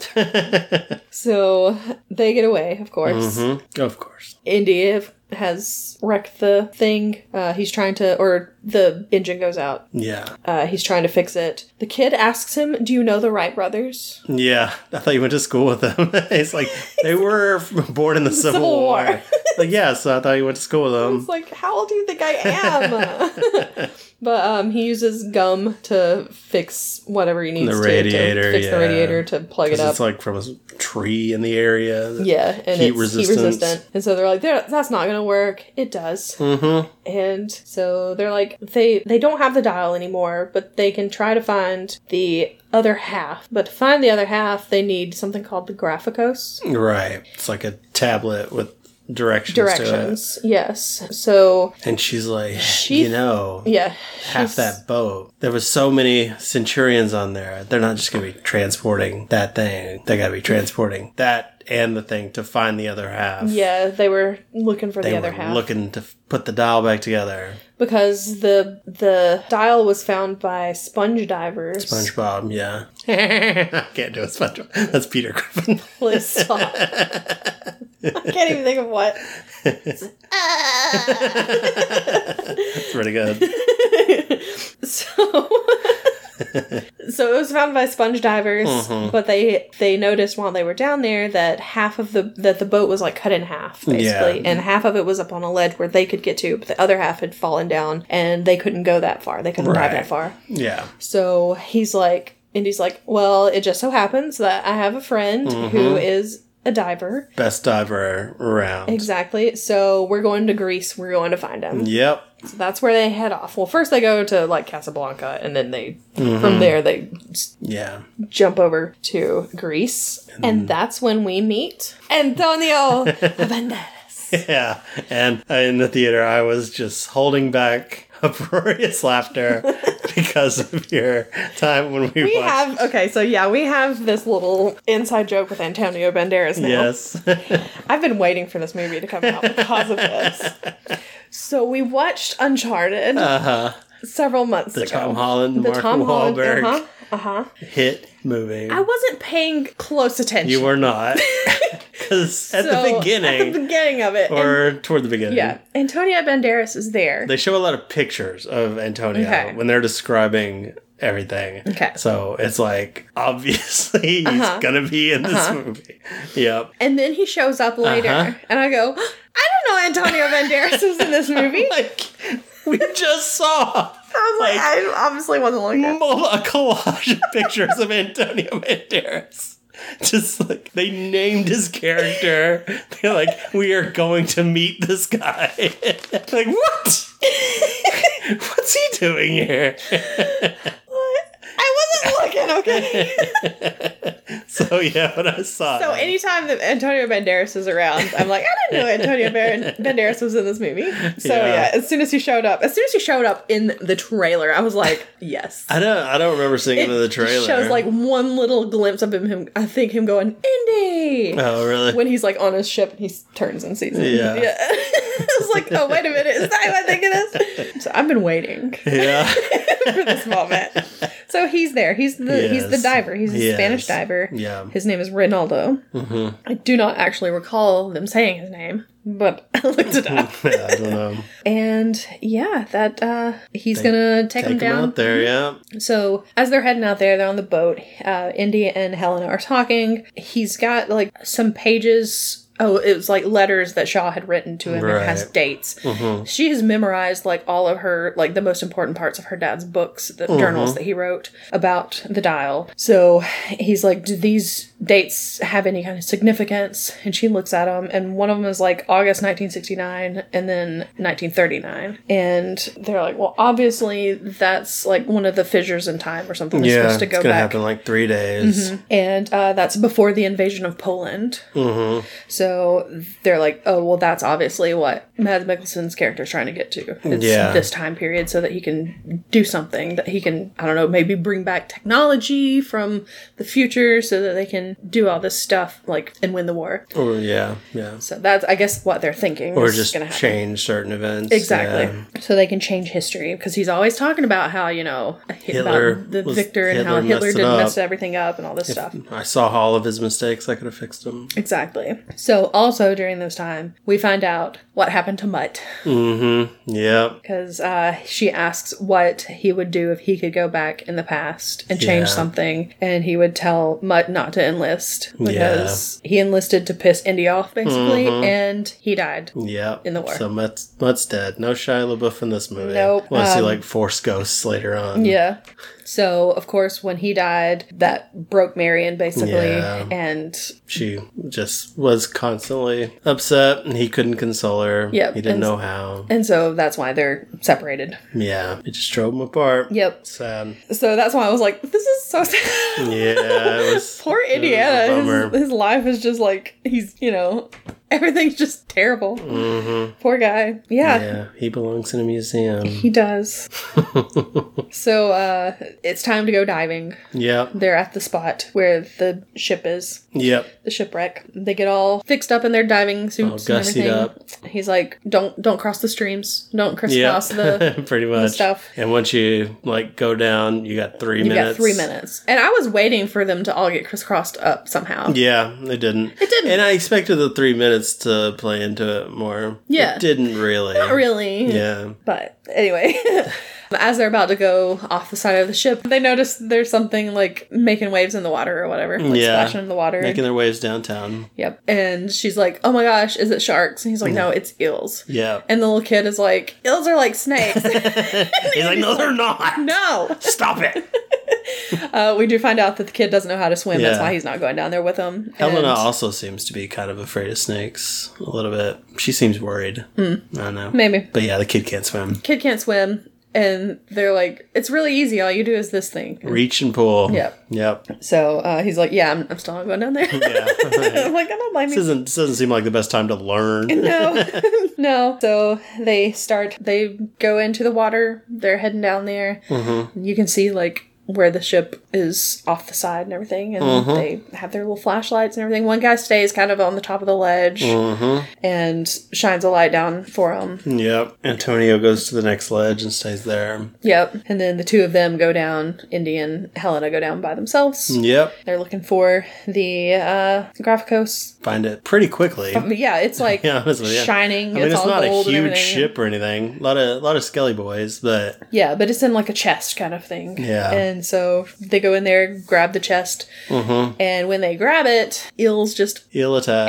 Speaker 2: so they get away, of course.
Speaker 1: Mm-hmm. Of course.
Speaker 2: Indy have- has wrecked the thing. Uh, he's trying to, or the engine goes out.
Speaker 1: Yeah,
Speaker 2: Uh, he's trying to fix it. The kid asks him, Do you know the Wright brothers?
Speaker 1: yeah. I thought you went to school with them. it's like they were born in the Civil,
Speaker 2: Civil
Speaker 1: War.
Speaker 2: War.
Speaker 1: like yeah, so I thought you went to school with them.
Speaker 2: It's like, How old do you think I am? but um, he uses gum to fix whatever he needs
Speaker 1: The
Speaker 2: to-
Speaker 1: radiator,
Speaker 2: to fix
Speaker 1: yeah.
Speaker 2: the radiator to plug it
Speaker 1: Because
Speaker 2: up.
Speaker 1: it's like from a s- tree in the area.
Speaker 2: Yeah, and
Speaker 1: Heat
Speaker 2: it's
Speaker 1: resistance.
Speaker 2: heat resistant. And so they're like, "There- that's not gonna work. It does.
Speaker 1: Mm-hmm.
Speaker 2: And so they're like, they they don't have the dial anymore, but they can try to find the other half. But to find the other half, they need something called the
Speaker 1: Hmm,
Speaker 2: graphicos
Speaker 1: Right. It's like a tablet with directions, to it.
Speaker 2: directions. Yes. So
Speaker 1: And she's like,
Speaker 2: She-
Speaker 1: you know,
Speaker 2: yeah,
Speaker 1: half
Speaker 2: she's-
Speaker 1: that boat. There was so many centurions on there. They're not just going to be transporting that thing. They got to be transporting that and the thing to find the other half.
Speaker 2: Yeah, they were looking for
Speaker 1: They
Speaker 2: the
Speaker 1: were
Speaker 2: other half
Speaker 1: looking to f- put the dial back together.
Speaker 2: because the the dial was found by sponge divers.
Speaker 1: SpongeBob, yeah. I can't do a SpongeBob. That's Peter Griffin.
Speaker 2: Please stop. I can't even think of what.
Speaker 1: That's pretty good.
Speaker 2: So So it was found by sponge divers,
Speaker 1: Mm-hmm.
Speaker 2: but they they noticed while they were down there that half of the that the boat was like cut in half basically,
Speaker 1: Yeah.
Speaker 2: and half of it was up on a ledge where they could get to, but the other half had fallen down and they couldn't go that far. They couldn't dive
Speaker 1: Right.
Speaker 2: that far.
Speaker 1: Yeah.
Speaker 2: So he's like, and he's like, well, it just so happens that I have a friend
Speaker 1: Mm-hmm.
Speaker 2: who is a diver.
Speaker 1: Best diver around.
Speaker 2: Exactly. So we're going to Greece. We're going to find him.
Speaker 1: Yep.
Speaker 2: So that's where they head off. Well, first they go to like Casablanca, and then they
Speaker 1: Mhm.
Speaker 2: from there they s-
Speaker 1: Yeah.
Speaker 2: jump over to Greece, and that's when we meet Antonio Banderas.
Speaker 1: Yeah. And in the theater, I was just holding back uproarious laughter because of your time when we,
Speaker 2: We
Speaker 1: watched.
Speaker 2: have okay, so yeah, we have this little inside joke with Antonio Banderas now.
Speaker 1: Yes.
Speaker 2: I've been waiting for this movie to come out because of this. So we watched Uncharted several months
Speaker 1: Uh-huh. the
Speaker 2: ago.
Speaker 1: Tom Holland, Mark
Speaker 2: Holland-
Speaker 1: Wahlberg
Speaker 2: uh-huh, uh-huh.
Speaker 1: hit movie.
Speaker 2: I wasn't paying close attention.
Speaker 1: you were not. Because at
Speaker 2: So,
Speaker 1: the beginning,
Speaker 2: At the beginning of it. and-
Speaker 1: or toward the beginning,
Speaker 2: yeah. Antonio Banderas is there.
Speaker 1: they show a lot of pictures of Antonio
Speaker 2: Okay.
Speaker 1: when they're describing everything.
Speaker 2: Okay. Uh-huh.
Speaker 1: So it's like, obviously, he's going to be in this movie. Yep.
Speaker 2: and then he shows up later.
Speaker 1: Uh-huh.
Speaker 2: And I go, I don't know Antonio Banderas was in this movie.
Speaker 1: Like, we just saw.
Speaker 2: I was like, I obviously wasn't looking.
Speaker 1: mo- a collage of pictures of Antonio Banderas. Just like they named his character. They're like, we are going to meet this guy. like, what? What's he doing here?
Speaker 2: I wasn't looking, okay?
Speaker 1: So yeah, when I saw
Speaker 2: So
Speaker 1: it,
Speaker 2: anytime that Antonio Banderas is around, I'm like, I didn't know Antonio Bar- Banderas was in this movie. So
Speaker 1: Yeah.
Speaker 2: yeah. as soon as he showed up, as soon as he showed up in the trailer, I was like, yes.
Speaker 1: I don't I don't remember seeing it in the trailer.
Speaker 2: Shows like one little glimpse of him, him I think him going Indy
Speaker 1: Oh really?
Speaker 2: when he's like on his ship and he s- turns and sees him.
Speaker 1: Yeah.
Speaker 2: I was like, oh wait a minute, is that what I think it is? So I've been waiting
Speaker 1: yeah.
Speaker 2: for this moment. So he's there. He's the he's the
Speaker 1: Yes.
Speaker 2: diver. He's a
Speaker 1: Yes.
Speaker 2: Spanish diver.
Speaker 1: Yeah. Mm-hmm.
Speaker 2: His name is Rinaldo. I do not actually recall them saying his name, but I looked it up.
Speaker 1: yeah. I don't know.
Speaker 2: and yeah, that uh, he's gonna
Speaker 1: Take
Speaker 2: take, him
Speaker 1: him
Speaker 2: down.
Speaker 1: out there, yeah.
Speaker 2: So as they're heading out there, they're on the boat. Uh, Indy and Helena are talking. He's got like some pages. Oh, it was like letters that Shaw had written to him and has
Speaker 1: Right.
Speaker 2: dates.
Speaker 1: Mm-hmm.
Speaker 2: She has memorized like all of her like the most important parts of her dad's books, the
Speaker 1: Mm-hmm.
Speaker 2: journals that he wrote about the dial. So he's like, "Do these dates have any kind of significance?" And she looks at them, and one of them is like August 1969 and then 1939. And they're like, "Well, obviously that's like one of the fissures in time or something that's
Speaker 1: Yeah.
Speaker 2: supposed to
Speaker 1: it's
Speaker 2: go
Speaker 1: gonna
Speaker 2: back."
Speaker 1: happen in, like three days.
Speaker 2: And uh, that's before the invasion of Poland.
Speaker 1: Mm-hmm.
Speaker 2: So they're like, oh, well, that's obviously what Mads Mikkelsen's character is trying to get to. It's
Speaker 1: Yeah.
Speaker 2: this time period so that he can do something, that he can, I don't know, maybe bring back technology from the future so that they can do all this stuff, like, and win the war.
Speaker 1: Or yeah, yeah.
Speaker 2: So that's, I guess, what they're thinking.
Speaker 1: Or
Speaker 2: Mm-hmm. is
Speaker 1: just
Speaker 2: gonna happen.
Speaker 1: change certain events.
Speaker 2: Exactly.
Speaker 1: yeah.
Speaker 2: So they can change history because he's always talking about how, you know,
Speaker 1: Hitler
Speaker 2: about the
Speaker 1: was-
Speaker 2: victor and how
Speaker 1: Hitler
Speaker 2: Hitler
Speaker 1: messed it
Speaker 2: did
Speaker 1: up.
Speaker 2: mess everything up and all this stuff.
Speaker 1: I saw all of his mistakes. I could have fixed them.
Speaker 2: Exactly. So also during this time, we find out what happened to Mutt
Speaker 1: Yep.
Speaker 2: because uh, she asks what he would do if he could go back in the past and change
Speaker 1: Yeah.
Speaker 2: something, and he would tell Mutt not to enlist because he enlisted to piss Indy off basically,
Speaker 1: Mm-hmm.
Speaker 2: and he died.
Speaker 1: Yep.
Speaker 2: In the war.
Speaker 1: So Mutt's, Mutt's dead. No Shia LaBeouf in this movie.
Speaker 2: Nope.
Speaker 1: Want to see
Speaker 2: Um,
Speaker 1: like Force Ghosts later on.
Speaker 2: Yeah. So of course, when he died, that broke Marion basically,
Speaker 1: Yeah.
Speaker 2: and
Speaker 1: She just was constantly upset and he couldn't console her.
Speaker 2: Yep,
Speaker 1: He didn't
Speaker 2: and-
Speaker 1: know how.
Speaker 2: and so that's why they're separated.
Speaker 1: Yeah. It just drove him apart.
Speaker 2: Yep.
Speaker 1: Sad.
Speaker 2: So that's why I was like, this is so sad.
Speaker 1: Yeah. It was.
Speaker 2: Poor
Speaker 1: was a
Speaker 2: Indiana.
Speaker 1: bummer.
Speaker 2: His, his life is just like he's you know Everything's just terrible.
Speaker 1: hmm
Speaker 2: Poor guy. Yeah.
Speaker 1: Yeah, he belongs in a museum.
Speaker 2: He does. so uh it's time to go diving.
Speaker 1: yep,
Speaker 2: They're at the spot where the ship is,
Speaker 1: yep.
Speaker 2: the shipwreck. They get all fixed up in their diving
Speaker 1: All
Speaker 2: suits and
Speaker 1: gussied
Speaker 2: everything.
Speaker 1: up.
Speaker 2: He's like, "Don't don't cross the streams. Don't
Speaker 1: Yeah,
Speaker 2: crisscross the
Speaker 1: pretty much.
Speaker 2: stuff.
Speaker 1: And once you like go down, you got three
Speaker 2: You
Speaker 1: minutes.
Speaker 2: got three minutes. And I was waiting for them to all get crisscrossed up somehow.
Speaker 1: Yeah, it didn't.
Speaker 2: It didn't.
Speaker 1: And I expected the three minutes to play into it more.
Speaker 2: Yeah.
Speaker 1: it didn't really.
Speaker 2: Not really.
Speaker 1: Yeah.
Speaker 2: But anyway, as they're about to go off the side of the ship, they notice there's something like making waves in the water or whatever. Like
Speaker 1: Yeah.
Speaker 2: splashing in the water.
Speaker 1: Making their waves downtown.
Speaker 2: yep. And she's like, oh my gosh, is it sharks? And he's like,
Speaker 1: Mm-hmm.
Speaker 2: no, it's eels.
Speaker 1: Yeah.
Speaker 2: And the little kid is like, eels are like snakes.
Speaker 1: He's like, no, they're not.
Speaker 2: no.
Speaker 1: Stop it.
Speaker 2: Uh, we do find out that the kid doesn't know how to swim. That's
Speaker 1: Yeah.
Speaker 2: why he's not going down there with them.
Speaker 1: Helena
Speaker 2: And
Speaker 1: also seems to be kind of afraid of snakes a little bit. She seems worried.
Speaker 2: Hmm.
Speaker 1: I don't know.
Speaker 2: Maybe.
Speaker 1: But yeah, the kid can't swim.
Speaker 2: Kid can't swim. And they're like, it's really easy. All you do is this thing.
Speaker 1: Reach and pull.
Speaker 2: Yep.
Speaker 1: Yep.
Speaker 2: So uh, he's like, yeah, I'm, I'm still not going down there.
Speaker 1: Yeah.
Speaker 2: I'm like, I don't mind
Speaker 1: this
Speaker 2: me
Speaker 1: doesn't this doesn't seem like the best time to learn.
Speaker 2: uh, no, no. So they start. They go into the water. They're heading down there.
Speaker 1: Mm-hmm.
Speaker 2: You can see like where the ship is off the side and everything, and
Speaker 1: Mm-hmm.
Speaker 2: they have their little flashlights and everything. One guy stays kind of on the top of the ledge
Speaker 1: Mm-hmm.
Speaker 2: and shines a light down for them.
Speaker 1: Yep. Antonio goes to the next ledge and stays there.
Speaker 2: Yep. And then the two of them go down. Indy and Helena go down by themselves.
Speaker 1: Yep.
Speaker 2: They're looking for the uh, Graphicos.
Speaker 1: Find it pretty quickly.
Speaker 2: But yeah, it's like
Speaker 1: Yeah, honestly, yeah.
Speaker 2: shining.
Speaker 1: I mean, it's,
Speaker 2: all
Speaker 1: not a
Speaker 2: gold and
Speaker 1: huge
Speaker 2: everything.
Speaker 1: ship or anything. A lot of lot of skelly boys, but
Speaker 2: Yeah, but it's in like a chest kind of thing.
Speaker 1: Yeah.
Speaker 2: And so they go in there, grab the chest,
Speaker 1: Mm-hmm.
Speaker 2: and when they grab it, eels just
Speaker 1: ill attack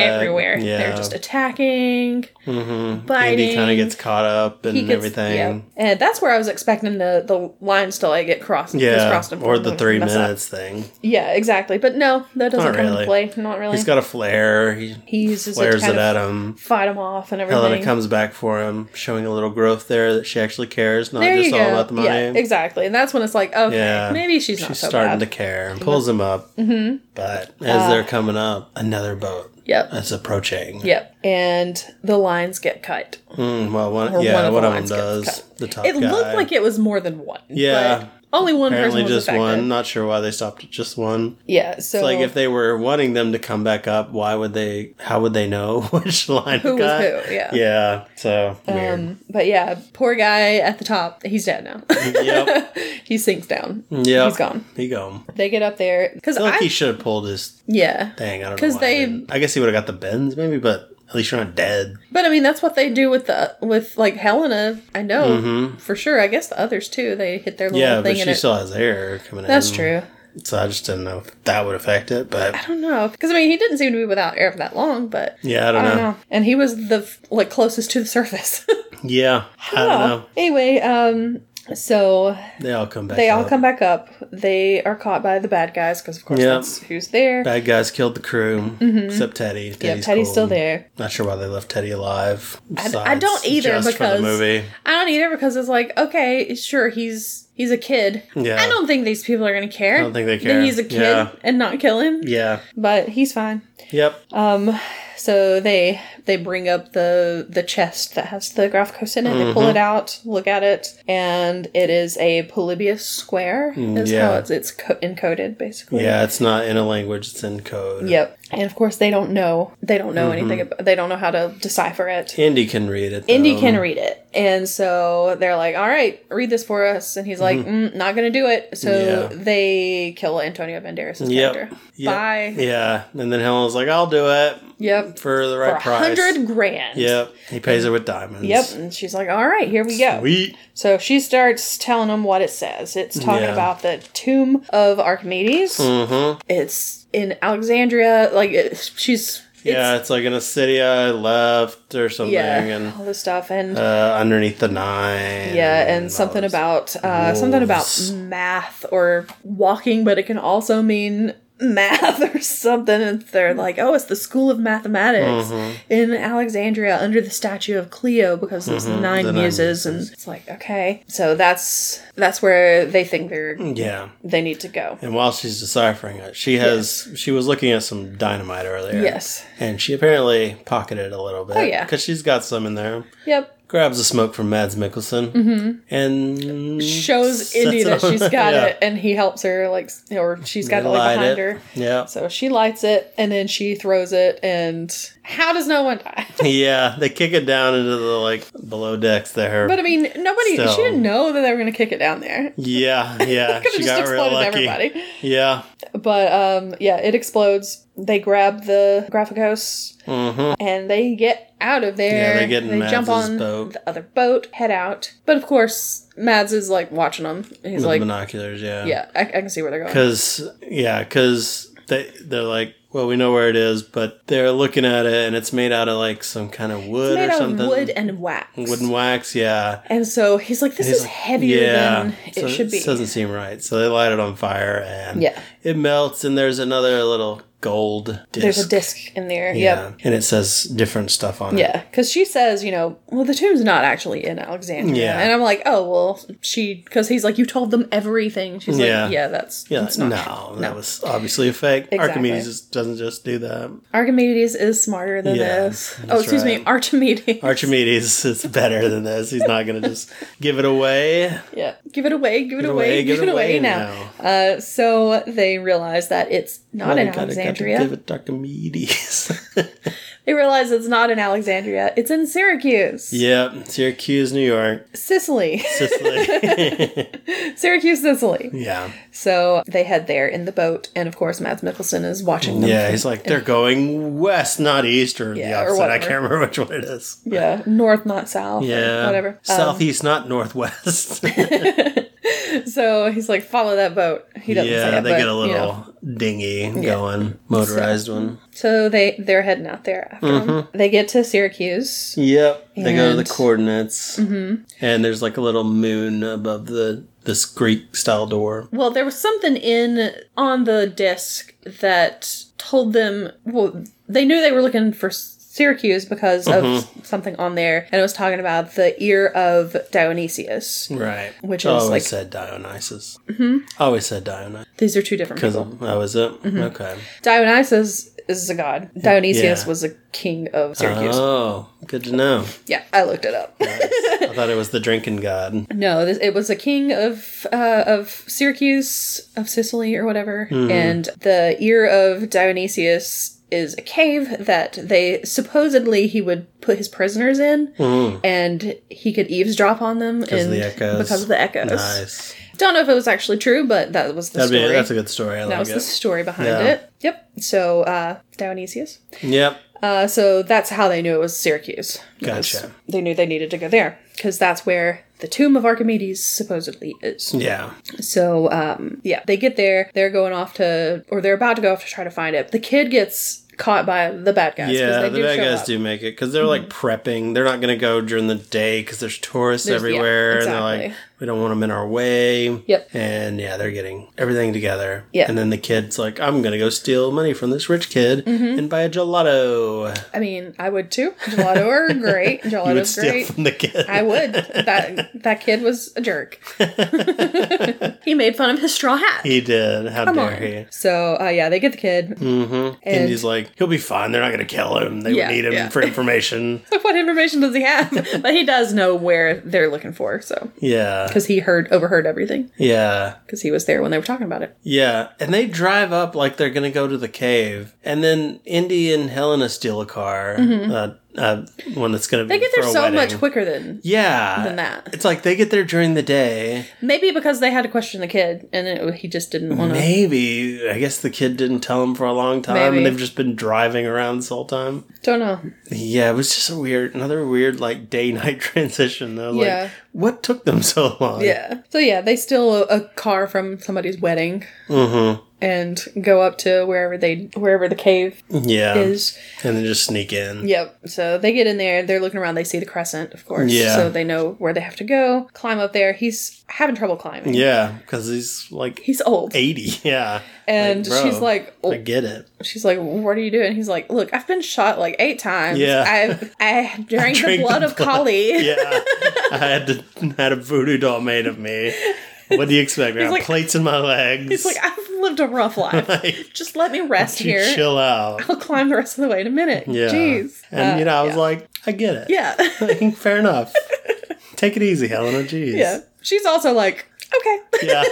Speaker 1: Uh,
Speaker 2: everywhere.
Speaker 1: Yeah, Mm-hmm.
Speaker 2: They're just attacking, biting.
Speaker 1: Andy kind of gets caught up and
Speaker 2: He gets-
Speaker 1: everything.
Speaker 2: yeah. And that's where I was expecting the, the lines to like get crossed.
Speaker 1: Yeah,
Speaker 2: crisscrossed and
Speaker 1: or the three
Speaker 2: mess up.
Speaker 1: minutes thing.
Speaker 2: Yeah, exactly. But no, that doesn't
Speaker 1: Not
Speaker 2: come into
Speaker 1: really.
Speaker 2: play. Not really.
Speaker 1: He's got a flare. He
Speaker 2: he uses it to
Speaker 1: flares
Speaker 2: kind
Speaker 1: it
Speaker 2: of
Speaker 1: at him.
Speaker 2: fight them off and everything.
Speaker 1: Helena comes back for him, showing a little growth there that she actually cares, not
Speaker 2: there
Speaker 1: just
Speaker 2: you go.
Speaker 1: all about the money.
Speaker 2: Yeah, exactly. And that's when it's like, okay,
Speaker 1: Yeah.
Speaker 2: maybe she's not
Speaker 1: She's
Speaker 2: so
Speaker 1: starting
Speaker 2: bad. Uh,
Speaker 1: to care and pulls him up. Mm-hmm. But as they're coming up, another boat
Speaker 2: Yep.
Speaker 1: is approaching.
Speaker 2: Yep. And the lines get cut.
Speaker 1: Mm, well, one,
Speaker 2: Or
Speaker 1: yeah,
Speaker 2: one of
Speaker 1: one,
Speaker 2: the
Speaker 1: of them
Speaker 2: lines
Speaker 1: does.
Speaker 2: gets cut.
Speaker 1: The top
Speaker 2: It
Speaker 1: guy.
Speaker 2: looked like it was more than one.
Speaker 1: Yeah.
Speaker 2: but only one
Speaker 1: Apparently,
Speaker 2: person was
Speaker 1: just
Speaker 2: affected.
Speaker 1: one. Not sure why they stopped at just one.
Speaker 2: Yeah. So
Speaker 1: It's like if they were wanting them to come back up, why would they? How would they know which line
Speaker 2: who
Speaker 1: got?
Speaker 2: was who? Yeah.
Speaker 1: Yeah, so weird.
Speaker 2: Um, but yeah, poor guy at the top. He's dead now.
Speaker 1: yep,
Speaker 2: he sinks down.
Speaker 1: yep.
Speaker 2: He's gone.
Speaker 1: He gone.
Speaker 2: They get up there because
Speaker 1: I feel like
Speaker 2: I
Speaker 1: he should have pulled his
Speaker 2: yeah.
Speaker 1: thing. I don't know
Speaker 2: 'Cause
Speaker 1: why
Speaker 2: they-
Speaker 1: he didn't. I guess he would have got the bends, maybe, but at least you're not dead.
Speaker 2: But I mean that's what they do with the with like Helena. I know for sure. I guess the others too. They hit their little
Speaker 1: Mm-hmm. Yeah, but
Speaker 2: thing in
Speaker 1: she
Speaker 2: it.
Speaker 1: still Mm. has air coming
Speaker 2: that's
Speaker 1: in.
Speaker 2: true.
Speaker 1: So I just didn't know if that would affect it, but
Speaker 2: I don't know because I mean he didn't seem to be without air for that long, but.
Speaker 1: yeah, I don't,
Speaker 2: I don't
Speaker 1: know.
Speaker 2: know. And he was the f- like closest to the surface.
Speaker 1: Yeah, I don't
Speaker 2: Oh.
Speaker 1: know.
Speaker 2: Anyway, um, so
Speaker 1: They all come back.
Speaker 2: they all
Speaker 1: up.
Speaker 2: come back up. They are caught by the bad guys because, of course,
Speaker 1: Yeah.
Speaker 2: that's who's there.
Speaker 1: Bad guys killed the crew, except Teddy. Teddy's
Speaker 2: Mm-hmm. yeah, Teddy's
Speaker 1: cool.
Speaker 2: still there.
Speaker 1: Not sure why they left Teddy alive.
Speaker 2: I don't
Speaker 1: besides
Speaker 2: either
Speaker 1: just for
Speaker 2: because-
Speaker 1: the movie.
Speaker 2: I don't either because it's like, okay, sure, he's he's a kid.
Speaker 1: Yeah.
Speaker 2: I don't think these people are gonna care. I
Speaker 1: don't think they care.
Speaker 2: That he's a kid
Speaker 1: Yeah.
Speaker 2: and not kill him.
Speaker 1: Yeah.
Speaker 2: But he's fine.
Speaker 1: Yep.
Speaker 2: Um, so they they bring up the the chest that has the graphicos in it. They
Speaker 1: Mm-hmm.
Speaker 2: pull it out, look at it, and it is a Polybius square. Is
Speaker 1: yeah.
Speaker 2: how it's it's co- encoded basically.
Speaker 1: Yeah, it's not in a language; it's in code.
Speaker 2: Yep. And of course they don't know they don't know anything
Speaker 1: Mm-hmm.
Speaker 2: about they don't know how to decipher it.
Speaker 1: Indy can read it. Though.
Speaker 2: Indy can read it. And so they're like, "All right, read this for us." And he's like, mm, "Not going to do it." So
Speaker 1: Mm-hmm. Yeah.
Speaker 2: they kill Antonio Banderas'
Speaker 1: Yep.
Speaker 2: character.
Speaker 1: Yep.
Speaker 2: Bye.
Speaker 1: Yeah, and then Helen's like, "I'll do it
Speaker 2: Yep.
Speaker 1: for the
Speaker 2: For
Speaker 1: right
Speaker 2: a
Speaker 1: price."
Speaker 2: hundred grand.
Speaker 1: Yep. He pays her with diamonds.
Speaker 2: Yep. And she's like, "All right, here we go."
Speaker 1: We.
Speaker 2: So she starts telling him what it says. It's talking
Speaker 1: Yeah.
Speaker 2: about the tomb of Archimedes.
Speaker 1: Mm-hmm.
Speaker 2: It's in Alexandria. Like it's, she's
Speaker 1: Yeah, it's, like in a city I left or something,
Speaker 2: yeah,
Speaker 1: and
Speaker 2: all this stuff and.
Speaker 1: uh, underneath the nine.
Speaker 2: yeah, and
Speaker 1: all
Speaker 2: something
Speaker 1: this-
Speaker 2: about uh, something about
Speaker 1: wolves.
Speaker 2: math or walking, but it can also mean math or something and they're
Speaker 1: Hmm.
Speaker 2: like oh it's the school of mathematics
Speaker 1: Mm-hmm.
Speaker 2: in alexandria under the statue of cleo because there's the nine
Speaker 1: Mm-hmm. the nine
Speaker 2: muses and it's like okay so that's that's where they think they're
Speaker 1: Yeah.
Speaker 2: they need to go
Speaker 1: And while she's deciphering it, she has she was looking at some dynamite earlier.
Speaker 2: Yes.
Speaker 1: And she apparently pocketed a little bit. Oh
Speaker 2: yeah.
Speaker 1: Because she's got some in there.
Speaker 2: yep
Speaker 1: Grabs a smoke from Mads Mikkelsen
Speaker 2: Mm-hmm.
Speaker 1: and
Speaker 2: shows
Speaker 1: sets
Speaker 2: indy that
Speaker 1: on-
Speaker 2: she's got
Speaker 1: Yeah.
Speaker 2: it and he helps her like s- or she's got
Speaker 1: They
Speaker 2: it like
Speaker 1: light
Speaker 2: behind
Speaker 1: it.
Speaker 2: her
Speaker 1: Yeah.
Speaker 2: so she lights it and then she throws it and how does no one die
Speaker 1: Yeah, they kick it down into the like below decks there.
Speaker 2: but i mean nobody
Speaker 1: So-
Speaker 2: she didn't know that they were going to kick it down there
Speaker 1: yeah, yeah.
Speaker 2: Could've
Speaker 1: she
Speaker 2: just
Speaker 1: got real
Speaker 2: exploded
Speaker 1: lucky.
Speaker 2: everybody.
Speaker 1: Yeah.
Speaker 2: But um, yeah, it explodes. They grab the Graphicos
Speaker 1: Mm-hmm.
Speaker 2: and they get out of there.
Speaker 1: Yeah, they get in
Speaker 2: jump
Speaker 1: Mads's
Speaker 2: on
Speaker 1: boat.
Speaker 2: the other boat, head out. But of course, Mads is like watching them. He's
Speaker 1: With
Speaker 2: like,
Speaker 1: binoculars, yeah.
Speaker 2: yeah, I, I can see where they're going.
Speaker 1: Cause yeah, cause they they're like, well, we know where it is, but they're looking at it and it's made out of like some kind of wood
Speaker 2: Made
Speaker 1: or
Speaker 2: out of
Speaker 1: something.
Speaker 2: wood and wax.
Speaker 1: Wooden wax, yeah.
Speaker 2: and so he's like, this
Speaker 1: He's
Speaker 2: is
Speaker 1: like,
Speaker 2: heavier than it
Speaker 1: So
Speaker 2: should be.
Speaker 1: This doesn't seem right. So they light it on fire and
Speaker 2: Yeah.
Speaker 1: it melts and there's another little gold disc.
Speaker 2: There's a disc in there.
Speaker 1: Yeah.
Speaker 2: Yep.
Speaker 1: And it says different stuff on it.
Speaker 2: Yeah, because she says, you know, well, the tomb's not actually in Alexandria.
Speaker 1: Yeah.
Speaker 2: And I'm like, oh, well, she, because he's like, you told them everything. She's
Speaker 1: Yeah.
Speaker 2: like, yeah, that's,
Speaker 1: Yeah.
Speaker 2: that's
Speaker 1: no,
Speaker 2: not.
Speaker 1: that was obviously a fake.
Speaker 2: Exactly.
Speaker 1: Archimedes just doesn't just do that.
Speaker 2: Archimedes is smarter than
Speaker 1: Yeah,
Speaker 2: this.
Speaker 1: that's
Speaker 2: Oh, excuse me,
Speaker 1: right.
Speaker 2: Archimedes.
Speaker 1: Archimedes is better than this. He's not going to just give it away.
Speaker 2: yeah, give it away, give it away, give it away, now. Uh, so they realize that it's not
Speaker 1: Gotta-
Speaker 2: in
Speaker 1: gotta- gotta
Speaker 2: Alexandria.
Speaker 1: give it to Archimedes.
Speaker 2: They realize it's not in Alexandria. It's in Syracuse,
Speaker 1: yep. Syracuse, New York,
Speaker 2: Sicily,
Speaker 1: Sicily.
Speaker 2: Syracuse, Sicily.
Speaker 1: yeah.
Speaker 2: So they head there in the boat, and of course, Mads Mikkelsen is watching them.
Speaker 1: Yeah,
Speaker 2: from-
Speaker 1: he's like, they're going west, not east, or
Speaker 2: Yeah, or
Speaker 1: the opposite. I
Speaker 2: whatever.
Speaker 1: can't remember which one it is.
Speaker 2: yeah, north, not south. or
Speaker 1: Yeah.
Speaker 2: whatever. Um,
Speaker 1: Southeast, not northwest.
Speaker 2: so he's like, follow that boat. He doesn't say
Speaker 1: yeah,
Speaker 2: it,
Speaker 1: they get
Speaker 2: but,
Speaker 1: a
Speaker 2: you know.
Speaker 1: little dingy going, motorized one.
Speaker 2: So they they're heading out there after him.
Speaker 1: Mm-hmm.
Speaker 2: They get to Syracuse.
Speaker 1: Yep. They go to the
Speaker 2: And- Mm-hmm.
Speaker 1: coordinates, and there's like a little moon above the this Greek style door.
Speaker 2: Well, there was something in on the disc that told them. Well, they knew they were looking for Syracuse because
Speaker 1: Mm-hmm.
Speaker 2: of something on there, and it was talking about the ear of Dionysius.
Speaker 1: Right.
Speaker 2: Which
Speaker 1: I
Speaker 2: is,
Speaker 1: always
Speaker 2: like-
Speaker 1: said Dionysus. Mm-hmm. I always said Dionysus.
Speaker 2: These are two different
Speaker 1: Because
Speaker 2: people. Mm-hmm.
Speaker 1: that was it. Okay.
Speaker 2: Dionysus is a god. Dionysius
Speaker 1: Yeah.
Speaker 2: was a king of Syracuse.
Speaker 1: Oh, good to know.
Speaker 2: yeah, I looked it up.
Speaker 1: I thought it was the drinking god.
Speaker 2: No, this, it was a king of uh, of Syracuse of Sicily or whatever,
Speaker 1: Hmm.
Speaker 2: and the ear of Dionysius is a cave that they supposedly he would put his prisoners in, and he could eavesdrop on them
Speaker 1: Hmm. of
Speaker 2: and
Speaker 1: the echoes.
Speaker 2: because of the echoes.
Speaker 1: Nice.
Speaker 2: Don't know if it was actually true, but that was the
Speaker 1: That'd
Speaker 2: story.
Speaker 1: be, that's a good story. I
Speaker 2: that
Speaker 1: like
Speaker 2: was the
Speaker 1: it.
Speaker 2: story behind
Speaker 1: Yeah.
Speaker 2: it. Yep. So uh, Dionysius.
Speaker 1: Yep.
Speaker 2: Uh, so that's how they knew it was Syracuse. Because
Speaker 1: Gotcha.
Speaker 2: They knew they needed to go there because that's where the tomb of Archimedes supposedly is.
Speaker 1: Yeah.
Speaker 2: So, um, yeah, they get there. They're going off to, or they're about to go off to try to find it. The kid gets caught by the bad guys. 'cause
Speaker 1: Yeah,
Speaker 2: they
Speaker 1: the
Speaker 2: do
Speaker 1: bad
Speaker 2: show
Speaker 1: guys
Speaker 2: up. Mm-hmm.
Speaker 1: do make it because they're like prepping. They're not going to go during the day because there's tourists
Speaker 2: There's- yeah,
Speaker 1: everywhere, and they're like,
Speaker 2: exactly.
Speaker 1: we don't want them in our way.
Speaker 2: Yep.
Speaker 1: And yeah, they're getting everything together.
Speaker 2: Yeah.
Speaker 1: And then the kid's like, I'm going to go steal money from this rich kid
Speaker 2: Mm-hmm.
Speaker 1: and buy a gelato.
Speaker 2: I mean, I would too. Gelato are great.
Speaker 1: You would
Speaker 2: Gelato's
Speaker 1: steal
Speaker 2: great.
Speaker 1: from the kid.
Speaker 2: I would. That that kid was a jerk. he made fun of his straw hat.
Speaker 1: he did. How
Speaker 2: Come
Speaker 1: dare
Speaker 2: on.
Speaker 1: he?
Speaker 2: So, uh, yeah, they get the kid.
Speaker 1: Mm-hmm. And,
Speaker 2: And-
Speaker 1: he's like, he'll be fine. They're not going to kill him. They
Speaker 2: Yeah,
Speaker 1: would need him
Speaker 2: yeah.
Speaker 1: for information.
Speaker 2: what information does he have? but he does know where they're looking for, so
Speaker 1: yeah.
Speaker 2: because he heard overheard everything
Speaker 1: Yeah.
Speaker 2: because he was there when they were talking about it.
Speaker 1: Yeah, and they drive up like they're gonna go to the cave, and then Indy and Helena steal a car, uh, uh, one that's gonna be.
Speaker 2: Mm-hmm. They get there
Speaker 1: for a
Speaker 2: so
Speaker 1: wedding.
Speaker 2: much quicker than
Speaker 1: Yeah,
Speaker 2: than that.
Speaker 1: It's like they get there during the day.
Speaker 2: maybe because they had to question the kid and it, he just didn't want to.
Speaker 1: Maybe I guess the kid didn't tell them for a long time,
Speaker 2: Maybe.
Speaker 1: and they've just been driving around this whole time.
Speaker 2: Don't know.
Speaker 1: Yeah, it was just a weird, another weird like day night transition. Though, like,
Speaker 2: Yeah.
Speaker 1: what took them so long?
Speaker 2: Yeah. So yeah, they steal a, a car from somebody's wedding.
Speaker 1: mm-hmm.
Speaker 2: and go up to wherever they wherever the cave
Speaker 1: Yeah.
Speaker 2: is.
Speaker 1: And then just sneak in.
Speaker 2: Yep. So they get in there, they're looking around, they see the crescent, of course.
Speaker 1: Yeah.
Speaker 2: So they know where they have to go. Climb up there. He's having trouble climbing.
Speaker 1: Yeah. Because he's like
Speaker 2: He's old.
Speaker 1: 80. Yeah.
Speaker 2: and
Speaker 1: bro,
Speaker 2: she's like
Speaker 1: I get it.
Speaker 2: she's like, "What are you doing?" He's like, "Look, I've been shot like eight times.
Speaker 1: Yeah.
Speaker 2: I've I
Speaker 1: drank
Speaker 2: drank, the
Speaker 1: the
Speaker 2: blood of
Speaker 1: blood.
Speaker 2: Kali.
Speaker 1: Yeah. I had to had a voodoo doll made of me. What do you expect? I got
Speaker 2: like-
Speaker 1: plates in my legs.
Speaker 2: He's like, I've lived a rough life.
Speaker 1: Like,
Speaker 2: Just let me rest
Speaker 1: you
Speaker 2: here.
Speaker 1: chill out.
Speaker 2: I'll climb the rest of the way in a minute.
Speaker 1: Yeah.
Speaker 2: Jeez.
Speaker 1: And
Speaker 2: Uh,
Speaker 1: you know, I was
Speaker 2: yeah.
Speaker 1: like, I get it.
Speaker 2: yeah,
Speaker 1: Like, Fair enough. Take it easy, Helena. Jeez.
Speaker 2: yeah. She's also like, okay,
Speaker 1: Yeah.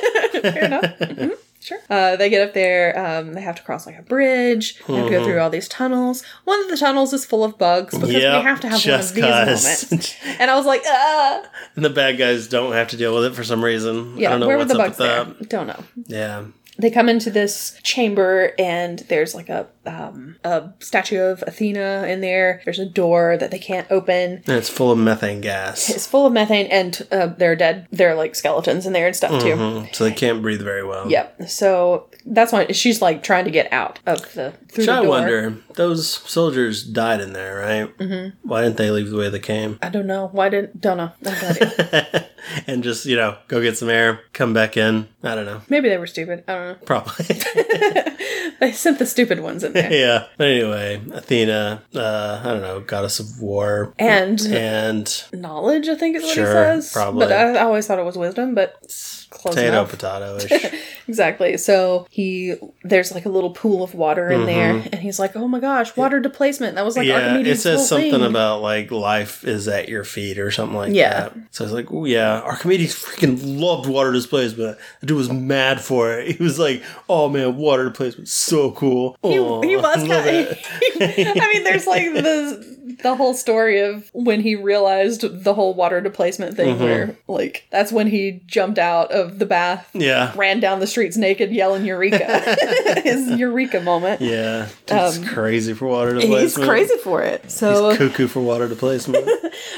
Speaker 2: fair enough. Mhm, Sure. Uh, they get up there. Um, they have to cross like a bridge. They have to
Speaker 1: Mm-hmm.
Speaker 2: go through all these tunnels. One of the tunnels is full of bugs because
Speaker 1: Yep,
Speaker 2: we have to have one of
Speaker 1: just
Speaker 2: these
Speaker 1: 'cause.
Speaker 2: moments. And I was like, uh,
Speaker 1: And the bad guys don't have to deal with it for some reason. I
Speaker 2: yeah.
Speaker 1: don't know
Speaker 2: Where were
Speaker 1: what's
Speaker 2: the
Speaker 1: up
Speaker 2: bugs
Speaker 1: with
Speaker 2: there?
Speaker 1: that.
Speaker 2: Don't know.
Speaker 1: Yeah.
Speaker 2: they come into this chamber and there's like a um, a statue of Athena in there. There's a door that they can't open.
Speaker 1: And it's full of methane gas.
Speaker 2: It's full of methane and uh, they're dead. They're like skeletons in there and stuff too.
Speaker 1: Mhm. So they can't breathe very well.
Speaker 2: Yep. So that's why she's like trying to get out of the through
Speaker 1: Which
Speaker 2: the
Speaker 1: I
Speaker 2: door.
Speaker 1: wonder, those soldiers died in there, right? Mm-hmm. Why didn't they leave the way they came?
Speaker 2: I don't know. Why didn't don't know. I have no idea.
Speaker 1: and just, you know, go get some air, come back in. I don't know.
Speaker 2: Maybe they were stupid. I don't know.
Speaker 1: Probably.
Speaker 2: They sent the stupid ones in there.
Speaker 1: yeah. But anyway, Athena, uh, I don't know, goddess of war.
Speaker 2: And
Speaker 1: And
Speaker 2: knowledge, I think is what
Speaker 1: Sure,
Speaker 2: he says.
Speaker 1: probably.
Speaker 2: But I, I always thought it was wisdom, but it's close
Speaker 1: potato,
Speaker 2: enough.
Speaker 1: potato ish.
Speaker 2: Exactly. So he there's like a little pool of water in there, and he's like, "Oh my gosh, water displacement." That was like
Speaker 1: Mm-hmm. yeah. It
Speaker 2: Archimedes' whole
Speaker 1: says something
Speaker 2: thing.
Speaker 1: about, like, life is at your feet or something like
Speaker 2: Yeah.
Speaker 1: that. So it's like, oh, yeah. Archimedes freaking loved water displays, but the dude was mad for it. He was like, oh, man, water displays so cool.
Speaker 2: He,
Speaker 1: Aw,
Speaker 2: he was.
Speaker 1: love
Speaker 2: Kind
Speaker 1: it.
Speaker 2: I mean, there's like the the whole story of when he realized the whole water displacement thing,
Speaker 1: Mm-hmm.
Speaker 2: where like that's when he jumped out of the bath,
Speaker 1: Yeah.
Speaker 2: ran down the streets naked, yelling "Eureka!" His Eureka moment.
Speaker 1: Yeah. He's
Speaker 2: Um,
Speaker 1: crazy for water
Speaker 2: And
Speaker 1: displacement.
Speaker 2: He's crazy for it. So
Speaker 1: He's cuckoo for water displacement.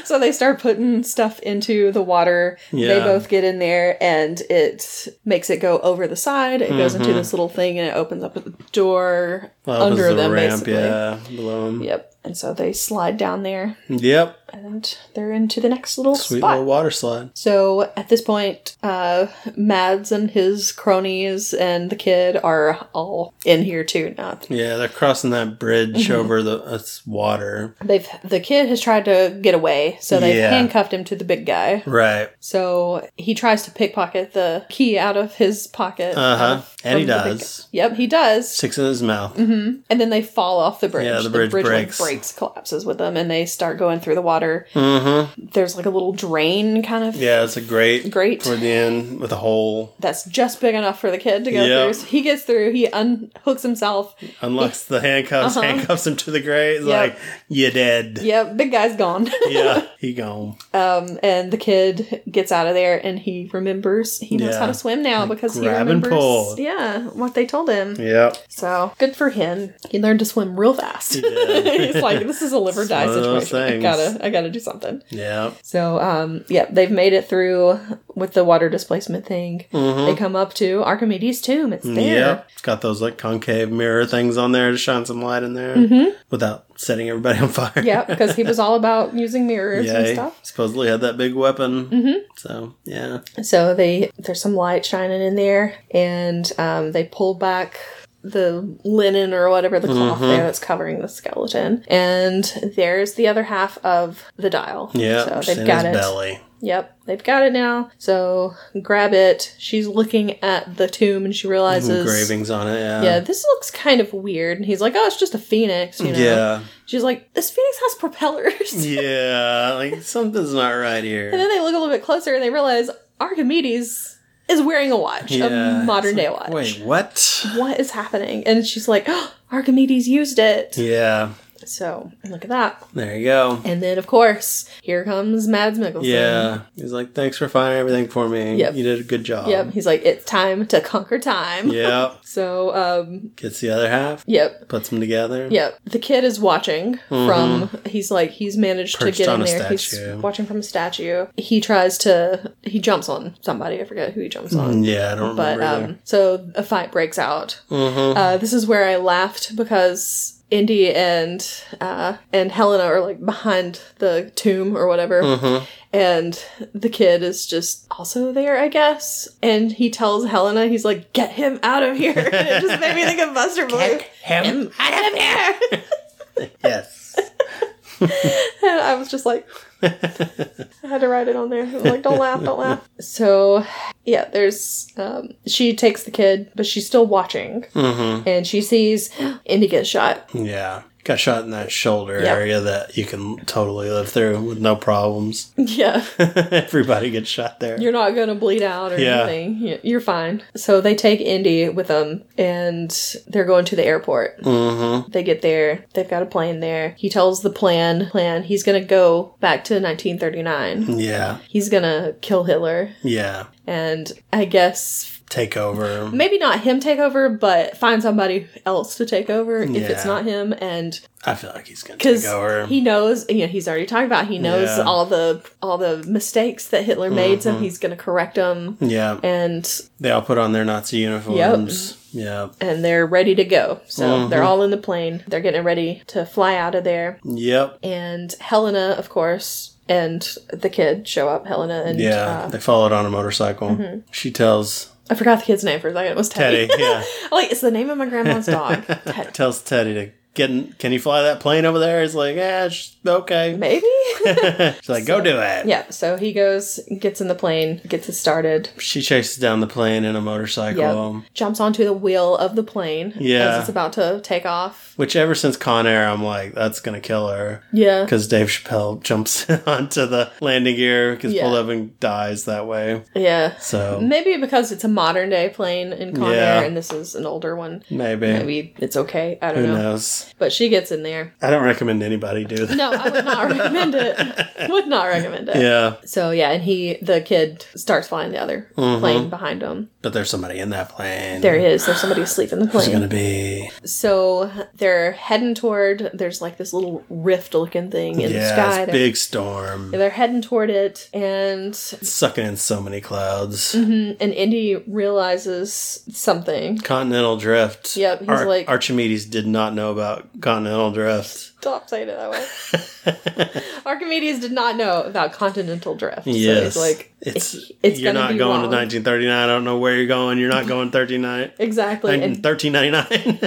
Speaker 2: So they start putting stuff into the water. They
Speaker 1: Yeah.
Speaker 2: both get in there and it makes it go over the side. It goes into
Speaker 1: Mhm.
Speaker 2: this little thing and it opens up the door
Speaker 1: Well,
Speaker 2: under
Speaker 1: there's a
Speaker 2: them,
Speaker 1: ramp,
Speaker 2: basically.
Speaker 1: Yeah, below him.
Speaker 2: Yep. And so they slide down there
Speaker 1: Yep.
Speaker 2: and they're into the next little
Speaker 1: Sweet
Speaker 2: spot.
Speaker 1: little water slide.
Speaker 2: So at this point, uh, Mads and his cronies and the kid are all in here too. Now
Speaker 1: Yeah, they're crossing that
Speaker 2: Mm-hmm.
Speaker 1: bridge over the uh, water.
Speaker 2: they've the kid has tried to get away, so they've
Speaker 1: Yeah.
Speaker 2: handcuffed him to the big guy.
Speaker 1: Right.
Speaker 2: So he tries to pickpocket the key out of his pocket.
Speaker 1: Uh huh.
Speaker 2: Of-
Speaker 1: And he
Speaker 2: of the big-
Speaker 1: does.
Speaker 2: Yep, he does.
Speaker 1: Sticks in his mouth.
Speaker 2: Mm-hmm. And then they fall off the bridge.
Speaker 1: Yeah, the bridge
Speaker 2: like,
Speaker 1: breaks.
Speaker 2: breaks, collapses with them, and they start going through the water.
Speaker 1: Mm-hmm.
Speaker 2: There's like a little drain kind of
Speaker 1: Yeah, it's a great
Speaker 2: grate
Speaker 1: toward the end with a hole.
Speaker 2: that's just big enough for the kid to go
Speaker 1: Yeah.
Speaker 2: through. So he gets through, he unhooks himself.
Speaker 1: Unlocks the handcuffs,
Speaker 2: Uh-huh.
Speaker 1: handcuffs him to the grate. It's
Speaker 2: Yep.
Speaker 1: like, you dead.
Speaker 2: Yep, big guy's gone.
Speaker 1: yeah, he gone.
Speaker 2: um, and the kid gets out of there and he remembers he knows
Speaker 1: Yeah.
Speaker 2: how to swim now because he
Speaker 1: grab and
Speaker 2: remembers
Speaker 1: pull.
Speaker 2: yeah, what they told him.
Speaker 1: Yep.
Speaker 2: So good for him. He learned to swim real fast.
Speaker 1: did.
Speaker 2: He's like, this is a live or
Speaker 1: It's
Speaker 2: die
Speaker 1: one of those
Speaker 2: situation. I
Speaker 1: things.
Speaker 2: gotta, I gotta do something.
Speaker 1: Yep.
Speaker 2: So, um, yeah, they've made it through with the water displacement thing.
Speaker 1: Mm-hmm.
Speaker 2: They come up to Archimedes' tomb. It's there.
Speaker 1: Yep. It's got those like concave mirror things on there to shine some light in there
Speaker 2: Mm-hmm.
Speaker 1: without setting everybody on fire.
Speaker 2: Yeah, because he was all about using mirrors and
Speaker 1: he
Speaker 2: stuff.
Speaker 1: Supposedly had that big weapon. Mm-hmm. So yeah,
Speaker 2: So they, there's some light shining in there, and um, they pull back the linen or whatever the cloth
Speaker 1: Mm-hmm.
Speaker 2: there that's covering the skeleton and there's the other half of the dial
Speaker 1: yeah.
Speaker 2: so
Speaker 1: just
Speaker 2: they've
Speaker 1: in
Speaker 2: got
Speaker 1: his
Speaker 2: it
Speaker 1: belly.
Speaker 2: Yep, they've got it now. So grab it. She's looking at the tomb and she realizes,
Speaker 1: Engravings on it. Yeah.
Speaker 2: yeah, this looks kind of weird. And he's like, oh, it's just a phoenix, you know.
Speaker 1: Yeah.
Speaker 2: She's like, this phoenix has propellers.
Speaker 1: Yeah, Like something's not right
Speaker 2: And
Speaker 1: here.
Speaker 2: then they look a little bit closer and they realize Archimedes is wearing a watch,
Speaker 1: Yeah.
Speaker 2: a modern
Speaker 1: It's
Speaker 2: day
Speaker 1: like,
Speaker 2: watch.
Speaker 1: Wait, what?
Speaker 2: What is happening? And she's like, oh, Archimedes used it.
Speaker 1: Yeah.
Speaker 2: So look at that.
Speaker 1: There you go.
Speaker 2: And then, of course, here comes Mads Mikkelsen.
Speaker 1: Yeah. He's like, thanks for finding everything for me.
Speaker 2: um, Yep.
Speaker 1: You did a good job.
Speaker 2: Yep. He's like, it's time to conquer time.
Speaker 1: Yep.
Speaker 2: So, um,
Speaker 1: Gets the other half,
Speaker 2: yep.
Speaker 1: puts them together.
Speaker 2: Yep. The kid is watching from he's like he's managed
Speaker 1: Mm-hmm. Perched
Speaker 2: to get
Speaker 1: on
Speaker 2: in
Speaker 1: a
Speaker 2: there.
Speaker 1: statue.
Speaker 2: He's watching from a statue. He tries to he jumps on somebody. I forget who he jumps on.
Speaker 1: Yeah, I don't
Speaker 2: But
Speaker 1: remember.
Speaker 2: um so a fight breaks out.
Speaker 1: either. Mhm.
Speaker 2: Uh this is where I laughed because Indy and uh and Helena are like behind the tomb or whatever.
Speaker 1: Mhm.
Speaker 2: And the kid is just also there, I guess. And he tells Helena, he's like, "Get him out of here!" And it just made me think of Buster Blue.
Speaker 1: him.
Speaker 2: Out of here!
Speaker 1: Yes.
Speaker 2: And I was just like, I had to write it on there. I was like, don't laugh, don't laugh. So, yeah, there's, um, she takes the kid, but she's still watching.
Speaker 1: hmm
Speaker 2: And she sees Indy get shot.
Speaker 1: Yeah. Got shot in that shoulder
Speaker 2: Yep.
Speaker 1: area that you can totally live through with no problems.
Speaker 2: Yeah,
Speaker 1: Everybody gets shot there.
Speaker 2: you're not gonna bleed out or
Speaker 1: Yeah.
Speaker 2: anything. Y- You're fine. So they take Indy with them, and they're going to the airport.
Speaker 1: mm-hmm.
Speaker 2: They get there. They've got a plane there. He tells the plan. Plan. He's gonna go back to 1939.
Speaker 1: Yeah.
Speaker 2: He's gonna kill Hitler,
Speaker 1: Yeah.
Speaker 2: and I guess
Speaker 1: Take over.
Speaker 2: maybe not him take over, but find somebody else to take over if it's
Speaker 1: Yeah.
Speaker 2: not him. And
Speaker 1: I feel like he's gonna take
Speaker 2: because
Speaker 1: over.
Speaker 2: he knows, you know, he's already talked about. He knows
Speaker 1: Yeah. Mm-hmm.
Speaker 2: all the all the mistakes that Hitler made, so he's going to correct them.
Speaker 1: yeah.
Speaker 2: And
Speaker 1: They all put on their Nazi uniforms. Yep.
Speaker 2: and they're ready to go. So
Speaker 1: Mm-hmm.
Speaker 2: they're all in the plane. They're getting ready to fly out of there.
Speaker 1: Yep.
Speaker 2: And Helena, of course. And the kid show up, Helena and
Speaker 1: Yeah.
Speaker 2: uh,
Speaker 1: they followed on a motorcycle.
Speaker 2: Mm-hmm.
Speaker 1: She tells
Speaker 2: I forgot the kid's name for a second. It was Teddy.
Speaker 1: Teddy. yeah.
Speaker 2: like it's the name of my grandma's dog. Teddy.
Speaker 1: Tells Teddy to get. In, can you fly that plane over there? He's like, yeah, sh- okay.
Speaker 2: Maybe
Speaker 1: She's like, go do it.
Speaker 2: Yeah, so he goes, gets in the plane, gets it started,
Speaker 1: She chases down the plane in a motorcycle.
Speaker 2: yep, jumps onto the wheel of the plane
Speaker 1: Yeah.
Speaker 2: as it's about to take off.
Speaker 1: Which ever since Con Air, I'm like, that's gonna kill her.
Speaker 2: Yeah.
Speaker 1: Because Dave Chappelle jumps onto the landing gear, gets
Speaker 2: Yeah.
Speaker 1: pulled up and dies that way.
Speaker 2: Yeah.
Speaker 1: So
Speaker 2: Maybe because it's a modern day plane in Con
Speaker 1: Yeah.
Speaker 2: Air and this is an older one.
Speaker 1: maybe,
Speaker 2: Maybe it's okay. I don't
Speaker 1: who
Speaker 2: know.
Speaker 1: knows?
Speaker 2: But she gets in there.
Speaker 1: I don't recommend anybody do that.
Speaker 2: No, I would not recommend it. Would not recommend it.
Speaker 1: Yeah,
Speaker 2: So yeah, and he the kid starts flying the other
Speaker 1: Mm-hmm.
Speaker 2: plane behind him.
Speaker 1: but there's somebody in that plane.
Speaker 2: There he is. There's somebody asleep in the
Speaker 1: Who's
Speaker 2: plane.
Speaker 1: gonna be?
Speaker 2: So they're heading toward. There's like this little rift looking thing in the
Speaker 1: Yeah,
Speaker 2: sky.
Speaker 1: it's
Speaker 2: They're,
Speaker 1: big storm.
Speaker 2: they're heading toward it, and
Speaker 1: It's sucking in so many clouds.
Speaker 2: and Indy realizes something.
Speaker 1: Continental drift.
Speaker 2: Yep, he's like-
Speaker 1: Archimedes did not know about continental drift.
Speaker 2: Stop saying it that way. Archimedes did not know about continental drift.
Speaker 1: Yes,
Speaker 2: So he's like,
Speaker 1: it's,
Speaker 2: it's
Speaker 1: you're
Speaker 2: gonna
Speaker 1: not
Speaker 2: be
Speaker 1: going
Speaker 2: wrong.
Speaker 1: to 1939. I don't know where you're going. You're not going 39.
Speaker 2: exactly. And
Speaker 1: 1399.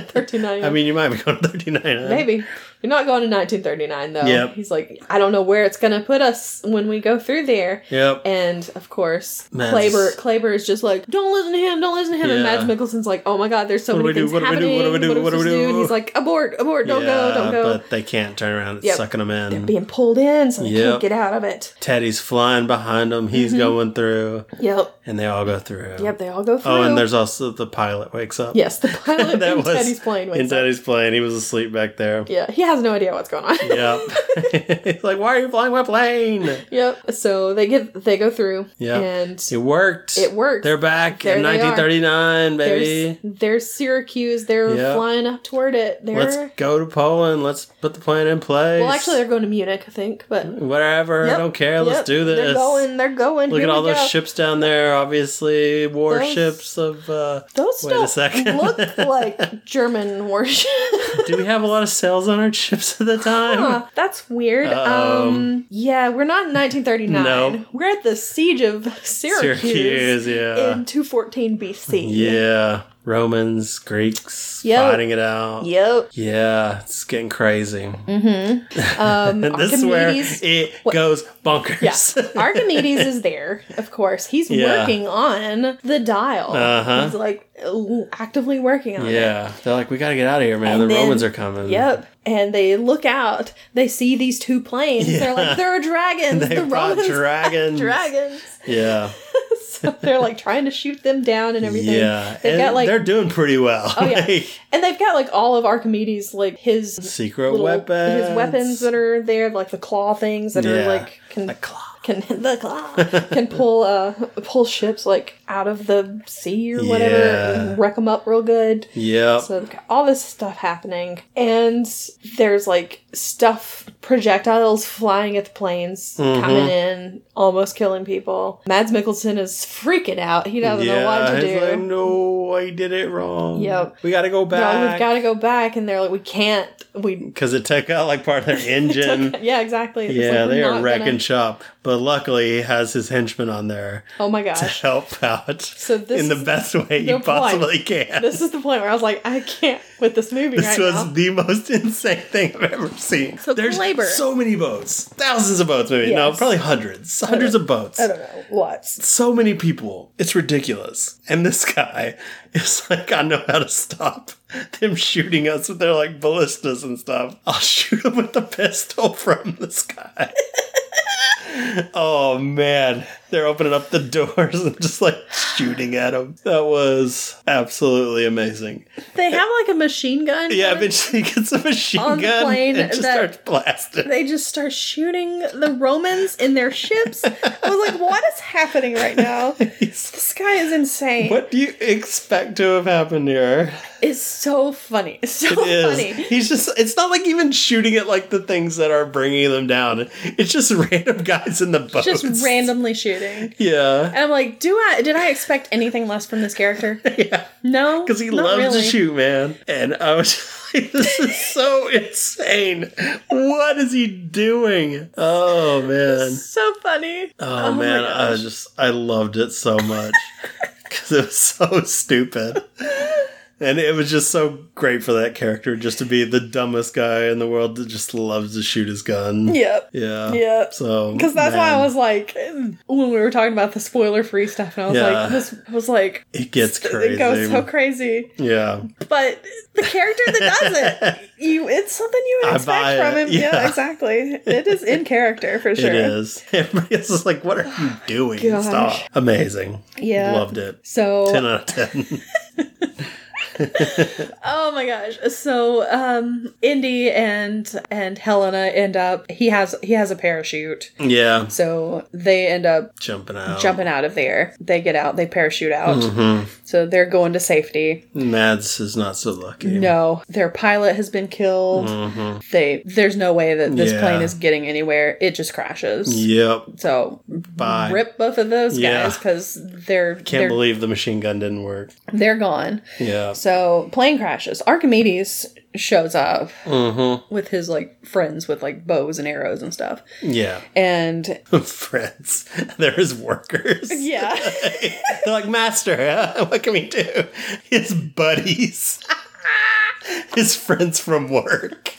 Speaker 2: 1399.
Speaker 1: I mean, you might be going 1399.
Speaker 2: maybe you're not going to 1939 though.
Speaker 1: Yep.
Speaker 2: He's like, I don't know where it's gonna put us when we go through there.
Speaker 1: Yep.
Speaker 2: And of course,
Speaker 1: Mads-
Speaker 2: Claber Claber is just like, "Don't listen to him! Don't listen to him!" And
Speaker 1: Yeah.
Speaker 2: Mads Mikkelsen's like, "Oh my God, there's so
Speaker 1: What do
Speaker 2: many
Speaker 1: we do?
Speaker 2: things
Speaker 1: What do we do?
Speaker 2: happening.
Speaker 1: What do we do? What do we
Speaker 2: supposed to
Speaker 1: do?"
Speaker 2: And he's like, "Abort! Abort! Don't go! Don't go!"
Speaker 1: But they can't turn around. It's
Speaker 2: Yep.
Speaker 1: sucking them in.
Speaker 2: Being pulled in, so they
Speaker 1: Yep.
Speaker 2: can't get out of it.
Speaker 1: Teddy's flying behind him. He's going through,
Speaker 2: Yep,
Speaker 1: and they all go through.
Speaker 2: Mm-hmm. yep. They all go through.
Speaker 1: Oh, and there's also the pilot wakes up.
Speaker 2: yes, the pilot
Speaker 1: that
Speaker 2: in
Speaker 1: was
Speaker 2: Teddy's plane.
Speaker 1: In
Speaker 2: Wakes up.
Speaker 1: Teddy's plane, he was asleep back there.
Speaker 2: Yeah, he has no idea what's going on.
Speaker 1: Yep. He's like, why are you flying my plane?
Speaker 2: yep. So they get they go through.
Speaker 1: Yep.
Speaker 2: and
Speaker 1: It worked.
Speaker 2: it works.
Speaker 1: They're back
Speaker 2: There
Speaker 1: in
Speaker 2: they are.
Speaker 1: 1939,
Speaker 2: there's,
Speaker 1: baby.
Speaker 2: there's Syracuse. They're
Speaker 1: Yep.
Speaker 2: flying up toward it. They're
Speaker 1: Let's go to Poland. Let's put the plane in place.
Speaker 2: well, actually, they're going to Munich, I think. But
Speaker 1: whatever. I
Speaker 2: Yep.
Speaker 1: don't care.
Speaker 2: Yep.
Speaker 1: Let's do this.
Speaker 2: They're going. They're going.
Speaker 1: Look
Speaker 2: Here
Speaker 1: at
Speaker 2: we
Speaker 1: all those
Speaker 2: go.
Speaker 1: ships down there. Obviously, warships of. Uh,
Speaker 2: Those
Speaker 1: Wait a
Speaker 2: don't
Speaker 1: second.
Speaker 2: look like German warships.
Speaker 1: do we have a lot of sails on our ships at the time?
Speaker 2: Huh, that's weird. Um,
Speaker 1: Um,
Speaker 2: yeah, we're not in 1939.
Speaker 1: No.
Speaker 2: We're at the siege of Syracuse,
Speaker 1: Syracuse, yeah.
Speaker 2: in 214 BC.
Speaker 1: yeah. Romans, Greeks,
Speaker 2: Yep.
Speaker 1: fighting it out.
Speaker 2: Yep.
Speaker 1: Yeah, it's getting crazy.
Speaker 2: Um,
Speaker 1: And this is where
Speaker 2: Mm-hmm. Archimedes.
Speaker 1: it goes bonkers.
Speaker 2: yeah, Archimedes is there, of course. He's
Speaker 1: Yeah.
Speaker 2: working on the dial.
Speaker 1: Uh-huh.
Speaker 2: He's like actively working on it.
Speaker 1: Yeah, they're like, we got to get out of here, man.
Speaker 2: And
Speaker 1: the
Speaker 2: then-
Speaker 1: Romans are coming.
Speaker 2: Yep. And they look out. They see these two planes. They're like, there are dragons.
Speaker 1: They
Speaker 2: the
Speaker 1: brought
Speaker 2: Romans have
Speaker 1: dragons.
Speaker 2: dragons.
Speaker 1: Yeah,
Speaker 2: so they're like trying to shoot them down and everything.
Speaker 1: Yeah,
Speaker 2: They've
Speaker 1: and
Speaker 2: got, like-
Speaker 1: they're doing pretty well.
Speaker 2: Oh, yeah.
Speaker 1: Like,
Speaker 2: And they've got like all of Archimedes, like his
Speaker 1: secret
Speaker 2: little-
Speaker 1: weapons.
Speaker 2: his weapons that are there, like the claw things that
Speaker 1: Yeah.
Speaker 2: are like can
Speaker 1: The claw.
Speaker 2: can the claw can pull uh pull ships like out of the sea or whatever
Speaker 1: Yeah.
Speaker 2: and wreck them up real good.
Speaker 1: Yep.
Speaker 2: So they've got all this stuff happening, and there's like stuff projectiles flying at the planes
Speaker 1: Mhm.
Speaker 2: coming in, almost killing people. Mads Mikkelsen is freaking out. He doesn't know what to
Speaker 1: he's
Speaker 2: do.
Speaker 1: like, no, I did it wrong.
Speaker 2: Yep.
Speaker 1: We got to go
Speaker 2: They're like,
Speaker 1: back.
Speaker 2: we've got to go back, and they're like, we can't. We
Speaker 1: Because it took out like part of their engine.
Speaker 2: yeah, exactly. It's
Speaker 1: yeah,
Speaker 2: like, we're
Speaker 1: they
Speaker 2: not
Speaker 1: are wrecking
Speaker 2: gonna-
Speaker 1: shop. But luckily, he has his henchmen on there
Speaker 2: Oh my
Speaker 1: to
Speaker 2: gosh!
Speaker 1: help out
Speaker 2: So this
Speaker 1: in the
Speaker 2: is
Speaker 1: best way
Speaker 2: the
Speaker 1: you
Speaker 2: point.
Speaker 1: possibly can. This,
Speaker 2: This is the point where I was like, I can't with this movie right
Speaker 1: was
Speaker 2: now.
Speaker 1: the most insane thing I've ever seen.
Speaker 2: So
Speaker 1: There's
Speaker 2: labor.
Speaker 1: so many boats, thousands of boats, maybe no,
Speaker 2: Yes.
Speaker 1: probably hundreds, hundreds of boats.
Speaker 2: I don't know. Lots.
Speaker 1: so many people. It's ridiculous. And this guy is like, I know how to stop them shooting us with their like ballistas and stuff. I'll shoot them with the pistol from the sky. oh man, they're opening up the doors and just like shooting at them. That was absolutely amazing.
Speaker 2: They have like a machine gun.
Speaker 1: Yeah,
Speaker 2: kind of
Speaker 1: eventually he gets a machine
Speaker 2: On the
Speaker 1: gun
Speaker 2: plane
Speaker 1: and just
Speaker 2: that-
Speaker 1: starts blasting.
Speaker 2: they just start shooting the Romans in their ships. I was like, what is happening right now?
Speaker 1: He's-
Speaker 2: This guy is insane.
Speaker 1: What do you expect to have happened here?
Speaker 2: It's so funny. It's so
Speaker 1: It is.
Speaker 2: funny.
Speaker 1: He's just. It's not like even shooting at like the things that are bringing them down. It's just random guys in the boats.
Speaker 2: Just randomly shooting.
Speaker 1: Yeah.
Speaker 2: And I'm like, do I did I expect anything less from this character?
Speaker 1: Yeah.
Speaker 2: No.
Speaker 1: Because he
Speaker 2: not
Speaker 1: loves
Speaker 2: really.
Speaker 1: to shoot, man. And I was just like, this is so insane. What is he doing? Oh man.
Speaker 2: So funny.
Speaker 1: Oh,
Speaker 2: my
Speaker 1: man. I
Speaker 2: gosh.
Speaker 1: was just. I loved it so much because it was so stupid. And it was just so great for that character just to be the dumbest guy in the world that just loves to shoot his gun.
Speaker 2: Yep.
Speaker 1: Yeah.
Speaker 2: Yep.
Speaker 1: So
Speaker 2: Because that's why
Speaker 1: man,
Speaker 2: I was like, when we were talking about the spoiler free stuff, and I was
Speaker 1: Yeah.
Speaker 2: like, this I was like,
Speaker 1: It gets crazy.
Speaker 2: it goes so crazy.
Speaker 1: yeah.
Speaker 2: But the character that does it, you it's something you would
Speaker 1: I
Speaker 2: expect
Speaker 1: buy
Speaker 2: from
Speaker 1: it,
Speaker 2: him. Yeah.
Speaker 1: yeah.
Speaker 2: exactly. It is in character for sure.
Speaker 1: It is. Everybody else is like, "What are you doing?
Speaker 2: Gosh.
Speaker 1: Stop!" Amazing.
Speaker 2: Yeah.
Speaker 1: Loved it.
Speaker 2: So
Speaker 1: Ten out of ten.
Speaker 2: oh my gosh. So um Indy and and Helena end up he has he has a parachute.
Speaker 1: yeah.
Speaker 2: So they end up
Speaker 1: Jumping out.
Speaker 2: jumping out of there. They get out, they parachute out.
Speaker 1: Mhm.
Speaker 2: So they're going to safety.
Speaker 1: Mads is not so lucky.
Speaker 2: No, their pilot has been killed.
Speaker 1: Mhm.
Speaker 2: They there's no way that this
Speaker 1: Yeah.
Speaker 2: plane is getting anywhere. It just crashes.
Speaker 1: Yep.
Speaker 2: So
Speaker 1: Bye.
Speaker 2: rip both of those
Speaker 1: Yeah.
Speaker 2: guys because they're
Speaker 1: Can't
Speaker 2: they're,
Speaker 1: believe the machine gun didn't work.
Speaker 2: they're gone.
Speaker 1: Yeah.
Speaker 2: So plane crashes. Archimedes shows up
Speaker 1: Mm-hmm.
Speaker 2: with his like friends with like bows and arrows and stuff.
Speaker 1: Yeah.
Speaker 2: And
Speaker 1: Friends. They're his workers.
Speaker 2: yeah,
Speaker 1: They're like, Master, huh? what can we do? His buddies. His friends from work.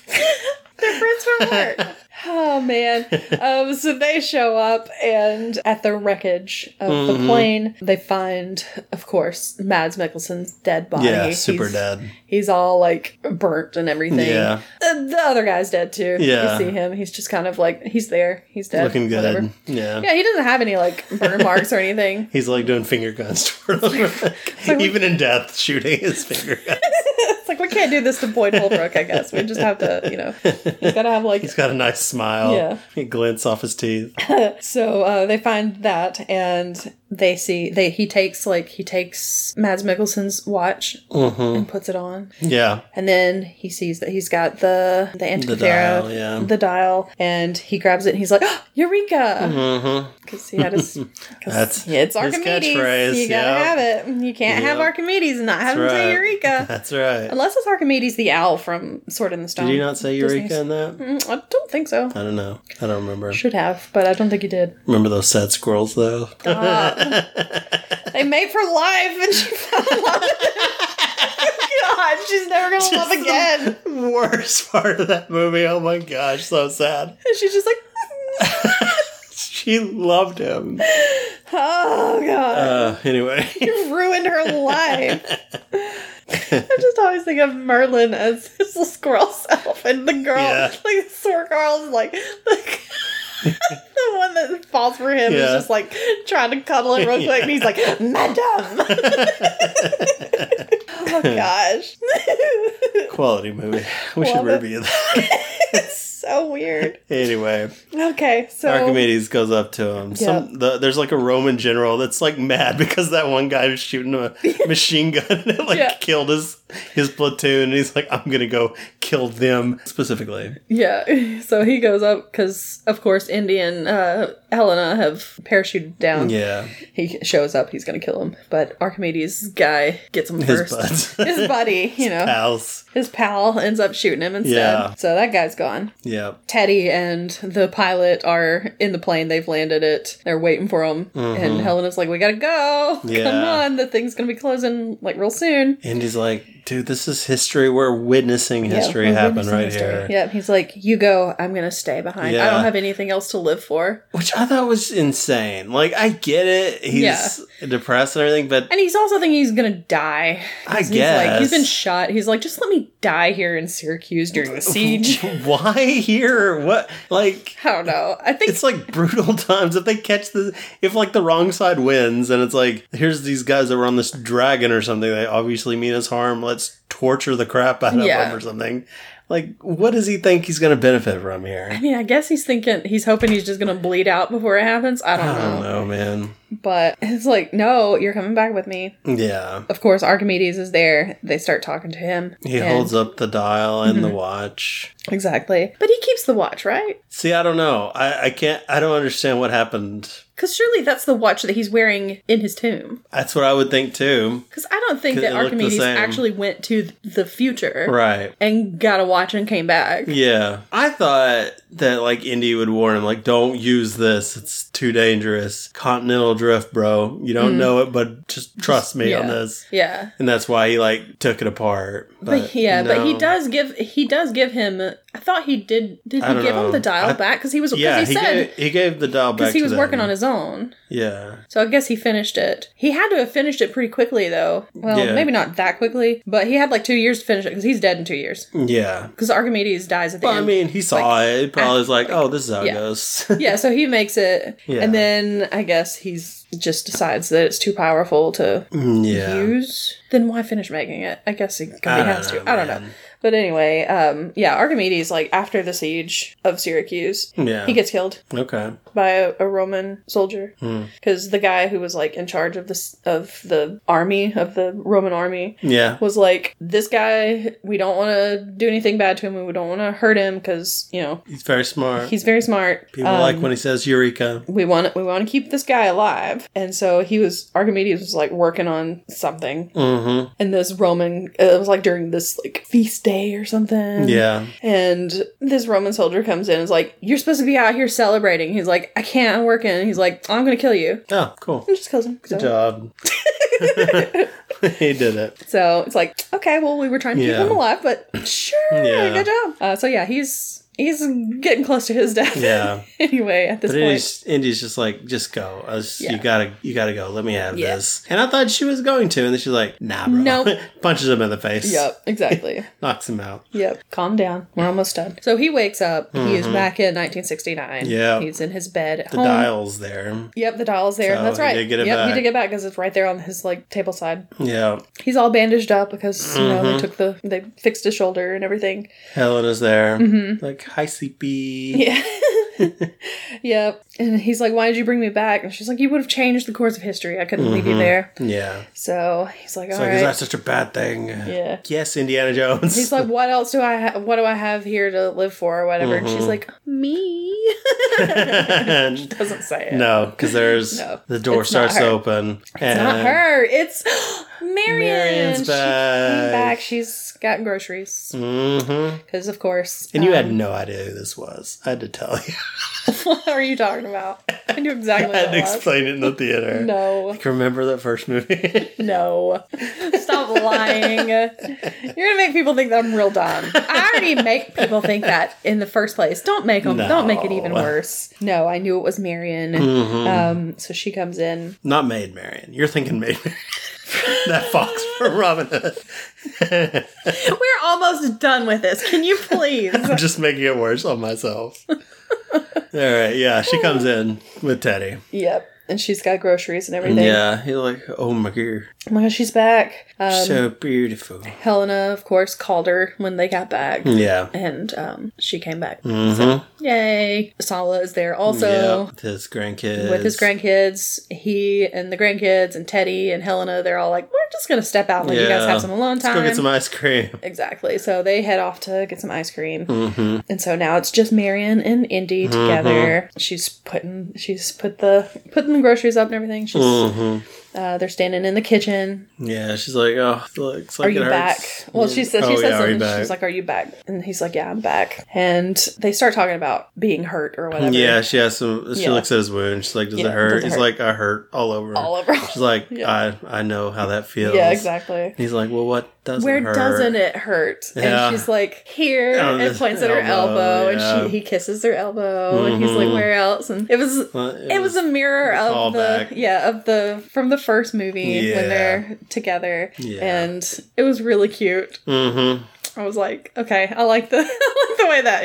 Speaker 2: they're friends from work. Oh man. Um, so they show up and at the wreckage of
Speaker 1: Mm-hmm.
Speaker 2: the plane, they find, of course, Mads Mikkelsen's dead body.
Speaker 1: Yeah, super
Speaker 2: He's-
Speaker 1: dead.
Speaker 2: He's all like burnt and everything.
Speaker 1: Yeah.
Speaker 2: The, the other guy's dead too.
Speaker 1: Yeah.
Speaker 2: You see him. He's just kind of like, he's there. He's dead.
Speaker 1: Looking good.
Speaker 2: whatever.
Speaker 1: Yeah.
Speaker 2: Yeah, he doesn't have any like burn marks or anything.
Speaker 1: He's like doing finger guns toward him. Even in death, shooting his finger gun.
Speaker 2: It's like we can't do this to Boyd Holbrook, I guess. We just have to, you know, he's gotta have like.
Speaker 1: He's got a nice smile.
Speaker 2: Yeah.
Speaker 1: He glints off his teeth.
Speaker 2: So uh, they find that, and they see they he takes like he takes Mads Mikkelsen's watch
Speaker 1: Mm-hmm.
Speaker 2: and puts it on,
Speaker 1: Yeah.
Speaker 2: and then he sees that he's got the the
Speaker 1: The
Speaker 2: Antikythera,
Speaker 1: dial, yeah.
Speaker 2: the dial, and he grabs it and he's like, "Oh, "Eureka!"
Speaker 1: Mm-hmm.
Speaker 2: Because he had his. 'cause
Speaker 1: That's
Speaker 2: it's
Speaker 1: his
Speaker 2: Archimedes.
Speaker 1: catchphrase,
Speaker 2: You gotta
Speaker 1: yeah.
Speaker 2: have it. You can't have
Speaker 1: Yeah.
Speaker 2: Archimedes and not have him
Speaker 1: That's
Speaker 2: say
Speaker 1: right.
Speaker 2: Eureka.
Speaker 1: That's right.
Speaker 2: Unless it's Archimedes the owl from Sword in the Stone.
Speaker 1: Did you not say
Speaker 2: Disney's.
Speaker 1: Eureka in that?
Speaker 2: Mm, I don't think so.
Speaker 1: I don't know. I don't remember.
Speaker 2: Should have, but I don't think you did.
Speaker 1: Remember those sad squirrels though?
Speaker 2: They made for life, and she fell in love with him. God, she's never gonna love
Speaker 1: Just
Speaker 2: again.
Speaker 1: Worst part of that movie. Oh my gosh, so sad.
Speaker 2: And she's just like,
Speaker 1: She loved him.
Speaker 2: oh god,
Speaker 1: Uh, anyway.
Speaker 2: you ruined her life. I just always think of Merlin as his little squirrel self, and the girl,
Speaker 1: Yeah.
Speaker 2: like the squirrel girl, is like the, the one and then falls for him.
Speaker 1: Yeah.
Speaker 2: He's just like trying to cuddle him real quick, and he's like, "Madam." oh gosh,
Speaker 1: Quality movie. We should
Speaker 2: Love it.
Speaker 1: review that.
Speaker 2: it's so weird.
Speaker 1: anyway,
Speaker 2: Okay, so
Speaker 1: Archimedes goes up to him. Some
Speaker 2: Yeah.
Speaker 1: the, there's like a Roman general that's like mad because that one guy was shooting a machine gun and it like
Speaker 2: Yeah.
Speaker 1: killed his his platoon, and he's like, "I'm gonna go kill them specifically."
Speaker 2: yeah, so he goes up because, of course, Indy and uh, Helena have parachuted down.
Speaker 1: Yeah,
Speaker 2: He shows up, he's gonna kill him, but Archimedes' guy gets him
Speaker 1: his
Speaker 2: first.
Speaker 1: buds,
Speaker 2: His buddy, you know,
Speaker 1: pals.
Speaker 2: his pal ends up shooting him instead.
Speaker 1: Yeah.
Speaker 2: So that guy's gone.
Speaker 1: Yeah,
Speaker 2: Teddy and the pilot are in the plane. They've landed it. They're waiting for him. And Helena's like, "We gotta go. Come
Speaker 1: Mm-hmm. Yeah.
Speaker 2: on, the thing's gonna be closing like real soon."
Speaker 1: and he's like, "Dude, this is history. We're witnessing history
Speaker 2: we're
Speaker 1: happen
Speaker 2: witnessing
Speaker 1: right
Speaker 2: history.
Speaker 1: here."
Speaker 2: Yep. He's like, "You go. I'm gonna stay behind. I
Speaker 1: Yeah.
Speaker 2: don't have anything else to live for."
Speaker 1: Which I thought was insane. Like, I get it. He's depressed and everything, but
Speaker 2: And he's also thinking he's gonna die.
Speaker 1: I
Speaker 2: He's like, he's
Speaker 1: guess.
Speaker 2: been shot. He's like, "Just let me die here in Syracuse during the siege."
Speaker 1: why here? What? Like,
Speaker 2: I don't know. I think
Speaker 1: it's like brutal times. If they catch the, if like the wrong side wins and it's like, here's these guys that were on this dragon or something, they obviously mean us harm. Let's torture the crap out of
Speaker 2: Yeah.
Speaker 1: them or something. Like, what does he think he's going to benefit from
Speaker 2: I
Speaker 1: here?
Speaker 2: mean, I guess he's thinking he's hoping he's just gonna bleed out before it happens. I don't,
Speaker 1: I
Speaker 2: know.
Speaker 1: don't know, man.
Speaker 2: But it's like, no, you're coming back with me.
Speaker 1: Yeah.
Speaker 2: Of course, Archimedes is there. They start talking to him.
Speaker 1: He
Speaker 2: And-
Speaker 1: holds up the dial and
Speaker 2: Mm-hmm.
Speaker 1: the watch.
Speaker 2: exactly, but he keeps the watch, right?
Speaker 1: See, I don't know. I, I can't, I don't understand what happened.
Speaker 2: Because surely that's the watch that he's wearing in his tomb.
Speaker 1: That's what I would think too.
Speaker 2: Because I don't think
Speaker 1: 'Cause
Speaker 2: that
Speaker 1: it looked the
Speaker 2: Archimedes
Speaker 1: same.
Speaker 2: actually went to th- the future
Speaker 1: Right.
Speaker 2: and got a watch and came back.
Speaker 1: Yeah. I thought that like Indy would warn him, like, don't use this. It's too dangerous. Continental drift, bro. You don't know it, but just trust me on
Speaker 2: Mm. yeah.
Speaker 1: this.
Speaker 2: Yeah.
Speaker 1: And that's why he like took it apart.
Speaker 2: But, yeah, but he
Speaker 1: no.
Speaker 2: does give he does give him. I thought he did. Did
Speaker 1: I
Speaker 2: he
Speaker 1: don't
Speaker 2: give him
Speaker 1: know.
Speaker 2: the dial
Speaker 1: I-
Speaker 2: back? Because he was. Because
Speaker 1: Yeah,
Speaker 2: he,
Speaker 1: he,
Speaker 2: said
Speaker 1: gave, he gave the dial back.
Speaker 2: because he
Speaker 1: to
Speaker 2: was
Speaker 1: them.
Speaker 2: working on his own.
Speaker 1: Yeah.
Speaker 2: So I guess he finished it. He had to have finished it pretty quickly, though. Well,
Speaker 1: Yeah.
Speaker 2: maybe not that quickly, but he had like two years to finish it because he's dead in two years.
Speaker 1: Yeah.
Speaker 2: Because Archimedes dies at the
Speaker 1: But I
Speaker 2: end.
Speaker 1: mean, he saw it. He probably was like, oh, this is how
Speaker 2: ah, yeah.
Speaker 1: it goes.
Speaker 2: yeah, so he makes it,
Speaker 1: Yeah.
Speaker 2: and then I guess he's just decides that it's too powerful to
Speaker 1: yeah.
Speaker 2: use. Then why finish making it? I guess he, he
Speaker 1: I don't
Speaker 2: has to.
Speaker 1: know,
Speaker 2: I don't know.
Speaker 1: man.
Speaker 2: But anyway, um, yeah, Archimedes like after the siege of Syracuse,
Speaker 1: Yeah.
Speaker 2: he gets killed.
Speaker 1: okay.
Speaker 2: by a, a Roman soldier
Speaker 1: Hmm.
Speaker 2: because the guy who was like in charge of this of the army of the Roman army
Speaker 1: Yeah.
Speaker 2: was like this guy we don't want to do anything bad to him we don't want to hurt him because you know
Speaker 1: He's very smart.
Speaker 2: he's very smart
Speaker 1: People
Speaker 2: Um,
Speaker 1: like when he says Eureka.
Speaker 2: we want we want to keep this guy alive and so he was Archimedes was like working on something
Speaker 1: hmm
Speaker 2: and this Roman it was like during this like feast day or something
Speaker 1: Yeah.
Speaker 2: and this Roman soldier comes in and is like, You're supposed to be out here celebrating. He's like, I can't, I'm working. And he's like, I'm gonna kill you.
Speaker 1: Oh, cool.
Speaker 2: And just kills him. So,
Speaker 1: Good job. he did it.
Speaker 2: so it's like, okay, well, we were trying to
Speaker 1: Yeah.
Speaker 2: keep him alive, but sure,
Speaker 1: Yeah.
Speaker 2: good job. Uh, so yeah, he's he's getting close to his death.
Speaker 1: Yeah.
Speaker 2: anyway, at this
Speaker 1: But
Speaker 2: point.
Speaker 1: Indy's, Indy's just like, just go. I was-
Speaker 2: Yeah.
Speaker 1: You gotta, you gotta go. Let me have
Speaker 2: Yeah.
Speaker 1: this. And I thought she was going to, and then she's like, Nah, bro.
Speaker 2: Nope.
Speaker 1: Punches him in the face.
Speaker 2: Yep, exactly.
Speaker 1: Knocks him out.
Speaker 2: Yep. Calm down. We're almost done. So he wakes up. He is back in 1969.
Speaker 1: Mm-hmm. Yeah.
Speaker 2: He's in his bed at
Speaker 1: The
Speaker 2: home.
Speaker 1: dial's there.
Speaker 2: Yep, the dial's there.
Speaker 1: So
Speaker 2: That's
Speaker 1: he
Speaker 2: right.
Speaker 1: did get it
Speaker 2: yep, he
Speaker 1: back.
Speaker 2: did get back because it's right there on his like table side.
Speaker 1: Yeah.
Speaker 2: he's all bandaged up because you know they
Speaker 1: Mm-hmm.
Speaker 2: took the they fixed his shoulder and everything.
Speaker 1: Helena's there.
Speaker 2: Mm-hmm.
Speaker 1: Like, hi, sleepy.
Speaker 2: Yeah. yep. And he's like, "Why did you bring me back?" And she's like, "You would have changed the course of history. I couldn't leave you
Speaker 1: Mm-hmm.
Speaker 2: there."
Speaker 1: Yeah.
Speaker 2: So he's like, "All
Speaker 1: Like,
Speaker 2: right."
Speaker 1: is that such a bad thing?
Speaker 2: yeah.
Speaker 1: Yes, Indiana Jones.
Speaker 2: He's like, "What else do I ha- what do I have here to live for or whatever?" And
Speaker 1: Mm-hmm.
Speaker 2: she's like, "Me."
Speaker 1: And-
Speaker 2: Doesn't say it.
Speaker 1: no, because there's
Speaker 2: No,
Speaker 1: the door
Speaker 2: it's not
Speaker 1: starts
Speaker 2: her.
Speaker 1: open.
Speaker 2: It's
Speaker 1: and
Speaker 2: not her. It's Marion.
Speaker 1: Marion's
Speaker 2: she came
Speaker 1: back.
Speaker 2: back. She's got groceries
Speaker 1: hmm
Speaker 2: because, of course.
Speaker 1: And you
Speaker 2: um,
Speaker 1: had no idea who this was. I had to tell you.
Speaker 2: what are you talking about? I knew exactly.
Speaker 1: I had
Speaker 2: what
Speaker 1: to
Speaker 2: it was.
Speaker 1: explain it in the theater.
Speaker 2: No,
Speaker 1: Like, remember that first movie?
Speaker 2: no. Stop lying. You're gonna make people think that I'm real dumb. I already make people think that in the first place. Don't make them. Don't make it even
Speaker 1: No. Mm-hmm.
Speaker 2: worse. No, I knew it was Marion. Um, so she comes in.
Speaker 1: Not Maid Marian. You're thinking Maid Marian. that fox from Robin Hood.
Speaker 2: We're almost done with this. Can you please?
Speaker 1: I'm just making it worse on myself. All right, yeah, she comes in with Teddy.
Speaker 2: yep. And she's got groceries and everything.
Speaker 1: Yeah, he's like, oh my god,
Speaker 2: Oh my gosh, she's back. Um,
Speaker 1: so beautiful.
Speaker 2: Helena, of course, called her when they got back.
Speaker 1: Yeah.
Speaker 2: And um, she came back.
Speaker 1: Mm-hmm.
Speaker 2: Yay. Sala is there also.
Speaker 1: yeah, with his grandkids.
Speaker 2: With his grandkids, he and the grandkids and Teddy and Helena, they're all like, "We're just gonna step out and let you guys
Speaker 1: Yeah.
Speaker 2: have some alone
Speaker 1: Let's
Speaker 2: time."
Speaker 1: go get some ice cream.
Speaker 2: exactly. So they head off to get some ice cream.
Speaker 1: Mm-hmm.
Speaker 2: And so now it's just Marion and Indy together. She's putting she's put the putting the groceries up and everything. She's
Speaker 1: Mm-hmm.
Speaker 2: uh, they're standing in the kitchen.
Speaker 1: Yeah, she's like, oh, it's like, it's like
Speaker 2: Are you
Speaker 1: it hurts.
Speaker 2: back? Well, she says she
Speaker 1: Oh,
Speaker 2: says
Speaker 1: yeah, are you
Speaker 2: something.
Speaker 1: back?
Speaker 2: She's like, "Are you back?" And he's like, "Yeah, I'm back." And they start talking about being hurt or whatever.
Speaker 1: yeah, she has some. She
Speaker 2: Yeah.
Speaker 1: looks at his wound. She's like, does
Speaker 2: Yeah,
Speaker 1: it hurt?
Speaker 2: does it
Speaker 1: He's
Speaker 2: hurt?
Speaker 1: like, I hurt all over.
Speaker 2: all over.
Speaker 1: She's like,
Speaker 2: Yeah.
Speaker 1: I I know how that feels.
Speaker 2: yeah, exactly.
Speaker 1: He's like, well, what doesn't
Speaker 2: Where
Speaker 1: hurt?
Speaker 2: doesn't it hurt?
Speaker 1: Yeah.
Speaker 2: And she's like, here,
Speaker 1: Oh,
Speaker 2: and
Speaker 1: this
Speaker 2: points at her
Speaker 1: elbow,
Speaker 2: elbow,
Speaker 1: yeah.
Speaker 2: and she he kisses her elbow, and he's like,
Speaker 1: Mhm.
Speaker 2: where else? And it was
Speaker 1: Well,
Speaker 2: it, was, a mirror
Speaker 1: a
Speaker 2: of the
Speaker 1: callback.
Speaker 2: yeah of the from the first movie
Speaker 1: Yeah.
Speaker 2: when they're together,
Speaker 1: Yeah.
Speaker 2: and it was really cute.
Speaker 1: Mm-hmm.
Speaker 2: I was like, okay, I like the I like the way that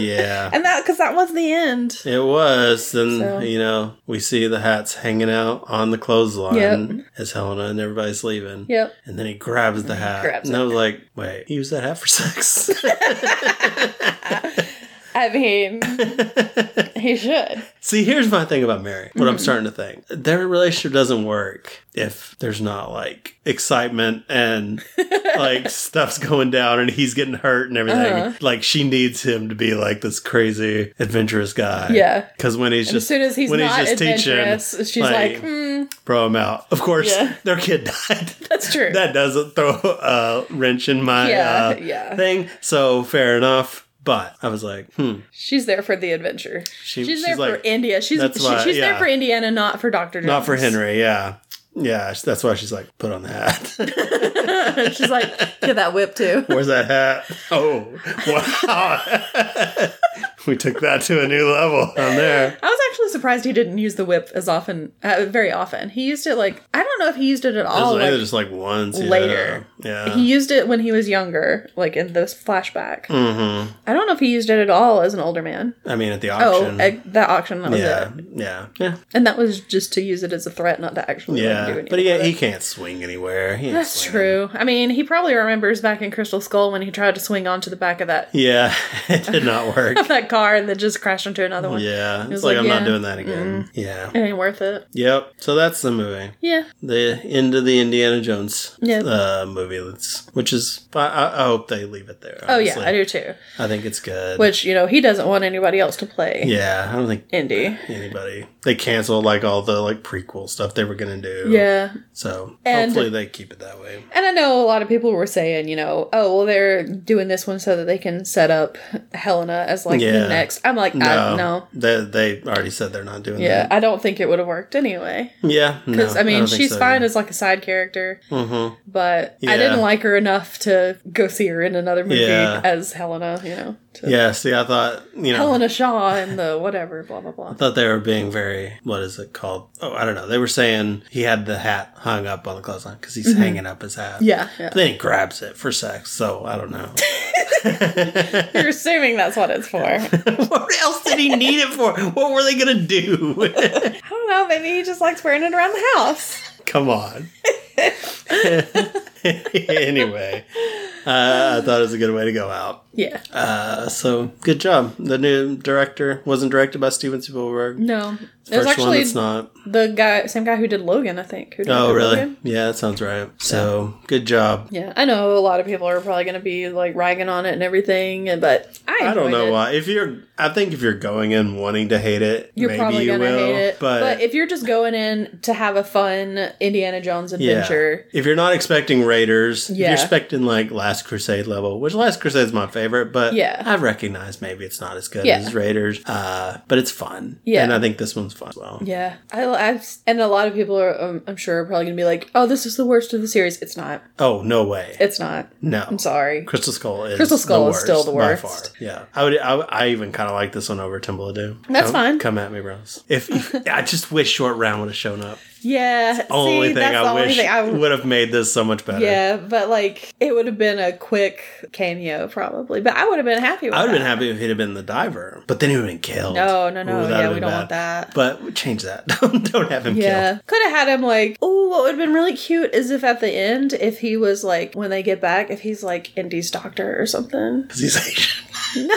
Speaker 1: Yeah.
Speaker 2: and that because that was the end.
Speaker 1: It was. Then,
Speaker 2: So-
Speaker 1: you know, we see the hats hanging out on the clothesline
Speaker 2: Yep.
Speaker 1: as Helena and everybody's leaving.
Speaker 2: Yep.
Speaker 1: And then he grabs the hat.
Speaker 2: grabs
Speaker 1: and
Speaker 2: it.
Speaker 1: I was like, wait, he used that hat for sex?
Speaker 2: I mean, he should.
Speaker 1: See, here's my thing about Mary. What
Speaker 2: Mm-hmm.
Speaker 1: I'm starting to think. Their relationship doesn't work if there's not like excitement and like stuff's going down and he's getting hurt and everything.
Speaker 2: Uh-huh.
Speaker 1: Like she needs him to be like this crazy adventurous guy.
Speaker 2: Yeah.
Speaker 1: Cuz when he's
Speaker 2: As
Speaker 1: just
Speaker 2: soon as he's
Speaker 1: when
Speaker 2: not
Speaker 1: he's just
Speaker 2: adventurous,
Speaker 1: teaching,
Speaker 2: she's like,
Speaker 1: like-
Speaker 2: hmm,
Speaker 1: bro, I'm out. Of course,
Speaker 2: Yeah.
Speaker 1: their kid died.
Speaker 2: that's true.
Speaker 1: that doesn't throw a wrench in my
Speaker 2: Yeah,
Speaker 1: uh,
Speaker 2: yeah.
Speaker 1: thing. So fair enough. But I was like, hmm.
Speaker 2: she's there for the adventure.
Speaker 1: She-
Speaker 2: she's
Speaker 1: she's
Speaker 2: there
Speaker 1: like,
Speaker 2: for India. She's
Speaker 1: that's
Speaker 2: she-
Speaker 1: why-
Speaker 2: she's there
Speaker 1: yeah.
Speaker 2: for Indiana, not for Doctor Jones.
Speaker 1: Not for Henry, yeah. Yeah, sh- that's why she's like, put on the hat.
Speaker 2: she's like, get that whip too.
Speaker 1: Where's that hat? Oh, wow. we took that to a new level on there.
Speaker 2: I was actually surprised he didn't use the whip as often, uh, very often. He used it like I don't know if he used it at
Speaker 1: It was
Speaker 2: all.
Speaker 1: either
Speaker 2: Oh, Like,
Speaker 1: just like once. yeah.
Speaker 2: later.
Speaker 1: Yeah.
Speaker 2: he used it when he was younger, like in this flashback.
Speaker 1: hmm
Speaker 2: I don't know if he used it at all as an older man.
Speaker 1: I mean, at the
Speaker 2: Oh,
Speaker 1: auction.
Speaker 2: eh, that auction that was it.
Speaker 1: yeah, yeah, yeah,
Speaker 2: And that was just to use it as a threat, not to actually like, do
Speaker 1: yeah.
Speaker 2: anything.
Speaker 1: But he,
Speaker 2: with
Speaker 1: he
Speaker 2: it.
Speaker 1: can't swing anywhere. He ain't
Speaker 2: That's
Speaker 1: swinging.
Speaker 2: true. I mean, he probably remembers back in Crystal Skull when he tried to swing onto the back of that
Speaker 1: Yeah, it did not work.
Speaker 2: that car and then just crashed into another one.
Speaker 1: Yeah, it's
Speaker 2: was
Speaker 1: like,
Speaker 2: like,
Speaker 1: I'm not
Speaker 2: yeah, Mm-hmm.
Speaker 1: doing that again. Yeah.
Speaker 2: It ain't worth it.
Speaker 1: Yep. So that's the movie.
Speaker 2: Yeah.
Speaker 1: The end of the Indiana Jones
Speaker 2: Yep.
Speaker 1: uh, movie. That's which is I, I I hope they leave it there.
Speaker 2: Oh yeah,
Speaker 1: honestly.
Speaker 2: I do too.
Speaker 1: I think it's good.
Speaker 2: Which you know he doesn't want anybody else to play
Speaker 1: yeah, I don't think
Speaker 2: Indy.
Speaker 1: anybody they canceled like all the like prequel stuff they were gonna do.
Speaker 2: Yeah,
Speaker 1: So
Speaker 2: And-
Speaker 1: hopefully they keep it that way.
Speaker 2: and I know a lot of people were saying, you know, oh well, they're doing this one so that they can set up Helena as like
Speaker 1: Yeah.
Speaker 2: the next. I'm like, I no,
Speaker 1: They they already said they're not doing
Speaker 2: yeah,
Speaker 1: that.
Speaker 2: I don't think it would have worked anyway.
Speaker 1: Yeah.
Speaker 2: Because
Speaker 1: no,
Speaker 2: I mean,
Speaker 1: don't think
Speaker 2: she's
Speaker 1: so.
Speaker 2: fine as like a side character,
Speaker 1: Mhm.
Speaker 2: but
Speaker 1: Yeah.
Speaker 2: I didn't like her enough to go see her in another movie
Speaker 1: Yeah.
Speaker 2: as Helena. You know, to
Speaker 1: Yeah. See, I thought you know
Speaker 2: Helena Shaw and the whatever, blah blah blah.
Speaker 1: thought they were being very what is it called oh i don't know they were saying he had the hat hung up on the clothesline because he's hanging up his hat
Speaker 2: Mm-hmm. Yeah, yeah.
Speaker 1: But then he grabs it for sex so i don't know
Speaker 2: You're assuming that's what it's for. I
Speaker 1: what else did he need it for what were they gonna do
Speaker 2: don't know. Maybe he just likes wearing it around the house.
Speaker 1: come on anyway uh, i thought it was a good way to go out
Speaker 2: Yeah.
Speaker 1: uh, so good job the new director wasn't directed by steven spielberg
Speaker 2: No, it
Speaker 1: First one
Speaker 2: was actually
Speaker 1: that's not.
Speaker 2: the guy, same guy who did Logan, I think. Who
Speaker 1: Oh,
Speaker 2: directed
Speaker 1: really?
Speaker 2: Logan.
Speaker 1: Yeah, that sounds right. So, good job.
Speaker 2: Yeah, I know a lot of people are probably going to be like ragging on it and everything, and- but I,
Speaker 1: I don't
Speaker 2: enjoyed
Speaker 1: know
Speaker 2: it.
Speaker 1: why. If you're, I think if you're going in wanting to hate it,
Speaker 2: You're
Speaker 1: maybe
Speaker 2: probably
Speaker 1: you
Speaker 2: gonna
Speaker 1: will.
Speaker 2: hate it,
Speaker 1: But,
Speaker 2: but, if you're just going in to have a fun Indiana Jones
Speaker 1: yeah,
Speaker 2: adventure,
Speaker 1: if you're not expecting Raiders, if
Speaker 2: Yeah.
Speaker 1: you're expecting like Last Crusade level, which Last Crusade is my favorite, but
Speaker 2: Yeah.
Speaker 1: I recognize maybe it's not as good
Speaker 2: Yeah.
Speaker 1: as Raiders, uh, but it's fun.
Speaker 2: Yeah.
Speaker 1: and I think this one's fun as well.
Speaker 2: yeah, I, I and a lot of people are, um, I'm sure, are probably going to be like, "Oh, this is the worst of the series." It's not.
Speaker 1: Oh no way,
Speaker 2: It's not.
Speaker 1: no.
Speaker 2: I'm sorry.
Speaker 1: Crystal Skull is
Speaker 2: Crystal Skull
Speaker 1: the
Speaker 2: is still the
Speaker 1: by
Speaker 2: worst.
Speaker 1: far. Yeah, I would. I, I even kind of like this one over Timbleladoo.
Speaker 2: That's
Speaker 1: Come-
Speaker 2: fine.
Speaker 1: Come at me, bros. If, if I just wish Short Round would have shown up.
Speaker 2: Yeah.
Speaker 1: only thing
Speaker 2: see, that's the
Speaker 1: I
Speaker 2: only
Speaker 1: wish
Speaker 2: thing I
Speaker 1: would have made this so much better.
Speaker 2: Yeah, but like it would have been a quick cameo probably, but I would have been happy with
Speaker 1: I would have been
Speaker 2: that.
Speaker 1: happy if he'd have been the diver, but then he would have been killed.
Speaker 2: No, no,
Speaker 1: Ooh,
Speaker 2: no.
Speaker 1: that
Speaker 2: yeah,
Speaker 1: would've
Speaker 2: we
Speaker 1: been
Speaker 2: don't
Speaker 1: bad.
Speaker 2: want that.
Speaker 1: But change that. don't, don't have him
Speaker 2: yeah.
Speaker 1: killed.
Speaker 2: Could have had him like, oh, what would have been really cute is if at the end, if he was like, when they get back, if he's like Indy's doctor or something.
Speaker 1: Because he's Asian.
Speaker 2: No!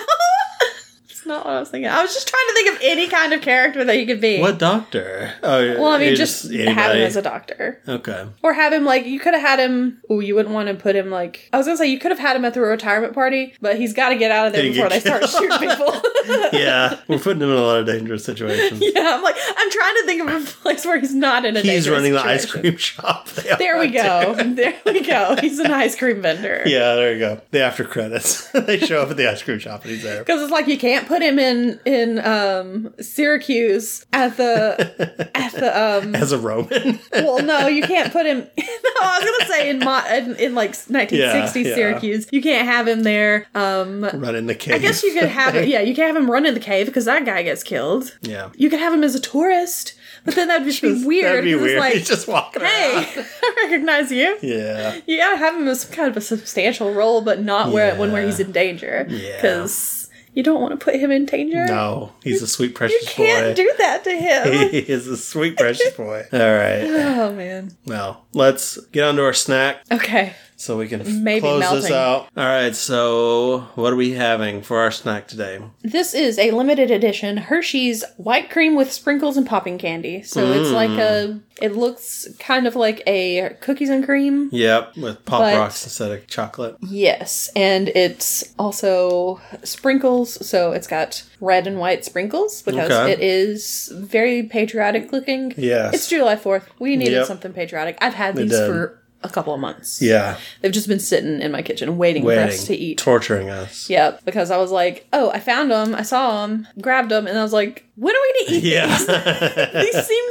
Speaker 2: It's not what I was thinking. I was just trying to think of any kind of character that he could be.
Speaker 1: What doctor? Oh,
Speaker 2: Well, I mean,
Speaker 1: it's
Speaker 2: just have
Speaker 1: anybody.
Speaker 2: him as a doctor.
Speaker 1: Okay.
Speaker 2: Or have him like you could have had him. Oh, you wouldn't want to put him like I was gonna say you could have had him at the retirement party, but he's got to get out of there
Speaker 1: Then he
Speaker 2: before they
Speaker 1: get
Speaker 2: start shooting people.
Speaker 1: Yeah, we're putting him in a lot of dangerous situations.
Speaker 2: yeah, I'm like I'm trying to think of a place where he's not in a.
Speaker 1: He's
Speaker 2: dangerous
Speaker 1: running the ice
Speaker 2: situation.
Speaker 1: cream shop. They
Speaker 2: There we
Speaker 1: are
Speaker 2: go.
Speaker 1: too.
Speaker 2: There we go. He's an ice cream vendor.
Speaker 1: Yeah, there you go. The after credits. they show up at the ice cream shop and he's there.
Speaker 2: Because it's like you can't put him in in um, Syracuse at the at the um.
Speaker 1: As a Roman.
Speaker 2: Well, no, you can't put him. no, I was gonna say in mo- in, in like 1960
Speaker 1: Yeah, yeah.
Speaker 2: Syracuse, you can't have him there. Um,
Speaker 1: running the cave.
Speaker 2: I guess you could have it. Yeah, you could have him run in the cave because that guy gets killed.
Speaker 1: Yeah.
Speaker 2: You could have him as a tourist, but then that'd just be weird.
Speaker 1: That'd be
Speaker 2: 'cause it's
Speaker 1: weird.
Speaker 2: Like,
Speaker 1: he's just walking around.
Speaker 2: hey, I recognize you.
Speaker 1: Yeah.
Speaker 2: You gotta have him as kind of a substantial role, but not where one where
Speaker 1: Yeah.
Speaker 2: he's in danger.
Speaker 1: Yeah.
Speaker 2: Because you don't want to put him in danger.
Speaker 1: No, he's a sweet,
Speaker 2: You
Speaker 1: precious boy.
Speaker 2: can't do that to him.
Speaker 1: he is a sweet, precious boy. All right.
Speaker 2: oh man.
Speaker 1: Well, let's get on to our snack
Speaker 2: Okay.
Speaker 1: so we can
Speaker 2: Maybe
Speaker 1: close this
Speaker 2: melting.
Speaker 1: out. All right. So, what are we having for our snack today?
Speaker 2: This is a limited edition Hershey's white cream with sprinkles and popping candy. So it's like
Speaker 1: Hmm.
Speaker 2: a it looks kind of like a cookies and cream
Speaker 1: Yep, with Pop
Speaker 2: But-
Speaker 1: Rocks instead of chocolate.
Speaker 2: Yes, and it's also sprinkles, so it's got red and white sprinkles because
Speaker 1: Okay.
Speaker 2: it is very patriotic looking.
Speaker 1: Yes.
Speaker 2: It's July 4th. We needed
Speaker 1: Yep.
Speaker 2: something patriotic. I've had these
Speaker 1: did.
Speaker 2: for a couple of months.
Speaker 1: Yeah,
Speaker 2: They've just been sitting in my kitchen waiting, for
Speaker 1: waiting,
Speaker 2: us to eat.
Speaker 1: torturing us.
Speaker 2: Yep, because I was like, oh, I found them, I saw them, grabbed them, and I was like, when are we gonna eat
Speaker 1: Yeah,
Speaker 2: these? These seem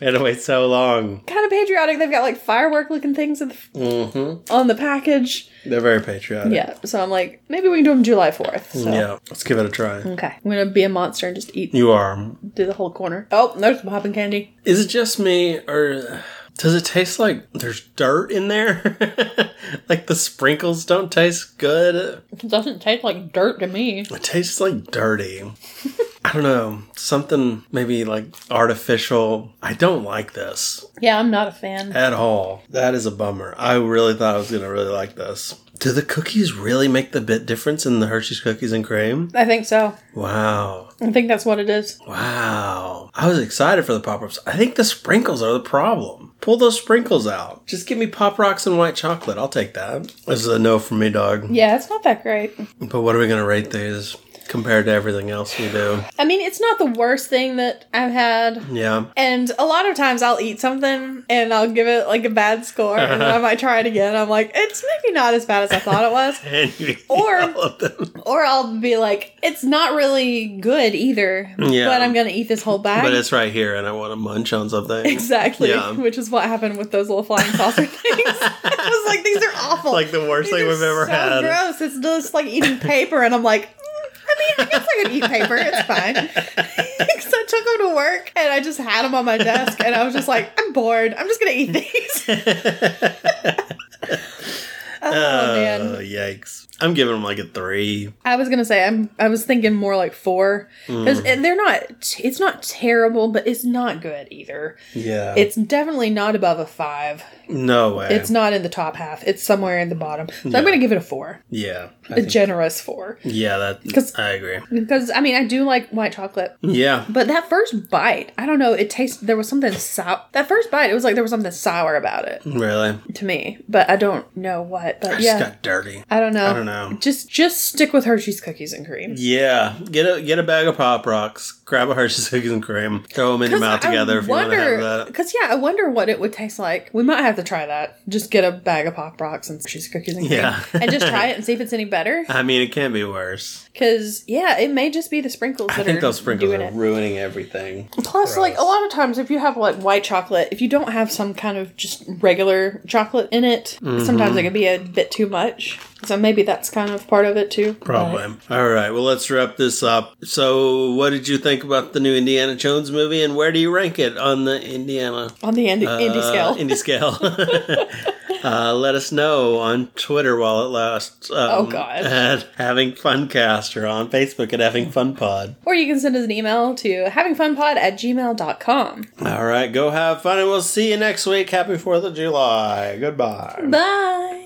Speaker 1: we had to wait so long.
Speaker 2: kind of patriotic. They've got like firework looking things in the,
Speaker 1: hmm
Speaker 2: on the package.
Speaker 1: They're very patriotic.
Speaker 2: Yeah, so I'm like, maybe we can do them July 4th. So.
Speaker 1: yeah. Let's give it a try.
Speaker 2: Okay. I'm gonna be a monster and just eat
Speaker 1: You are.
Speaker 2: do the whole corner. Oh, there's some popping candy.
Speaker 1: Is it just me, or does it taste like there's dirt in there? like the sprinkles don't taste good.
Speaker 2: It doesn't taste like dirt to me.
Speaker 1: It tastes like dirty. I don't know. Something maybe like artificial. I don't like this.
Speaker 2: Yeah, I'm not a fan.
Speaker 1: at all. That is a bummer. I really thought I was going to really like this. Do the cookies really make the bit difference in the Hershey's cookies and cream?
Speaker 2: I think so.
Speaker 1: Wow.
Speaker 2: I think that's what it is.
Speaker 1: Wow. I was excited for the pop ups. I think the sprinkles are the problem. Pull those sprinkles out. Just give me pop rocks and white chocolate. I'll take that. This is a no for me, dog.
Speaker 2: Yeah, it's not that great.
Speaker 1: But what are we going to rate these compared to everything else we do?
Speaker 2: I mean, it's not the worst thing that I've had.
Speaker 1: Yeah.
Speaker 2: And a lot of times I'll eat something and I'll give it like a bad score and then I might try it again. I'm like, it's maybe not as bad as I thought it was.
Speaker 1: And you eat
Speaker 2: Or-
Speaker 1: all of them.
Speaker 2: Or I'll be like, it's not really good either,
Speaker 1: Yeah.
Speaker 2: but I'm going to eat this whole bag.
Speaker 1: But it's right here, and I want to munch on something.
Speaker 2: Exactly,
Speaker 1: Yeah.
Speaker 2: which is what happened with those little flying saucer things. I was like, these are awful.
Speaker 1: Like the worst
Speaker 2: These
Speaker 1: thing
Speaker 2: are
Speaker 1: we've ever
Speaker 2: so
Speaker 1: had.
Speaker 2: Gross. It's just like eating paper, and I'm like, mm, I mean, I guess I could eat paper. It's fine. Because I took them to work, and I just had them on my desk, and I was just like, I'm bored. I'm just gonna eat these. oh Oh,
Speaker 1: Oh,
Speaker 2: man,
Speaker 1: Uh, yikes! I'm giving them like a three.
Speaker 2: I was gonna say I'm. I was thinking more like four because
Speaker 1: Mm.
Speaker 2: they're not. It's not terrible, but it's not good either.
Speaker 1: Yeah,
Speaker 2: It's definitely not above a five.
Speaker 1: no way.
Speaker 2: It's not in the top half. It's somewhere in the bottom. So I'm going to give it a four,
Speaker 1: yeah, I
Speaker 2: a
Speaker 1: think- Mm.
Speaker 2: generous four,
Speaker 1: yeah. That
Speaker 2: 'Cause-
Speaker 1: I agree.
Speaker 2: because I mean I do like white chocolate,
Speaker 1: Yeah,
Speaker 2: but that first bite, I don't know, it tastes. There was something sour. That first bite, it was like there was something sour about
Speaker 1: Mm.
Speaker 2: it
Speaker 1: really.
Speaker 2: to me, but I don't know what. But
Speaker 1: I just
Speaker 2: yeah,
Speaker 1: got dirty.
Speaker 2: I don't know.
Speaker 1: I don't know.
Speaker 2: Just just stick with Hershey's cookies and cream.
Speaker 1: Yeah, get a get a bag of pop rocks. Grab a Hershey's cookies and cream. Throw them in your mouth together if you want to have that.
Speaker 2: Because yeah, I wonder what it would taste like. We might have to try that. Just get a bag of pop rocks and cheese cookies and cream,
Speaker 1: Yeah.
Speaker 2: and just try it and see if it's any better.
Speaker 1: I mean, it can't be worse.
Speaker 2: Because yeah, it may just be the sprinkles. That
Speaker 1: I think
Speaker 2: are
Speaker 1: those sprinkles
Speaker 2: doing
Speaker 1: are
Speaker 2: it.
Speaker 1: ruining everything.
Speaker 2: Plus, like a
Speaker 1: Gross.
Speaker 2: lot of times, if you have like white chocolate, if you don't have some kind of just regular chocolate in it,
Speaker 1: Mm-hmm.
Speaker 2: sometimes it can be a bit too much. So maybe that's kind of part of it too.
Speaker 1: Probably. All right. Well, let's wrap this up. So, what did you think think about the new Indiana Jones movie, and where do you rank it on the Indiana
Speaker 2: on the indie, indie
Speaker 1: uh,
Speaker 2: scale.
Speaker 1: indie scale. Uh, let us know on Twitter while it lasts. Um,
Speaker 2: Oh, gosh.
Speaker 1: At Having Funcast or on Facebook at Having Fun Pod.
Speaker 2: or you can send us an email to havingfunpod at gmail.com.
Speaker 1: All right, go have fun, and we'll see you next week. Happy Fourth of July. Goodbye.
Speaker 2: Bye.